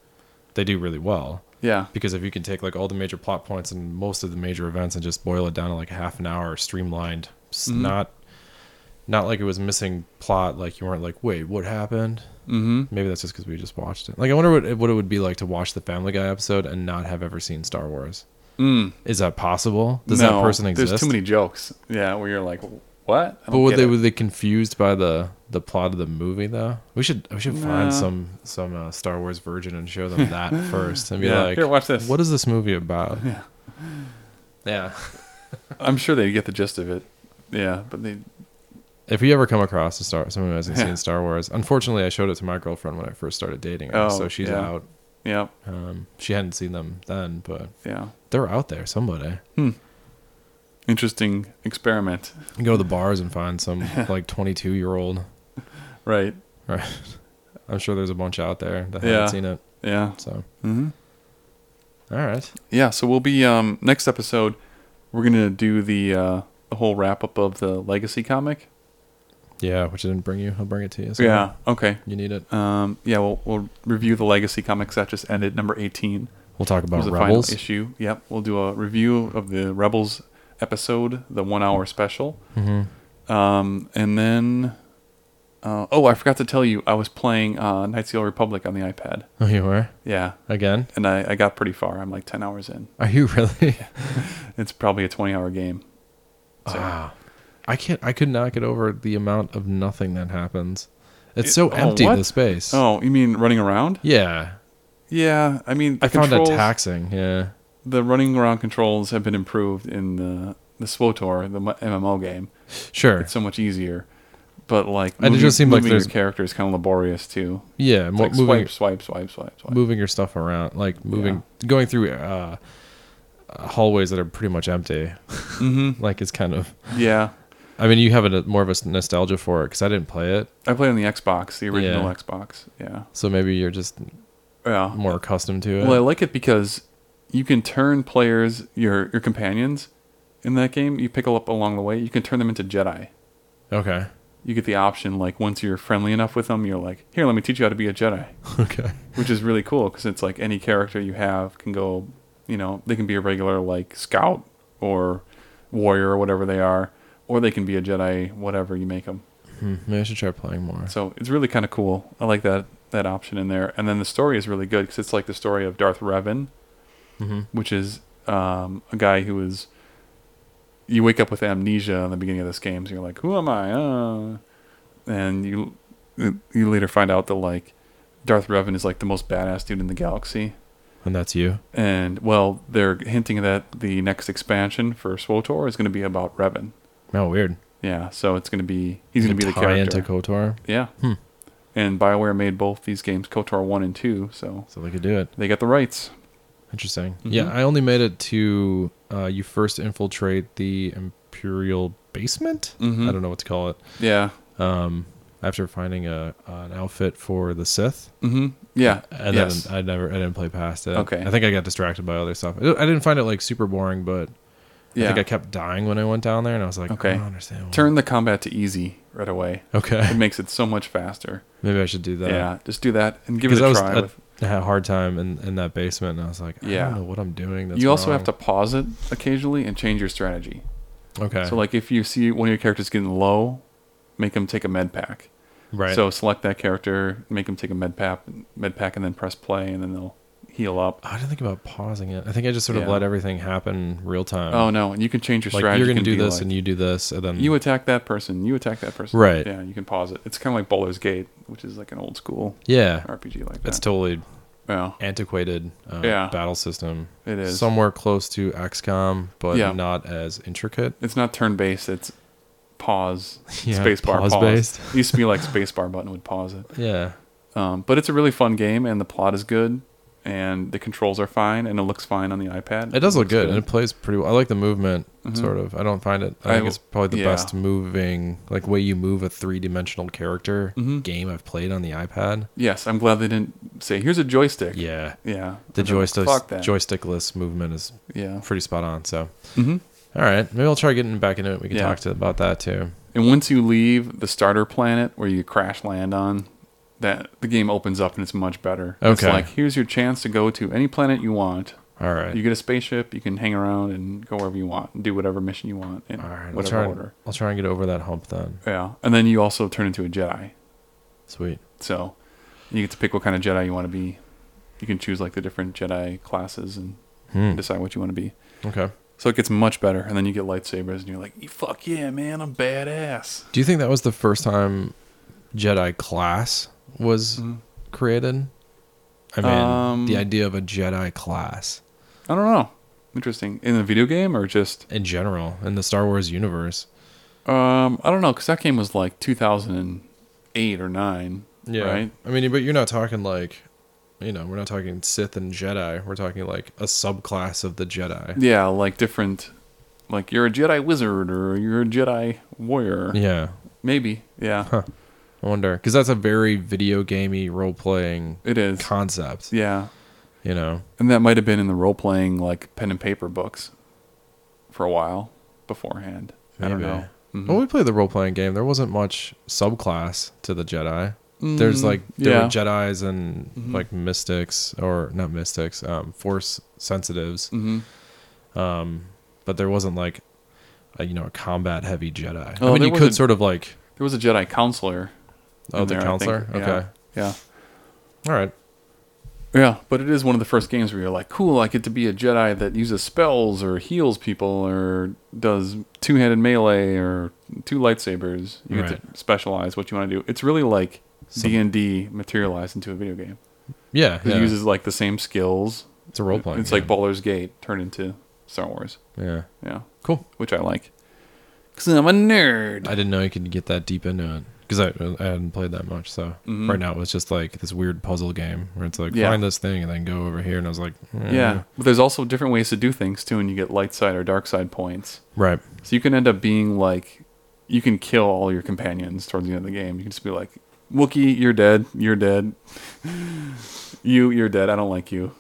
Speaker 2: they do really well
Speaker 1: Yeah.
Speaker 2: because if you can take like all the major plot points and most of the major events and just boil it down to like half an hour streamlined s
Speaker 1: Mhm.
Speaker 2: not not like it was missing plot like you weren't like wait what happened
Speaker 1: Mm-hmm.
Speaker 2: maybe that's just because we just watched it like i wonder what it, what it would be like to watch the family guy episode and not have ever seen star wars
Speaker 1: Mm.
Speaker 2: is that possible does
Speaker 1: No,
Speaker 2: that person exist
Speaker 1: There's too many jokes. Yeah, where you're like, what? I
Speaker 2: But
Speaker 1: don't
Speaker 2: were
Speaker 1: get
Speaker 2: they
Speaker 1: it.
Speaker 2: were they confused by the the plot of the movie though? We should we should
Speaker 1: Nah.
Speaker 2: find some some uh, Star Wars virgin and show them that first and be
Speaker 1: Yeah,
Speaker 2: like,
Speaker 1: "Here, watch this."
Speaker 2: What is this movie about? Yeah,
Speaker 1: I'm sure they get the gist of it. Yeah, but they.
Speaker 2: If you ever come across a star, someone who hasn't
Speaker 1: Yeah.
Speaker 2: seen Star Wars, unfortunately, I showed it to my girlfriend when I first started dating her,
Speaker 1: Oh,
Speaker 2: so she's
Speaker 1: yeah.
Speaker 2: out.
Speaker 1: Yeah,
Speaker 2: Um, she hadn't seen them then, but
Speaker 1: yeah. Hmm.
Speaker 2: they're out there. Somebody
Speaker 1: Interesting experiment,
Speaker 2: you go to the bars and find some like twenty two year old.
Speaker 1: right?
Speaker 2: Right, I'm sure there's a bunch out there that
Speaker 1: Yeah.
Speaker 2: haven't seen it.
Speaker 1: Yeah.
Speaker 2: So,
Speaker 1: Mhm.
Speaker 2: all right,
Speaker 1: Yeah. So we'll be um next episode. We're gonna do the uh the whole wrap up of the legacy comic.
Speaker 2: yeah, which I didn't bring you. I'll bring it to you. so-
Speaker 1: Yeah. Okay.
Speaker 2: You need it.
Speaker 1: Um. Yeah. We'll we'll review the legacy comics that just ended number eighteen.
Speaker 2: We'll talk
Speaker 1: was
Speaker 2: about
Speaker 1: the
Speaker 2: Rebels.
Speaker 1: final issue. Yep, we'll do a review of the Rebels episode, the one hour special,
Speaker 2: Mm-hmm.
Speaker 1: um, and then. Uh, oh, I forgot to tell you, I was playing uh, Knights of the Old Republic on the iPad.
Speaker 2: Oh, you were
Speaker 1: Yeah,
Speaker 2: again?
Speaker 1: and I, I got pretty far. I'm like ten hours in.
Speaker 2: Are you really?
Speaker 1: It's probably a twenty hour game. So-
Speaker 2: Wow. I can't. I could not get over the amount of nothing that happens. It's
Speaker 1: It-
Speaker 2: so
Speaker 1: oh,
Speaker 2: empty
Speaker 1: what?
Speaker 2: the space.
Speaker 1: Oh, you mean running around?
Speaker 2: yeah.
Speaker 1: Yeah, I mean the
Speaker 2: I found it
Speaker 1: controls-
Speaker 2: taxing. Yeah.
Speaker 1: The running around controls have been improved in the the SWTOR, the MMO game.
Speaker 2: Sure.
Speaker 1: It's so much easier. But like,
Speaker 2: And it just seemed like
Speaker 1: moving your
Speaker 2: there's-
Speaker 1: character is kind of laborious too.
Speaker 2: yeah.
Speaker 1: It's
Speaker 2: mo-
Speaker 1: like
Speaker 2: moving
Speaker 1: swipe, swipe, swipe, swipe, swipe.
Speaker 2: moving your stuff around, like moving, going through uh, hallways that are pretty much empty.
Speaker 1: Mhm.
Speaker 2: like it's kind of.
Speaker 1: Yeah,
Speaker 2: I mean, you have a more of a nostalgia for it because I didn't play it,
Speaker 1: I played on the Xbox, the original
Speaker 2: Yeah.
Speaker 1: Xbox. Yeah,
Speaker 2: so maybe you're just
Speaker 1: yeah.
Speaker 2: more accustomed to it.
Speaker 1: Well, I like it because you can turn players, your your companions, in that game. You pick up along the way. You can turn them into Jedi.
Speaker 2: okay.
Speaker 1: You get the option, like once you're friendly enough with them, you're like, here, let me teach you how to be a Jedi,
Speaker 2: Okay.
Speaker 1: which is really cool because it's like any character you have can go, you know, they can be a regular like scout or warrior or whatever they are, or they can be a Jedi, whatever you make them.
Speaker 2: Hmm, maybe I should try playing more.
Speaker 1: So it's really kind of cool. I like that that option in there. And then the story is really good because it's like the story of Darth Revan,
Speaker 2: Mhm.
Speaker 1: which is um, a guy who was you wake up with amnesia in the beginning of this game, so you're like, "Who am I?" Uh, and you you later find out that like Darth Revan is like the most badass dude in the galaxy,
Speaker 2: And that's you.
Speaker 1: and well, they're hinting that the next expansion for SWTOR is going to be about Revan.
Speaker 2: Oh, weird.
Speaker 1: Yeah, so it's going to be he's going to be the
Speaker 2: Tie
Speaker 1: character.
Speaker 2: into KOTOR.
Speaker 1: yeah,
Speaker 2: Hmm.
Speaker 1: and Bioware made both these games, KOTOR one and two, so
Speaker 2: So they could do it.
Speaker 1: they got the rights.
Speaker 2: Interesting.
Speaker 1: Mhm.
Speaker 2: Yeah, I only made it to uh, you first infiltrate the Imperial basement.
Speaker 1: Mhm.
Speaker 2: I don't know what to call it.
Speaker 1: Yeah.
Speaker 2: Um, after finding a an outfit for the Sith,
Speaker 1: Mm-hmm. Yeah.
Speaker 2: and
Speaker 1: yes.
Speaker 2: then I never I didn't play past it.
Speaker 1: Okay.
Speaker 2: I think I got distracted by other stuff. I didn't find it like super boring, but I
Speaker 1: yeah.
Speaker 2: think I kept dying when I went down there, and I was like,
Speaker 1: Okay.
Speaker 2: I don't understand. why."
Speaker 1: Turn the combat to easy right away. It
Speaker 2: Okay,
Speaker 1: makes it so much faster.
Speaker 2: maybe I should do that.
Speaker 1: yeah. Just do that and give it
Speaker 2: because
Speaker 1: a
Speaker 2: I was
Speaker 1: try.
Speaker 2: I
Speaker 1: with-
Speaker 2: had a hard time in, in that basement, and I was like, I
Speaker 1: Yeah.
Speaker 2: don't know what I'm doing. That's
Speaker 1: you also
Speaker 2: wrong.
Speaker 1: have to pause it occasionally and change your strategy.
Speaker 2: okay,
Speaker 1: So like if you see one of your characters getting low, make them take a med pack.
Speaker 2: right.
Speaker 1: So select that character, make them take a med pack, med pack, and then press play, and then they'll heal up.
Speaker 2: I didn't think about pausing it. I think I just sort of
Speaker 1: Yeah.
Speaker 2: let everything happen real time.
Speaker 1: oh no! And you can change your
Speaker 2: Uh-huh. like
Speaker 1: strategy.
Speaker 2: you're going
Speaker 1: can
Speaker 2: to do
Speaker 1: be
Speaker 2: this
Speaker 1: like,
Speaker 2: and you do this, and then
Speaker 1: you attack that person, you attack that person.
Speaker 2: Mm. Right.
Speaker 1: Yeah, you can pause it. It's kind of like Baldur's Gate, which is like an old school
Speaker 2: yeah,
Speaker 1: RPG like that.
Speaker 2: it's totally
Speaker 1: yeah,
Speaker 2: antiquated uh,
Speaker 1: Yeah.
Speaker 2: battle system.
Speaker 1: it is.
Speaker 2: somewhere close to XCOM, but
Speaker 1: Yeah.
Speaker 2: not as intricate.
Speaker 1: it's not turn based. It's pause,
Speaker 2: Yeah,
Speaker 1: space bar, pause.
Speaker 2: pause-based.
Speaker 1: It used to be like space bar button would pause it.
Speaker 2: Yeah,
Speaker 1: Um, but it's a really fun game, and the plot is good, and the controls are fine, and it looks fine on the iPad.
Speaker 2: it does look
Speaker 1: looks
Speaker 2: good, and it plays pretty well. I like the movement,
Speaker 1: Mhm.
Speaker 2: sort of. I don't find it. I,
Speaker 1: I-
Speaker 2: think it's probably the
Speaker 1: yeah.
Speaker 2: best moving, like way you move a three dimensional character
Speaker 1: Mhm.
Speaker 2: game I've played on the iPad.
Speaker 1: Yes, I'm glad they didn't say here's a joystick.
Speaker 2: Yeah,
Speaker 1: yeah.
Speaker 2: the
Speaker 1: And they're like,
Speaker 2: joystick
Speaker 1: Fuck that.
Speaker 2: joystickless movement is
Speaker 1: yeah.
Speaker 2: pretty spot on. So
Speaker 1: hmm
Speaker 2: All right, maybe I'll try getting back into it. We can
Speaker 1: Yeah.
Speaker 2: talk to about that too.
Speaker 1: And once you leave the starter planet where you crash land on, that the game opens up and it's much better. It's
Speaker 2: Okay.
Speaker 1: like here's your chance to go to any planet you want.
Speaker 2: All right,
Speaker 1: You get a spaceship, you can hang around and go wherever you want, and do whatever mission you want in
Speaker 2: all right. I'll
Speaker 1: whatever
Speaker 2: try. And,
Speaker 1: order.
Speaker 2: I'll try and get over that hump then.
Speaker 1: Yeah. And then you also turn into a Jedi.
Speaker 2: Sweet.
Speaker 1: So you get to pick what kind of Jedi you want to be. You can choose like the different Jedi classes and
Speaker 2: Hmm.
Speaker 1: decide what you want to be.
Speaker 2: Okay.
Speaker 1: So it gets much better, and then you get lightsabers, and you're like, "You "Fuck yeah, man! I'm badass."
Speaker 2: Do you think that was the first time Jedi class was
Speaker 1: Mhm.
Speaker 2: created? I mean,
Speaker 1: Um,
Speaker 2: the idea of a Jedi class
Speaker 1: I don't know. Interesting. In a video game or just?
Speaker 2: in general in the Star Wars universe.
Speaker 1: Um, I don't know, because that game was like 2008 or nine. Right.
Speaker 2: I mean, but you're not talking like, you know, we're not talking Sith and Jedi. We're talking like a subclass of the Jedi.
Speaker 1: Yeah, like different. Like you're a Jedi wizard or you're a Jedi warrior.
Speaker 2: Yeah.
Speaker 1: Maybe. Yeah.
Speaker 2: Huh. I wonder because that's a very video gamey role playing
Speaker 1: It is.
Speaker 2: concept.
Speaker 1: yeah.
Speaker 2: You know,
Speaker 1: And that might have been in the role playing like pen and paper books for a while beforehand. I don't
Speaker 2: Maybe.
Speaker 1: know. Mhm.
Speaker 2: when we played the role playing game, there wasn't much subclass to the Jedi. There's
Speaker 1: Mm,
Speaker 2: like there
Speaker 1: yeah.
Speaker 2: were Jedi's and
Speaker 1: Mhm.
Speaker 2: like mystics or not mystics, um, force sensitives, Um,
Speaker 1: Mhm.
Speaker 2: but there wasn't like a, you know a combat heavy Jedi.
Speaker 1: Oh,
Speaker 2: I mean,
Speaker 1: there
Speaker 2: you
Speaker 1: was
Speaker 2: could
Speaker 1: a-
Speaker 2: sort of like
Speaker 1: There was a Jedi counselor.
Speaker 2: oh
Speaker 1: in
Speaker 2: the
Speaker 1: there, I
Speaker 2: counselor.
Speaker 1: think.
Speaker 2: Okay,
Speaker 1: Yeah. yeah.
Speaker 2: all right.
Speaker 1: Yeah, but it is one of the first games where you're like, cool, I get to be a Jedi that uses spells or heals people or does two handed melee or two lightsabers. You get
Speaker 2: Right.
Speaker 1: to specialize what you want to do. It's really like D and D materialized into a video game.
Speaker 2: Yeah,
Speaker 1: It
Speaker 2: yeah.
Speaker 1: uses like the same skills.
Speaker 2: it's a role playing.
Speaker 1: it's like Baldur's Gate turned into Star Wars.
Speaker 2: yeah.
Speaker 1: Yeah,
Speaker 2: Cool.
Speaker 1: which I like. Cause I'm a nerd.
Speaker 2: I didn't know you could get that deep into it because I, I hadn't played that much. So
Speaker 1: Mhm.
Speaker 2: right now it was just like this weird puzzle game where it's like
Speaker 1: Yeah.
Speaker 2: find this thing and then go over here, and I was like, eh.
Speaker 1: yeah, but there's also different ways to do things too, and you get light side or dark side points.
Speaker 2: right.
Speaker 1: So you can end up being like, you can kill all your companions towards the end of the game. You can just be like, Wookie, you're dead. You're dead. you, you're dead. I don't like you.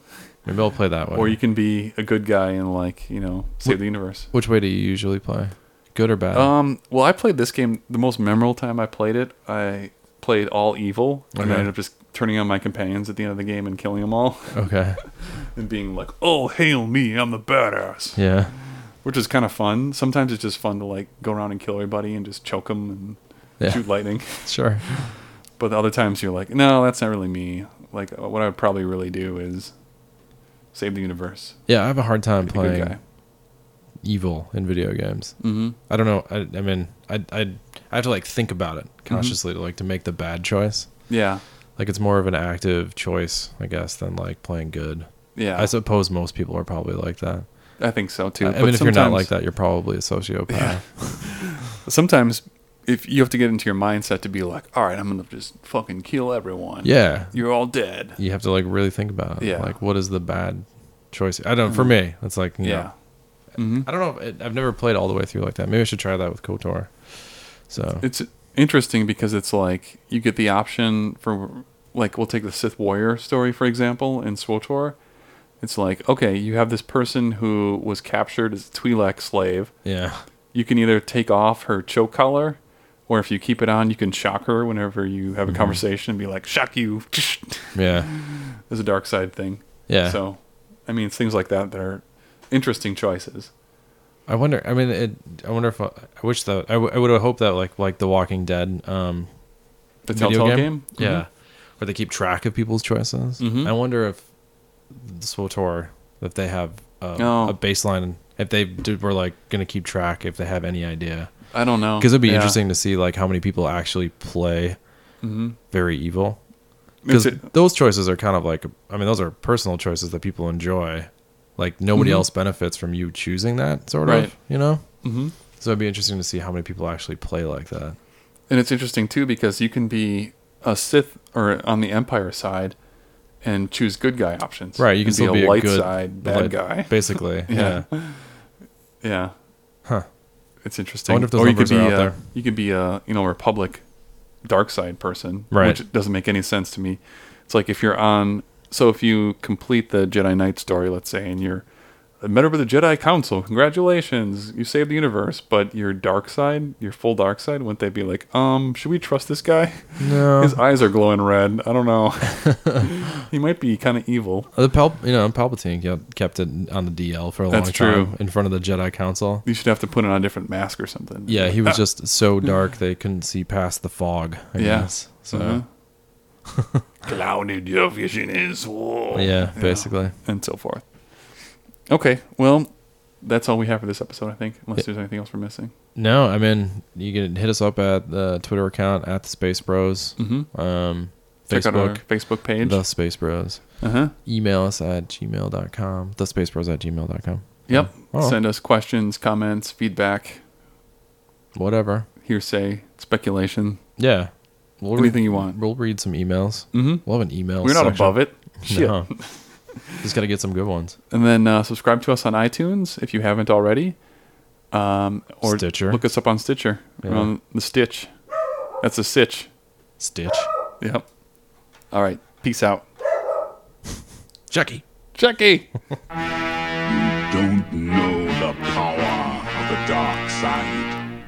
Speaker 2: Maybe I'll play that way.
Speaker 1: Or you can be a good guy and like, you know, save the universe.
Speaker 2: Which way do you usually play? Good or bad?
Speaker 1: Um, well, I played this game the most memorable time I played it. I played all evil and
Speaker 2: Okay.
Speaker 1: I ended up just turning on my companions at the end of the game and killing them all
Speaker 2: okay.
Speaker 1: and being like, "Oh, hail me! I'm the badass,"
Speaker 2: Yeah.
Speaker 1: which is kind of fun. Sometimes it's just fun to like go around and kill everybody and just choke them and
Speaker 2: Yeah.
Speaker 1: shoot lightning.
Speaker 2: Sure.
Speaker 1: But other times you're like, no, that's not really me. Like uh, what I would probably really do is save the universe.
Speaker 2: Yeah, I have a hard time
Speaker 1: Be a good guy.
Speaker 2: playing evil in video games.
Speaker 1: Mhm.
Speaker 2: I don't know. I, I mean, I, I I have to like think about it
Speaker 1: Mm-hmm.
Speaker 2: consciously to like to make the bad choice.
Speaker 1: Yeah.
Speaker 2: Like it's more of an active choice, I guess, than like playing good.
Speaker 1: Yeah.
Speaker 2: I suppose most people are probably like that.
Speaker 1: I think so too.
Speaker 2: I mean, if you're not like that, you're probably a sociopath.
Speaker 1: sometimes if you have to get into your mindset to be like, all right, I'm gonna just fucking kill everyone.
Speaker 2: Yeah.
Speaker 1: You're all dead.
Speaker 2: You have to like really think about it.
Speaker 1: Yeah. Mm-hmm.
Speaker 2: Like what is the bad choice? I don't for me, it's like, you
Speaker 1: Yeah.
Speaker 2: know, I don't know. if It, I've never played all the way through like that. Maybe I should try that with Kotor. So
Speaker 1: It's interesting because it's like you get the option for like we'll take the Sith warrior story for example in SWTOR. It's like okay, you have this person who was captured as a Twi'lek slave.
Speaker 2: yeah.
Speaker 1: You can either take off her choke collar, or if you keep it on, you can shock her whenever you have a
Speaker 2: Mm-hmm.
Speaker 1: conversation and be like, "Shock you!"
Speaker 2: Yeah.
Speaker 1: There's a dark side thing.
Speaker 2: Yeah.
Speaker 1: So, I mean, it's things like that that are interesting choices.
Speaker 2: I wonder. I mean, it, I wonder if I, I wish that I, w- I would have hoped that like like The Walking Dead um
Speaker 1: The
Speaker 2: video
Speaker 1: Telltale game, Mm-hmm.
Speaker 2: yeah, where they keep track of people's choices.
Speaker 1: Mhm.
Speaker 2: I wonder if SWTOR if they have a,
Speaker 1: Oh.
Speaker 2: a baseline if they did, were like going to keep track if they have any idea
Speaker 1: Mm-hmm. I don't know
Speaker 2: because it'd be
Speaker 1: Oh, Yeah.
Speaker 2: interesting to see like how many people actually play
Speaker 1: Mm-hmm.
Speaker 2: very evil
Speaker 1: It's
Speaker 2: because
Speaker 1: a-
Speaker 2: those choices are kind of like I mean those are personal choices that people enjoy. Like nobody else benefits from you choosing that sort
Speaker 1: Mm-hmm. Right.
Speaker 2: of, you know. Mm-hmm. So it'd be interesting to see how many people actually play like that.
Speaker 1: And it's interesting too because you can be a Sith or on the Empire side and choose good guy options.
Speaker 2: Right, you can
Speaker 1: And
Speaker 2: still be a
Speaker 1: light
Speaker 2: good
Speaker 1: side bad
Speaker 2: like,
Speaker 1: guy.
Speaker 2: basically. yeah.
Speaker 1: Yeah. yeah.
Speaker 2: Huh.
Speaker 1: It's interesting.
Speaker 2: I wonder if those
Speaker 1: or you could
Speaker 2: numbers are
Speaker 1: be
Speaker 2: out
Speaker 1: a,
Speaker 2: there.
Speaker 1: you could be a you know Republic dark side person,
Speaker 2: Right.
Speaker 1: which doesn't make any sense to me. It's like if you're on so if you complete the Jedi Knight story, let's say, and you're a member of the Jedi Council, congratulations, you saved the universe, but your dark side, your full dark side, wouldn't they be like, um, should we trust this guy?
Speaker 2: No.
Speaker 1: His eyes are glowing red. I don't know. he might be kind of evil.
Speaker 2: The Palp, you know, Palpatine kept- kept it on the DL for a
Speaker 1: That's
Speaker 2: long time
Speaker 1: true.
Speaker 2: in front of the Jedi Council.
Speaker 1: You should have to put on a different mask or something.
Speaker 2: Yeah, he was just so dark they couldn't see past the fog. I
Speaker 1: Yeah. Uh-huh.
Speaker 2: guess. So
Speaker 1: Clouded your vision is war.
Speaker 2: Mm-hmm. yeah, basically.
Speaker 1: And so forth. Okay, well, that's all we have for this episode, I think, unless there's anything else we're missing.
Speaker 2: No, I mean you can hit us up at the Twitter account at the Space Bros.
Speaker 1: Mhm.
Speaker 2: Um,
Speaker 1: Check out our
Speaker 2: Facebook,
Speaker 1: Facebook page.
Speaker 2: the Space Bros.
Speaker 1: uh-huh.
Speaker 2: Email us at gmail.com, the Space Bros at gmail.com.
Speaker 1: Yep.
Speaker 2: Oh.
Speaker 1: Send us questions, comments, feedback,
Speaker 2: Whatever.
Speaker 1: hearsay, speculation,
Speaker 2: Yeah. We'll read-
Speaker 1: anything you want.
Speaker 2: We'll read some emails.
Speaker 1: Mhm.
Speaker 2: We'll have an email.
Speaker 1: We're not
Speaker 2: section.
Speaker 1: above it. Shit.
Speaker 2: No. Just got to get some good ones.
Speaker 1: And then uh, subscribe to us on iTunes if you haven't already. Um, or
Speaker 2: Stitcher.
Speaker 1: look us up on Stitcher. We're
Speaker 2: Yeah.
Speaker 1: on the Stitch. That's a Stitch.
Speaker 2: Stitch.
Speaker 1: Yep. All right. Peace out.
Speaker 2: Jackie.
Speaker 1: Jackie!
Speaker 5: don't know the power of the dark side.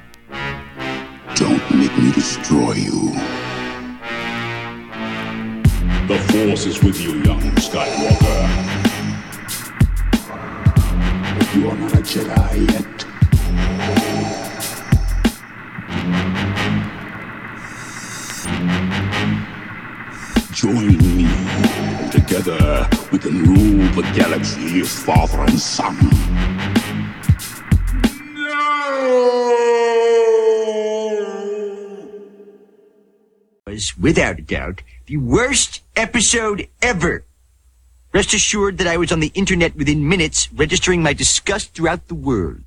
Speaker 5: Don't make me destroy you. The Force is with you, young Skywalker. But you are not a Jedi yet. Join me, and together we can rule the galaxy as father and son. No!
Speaker 6: was, without a doubt, the worst episode ever. Rest assured that I was on the internet within minutes, registering my disgust throughout the world.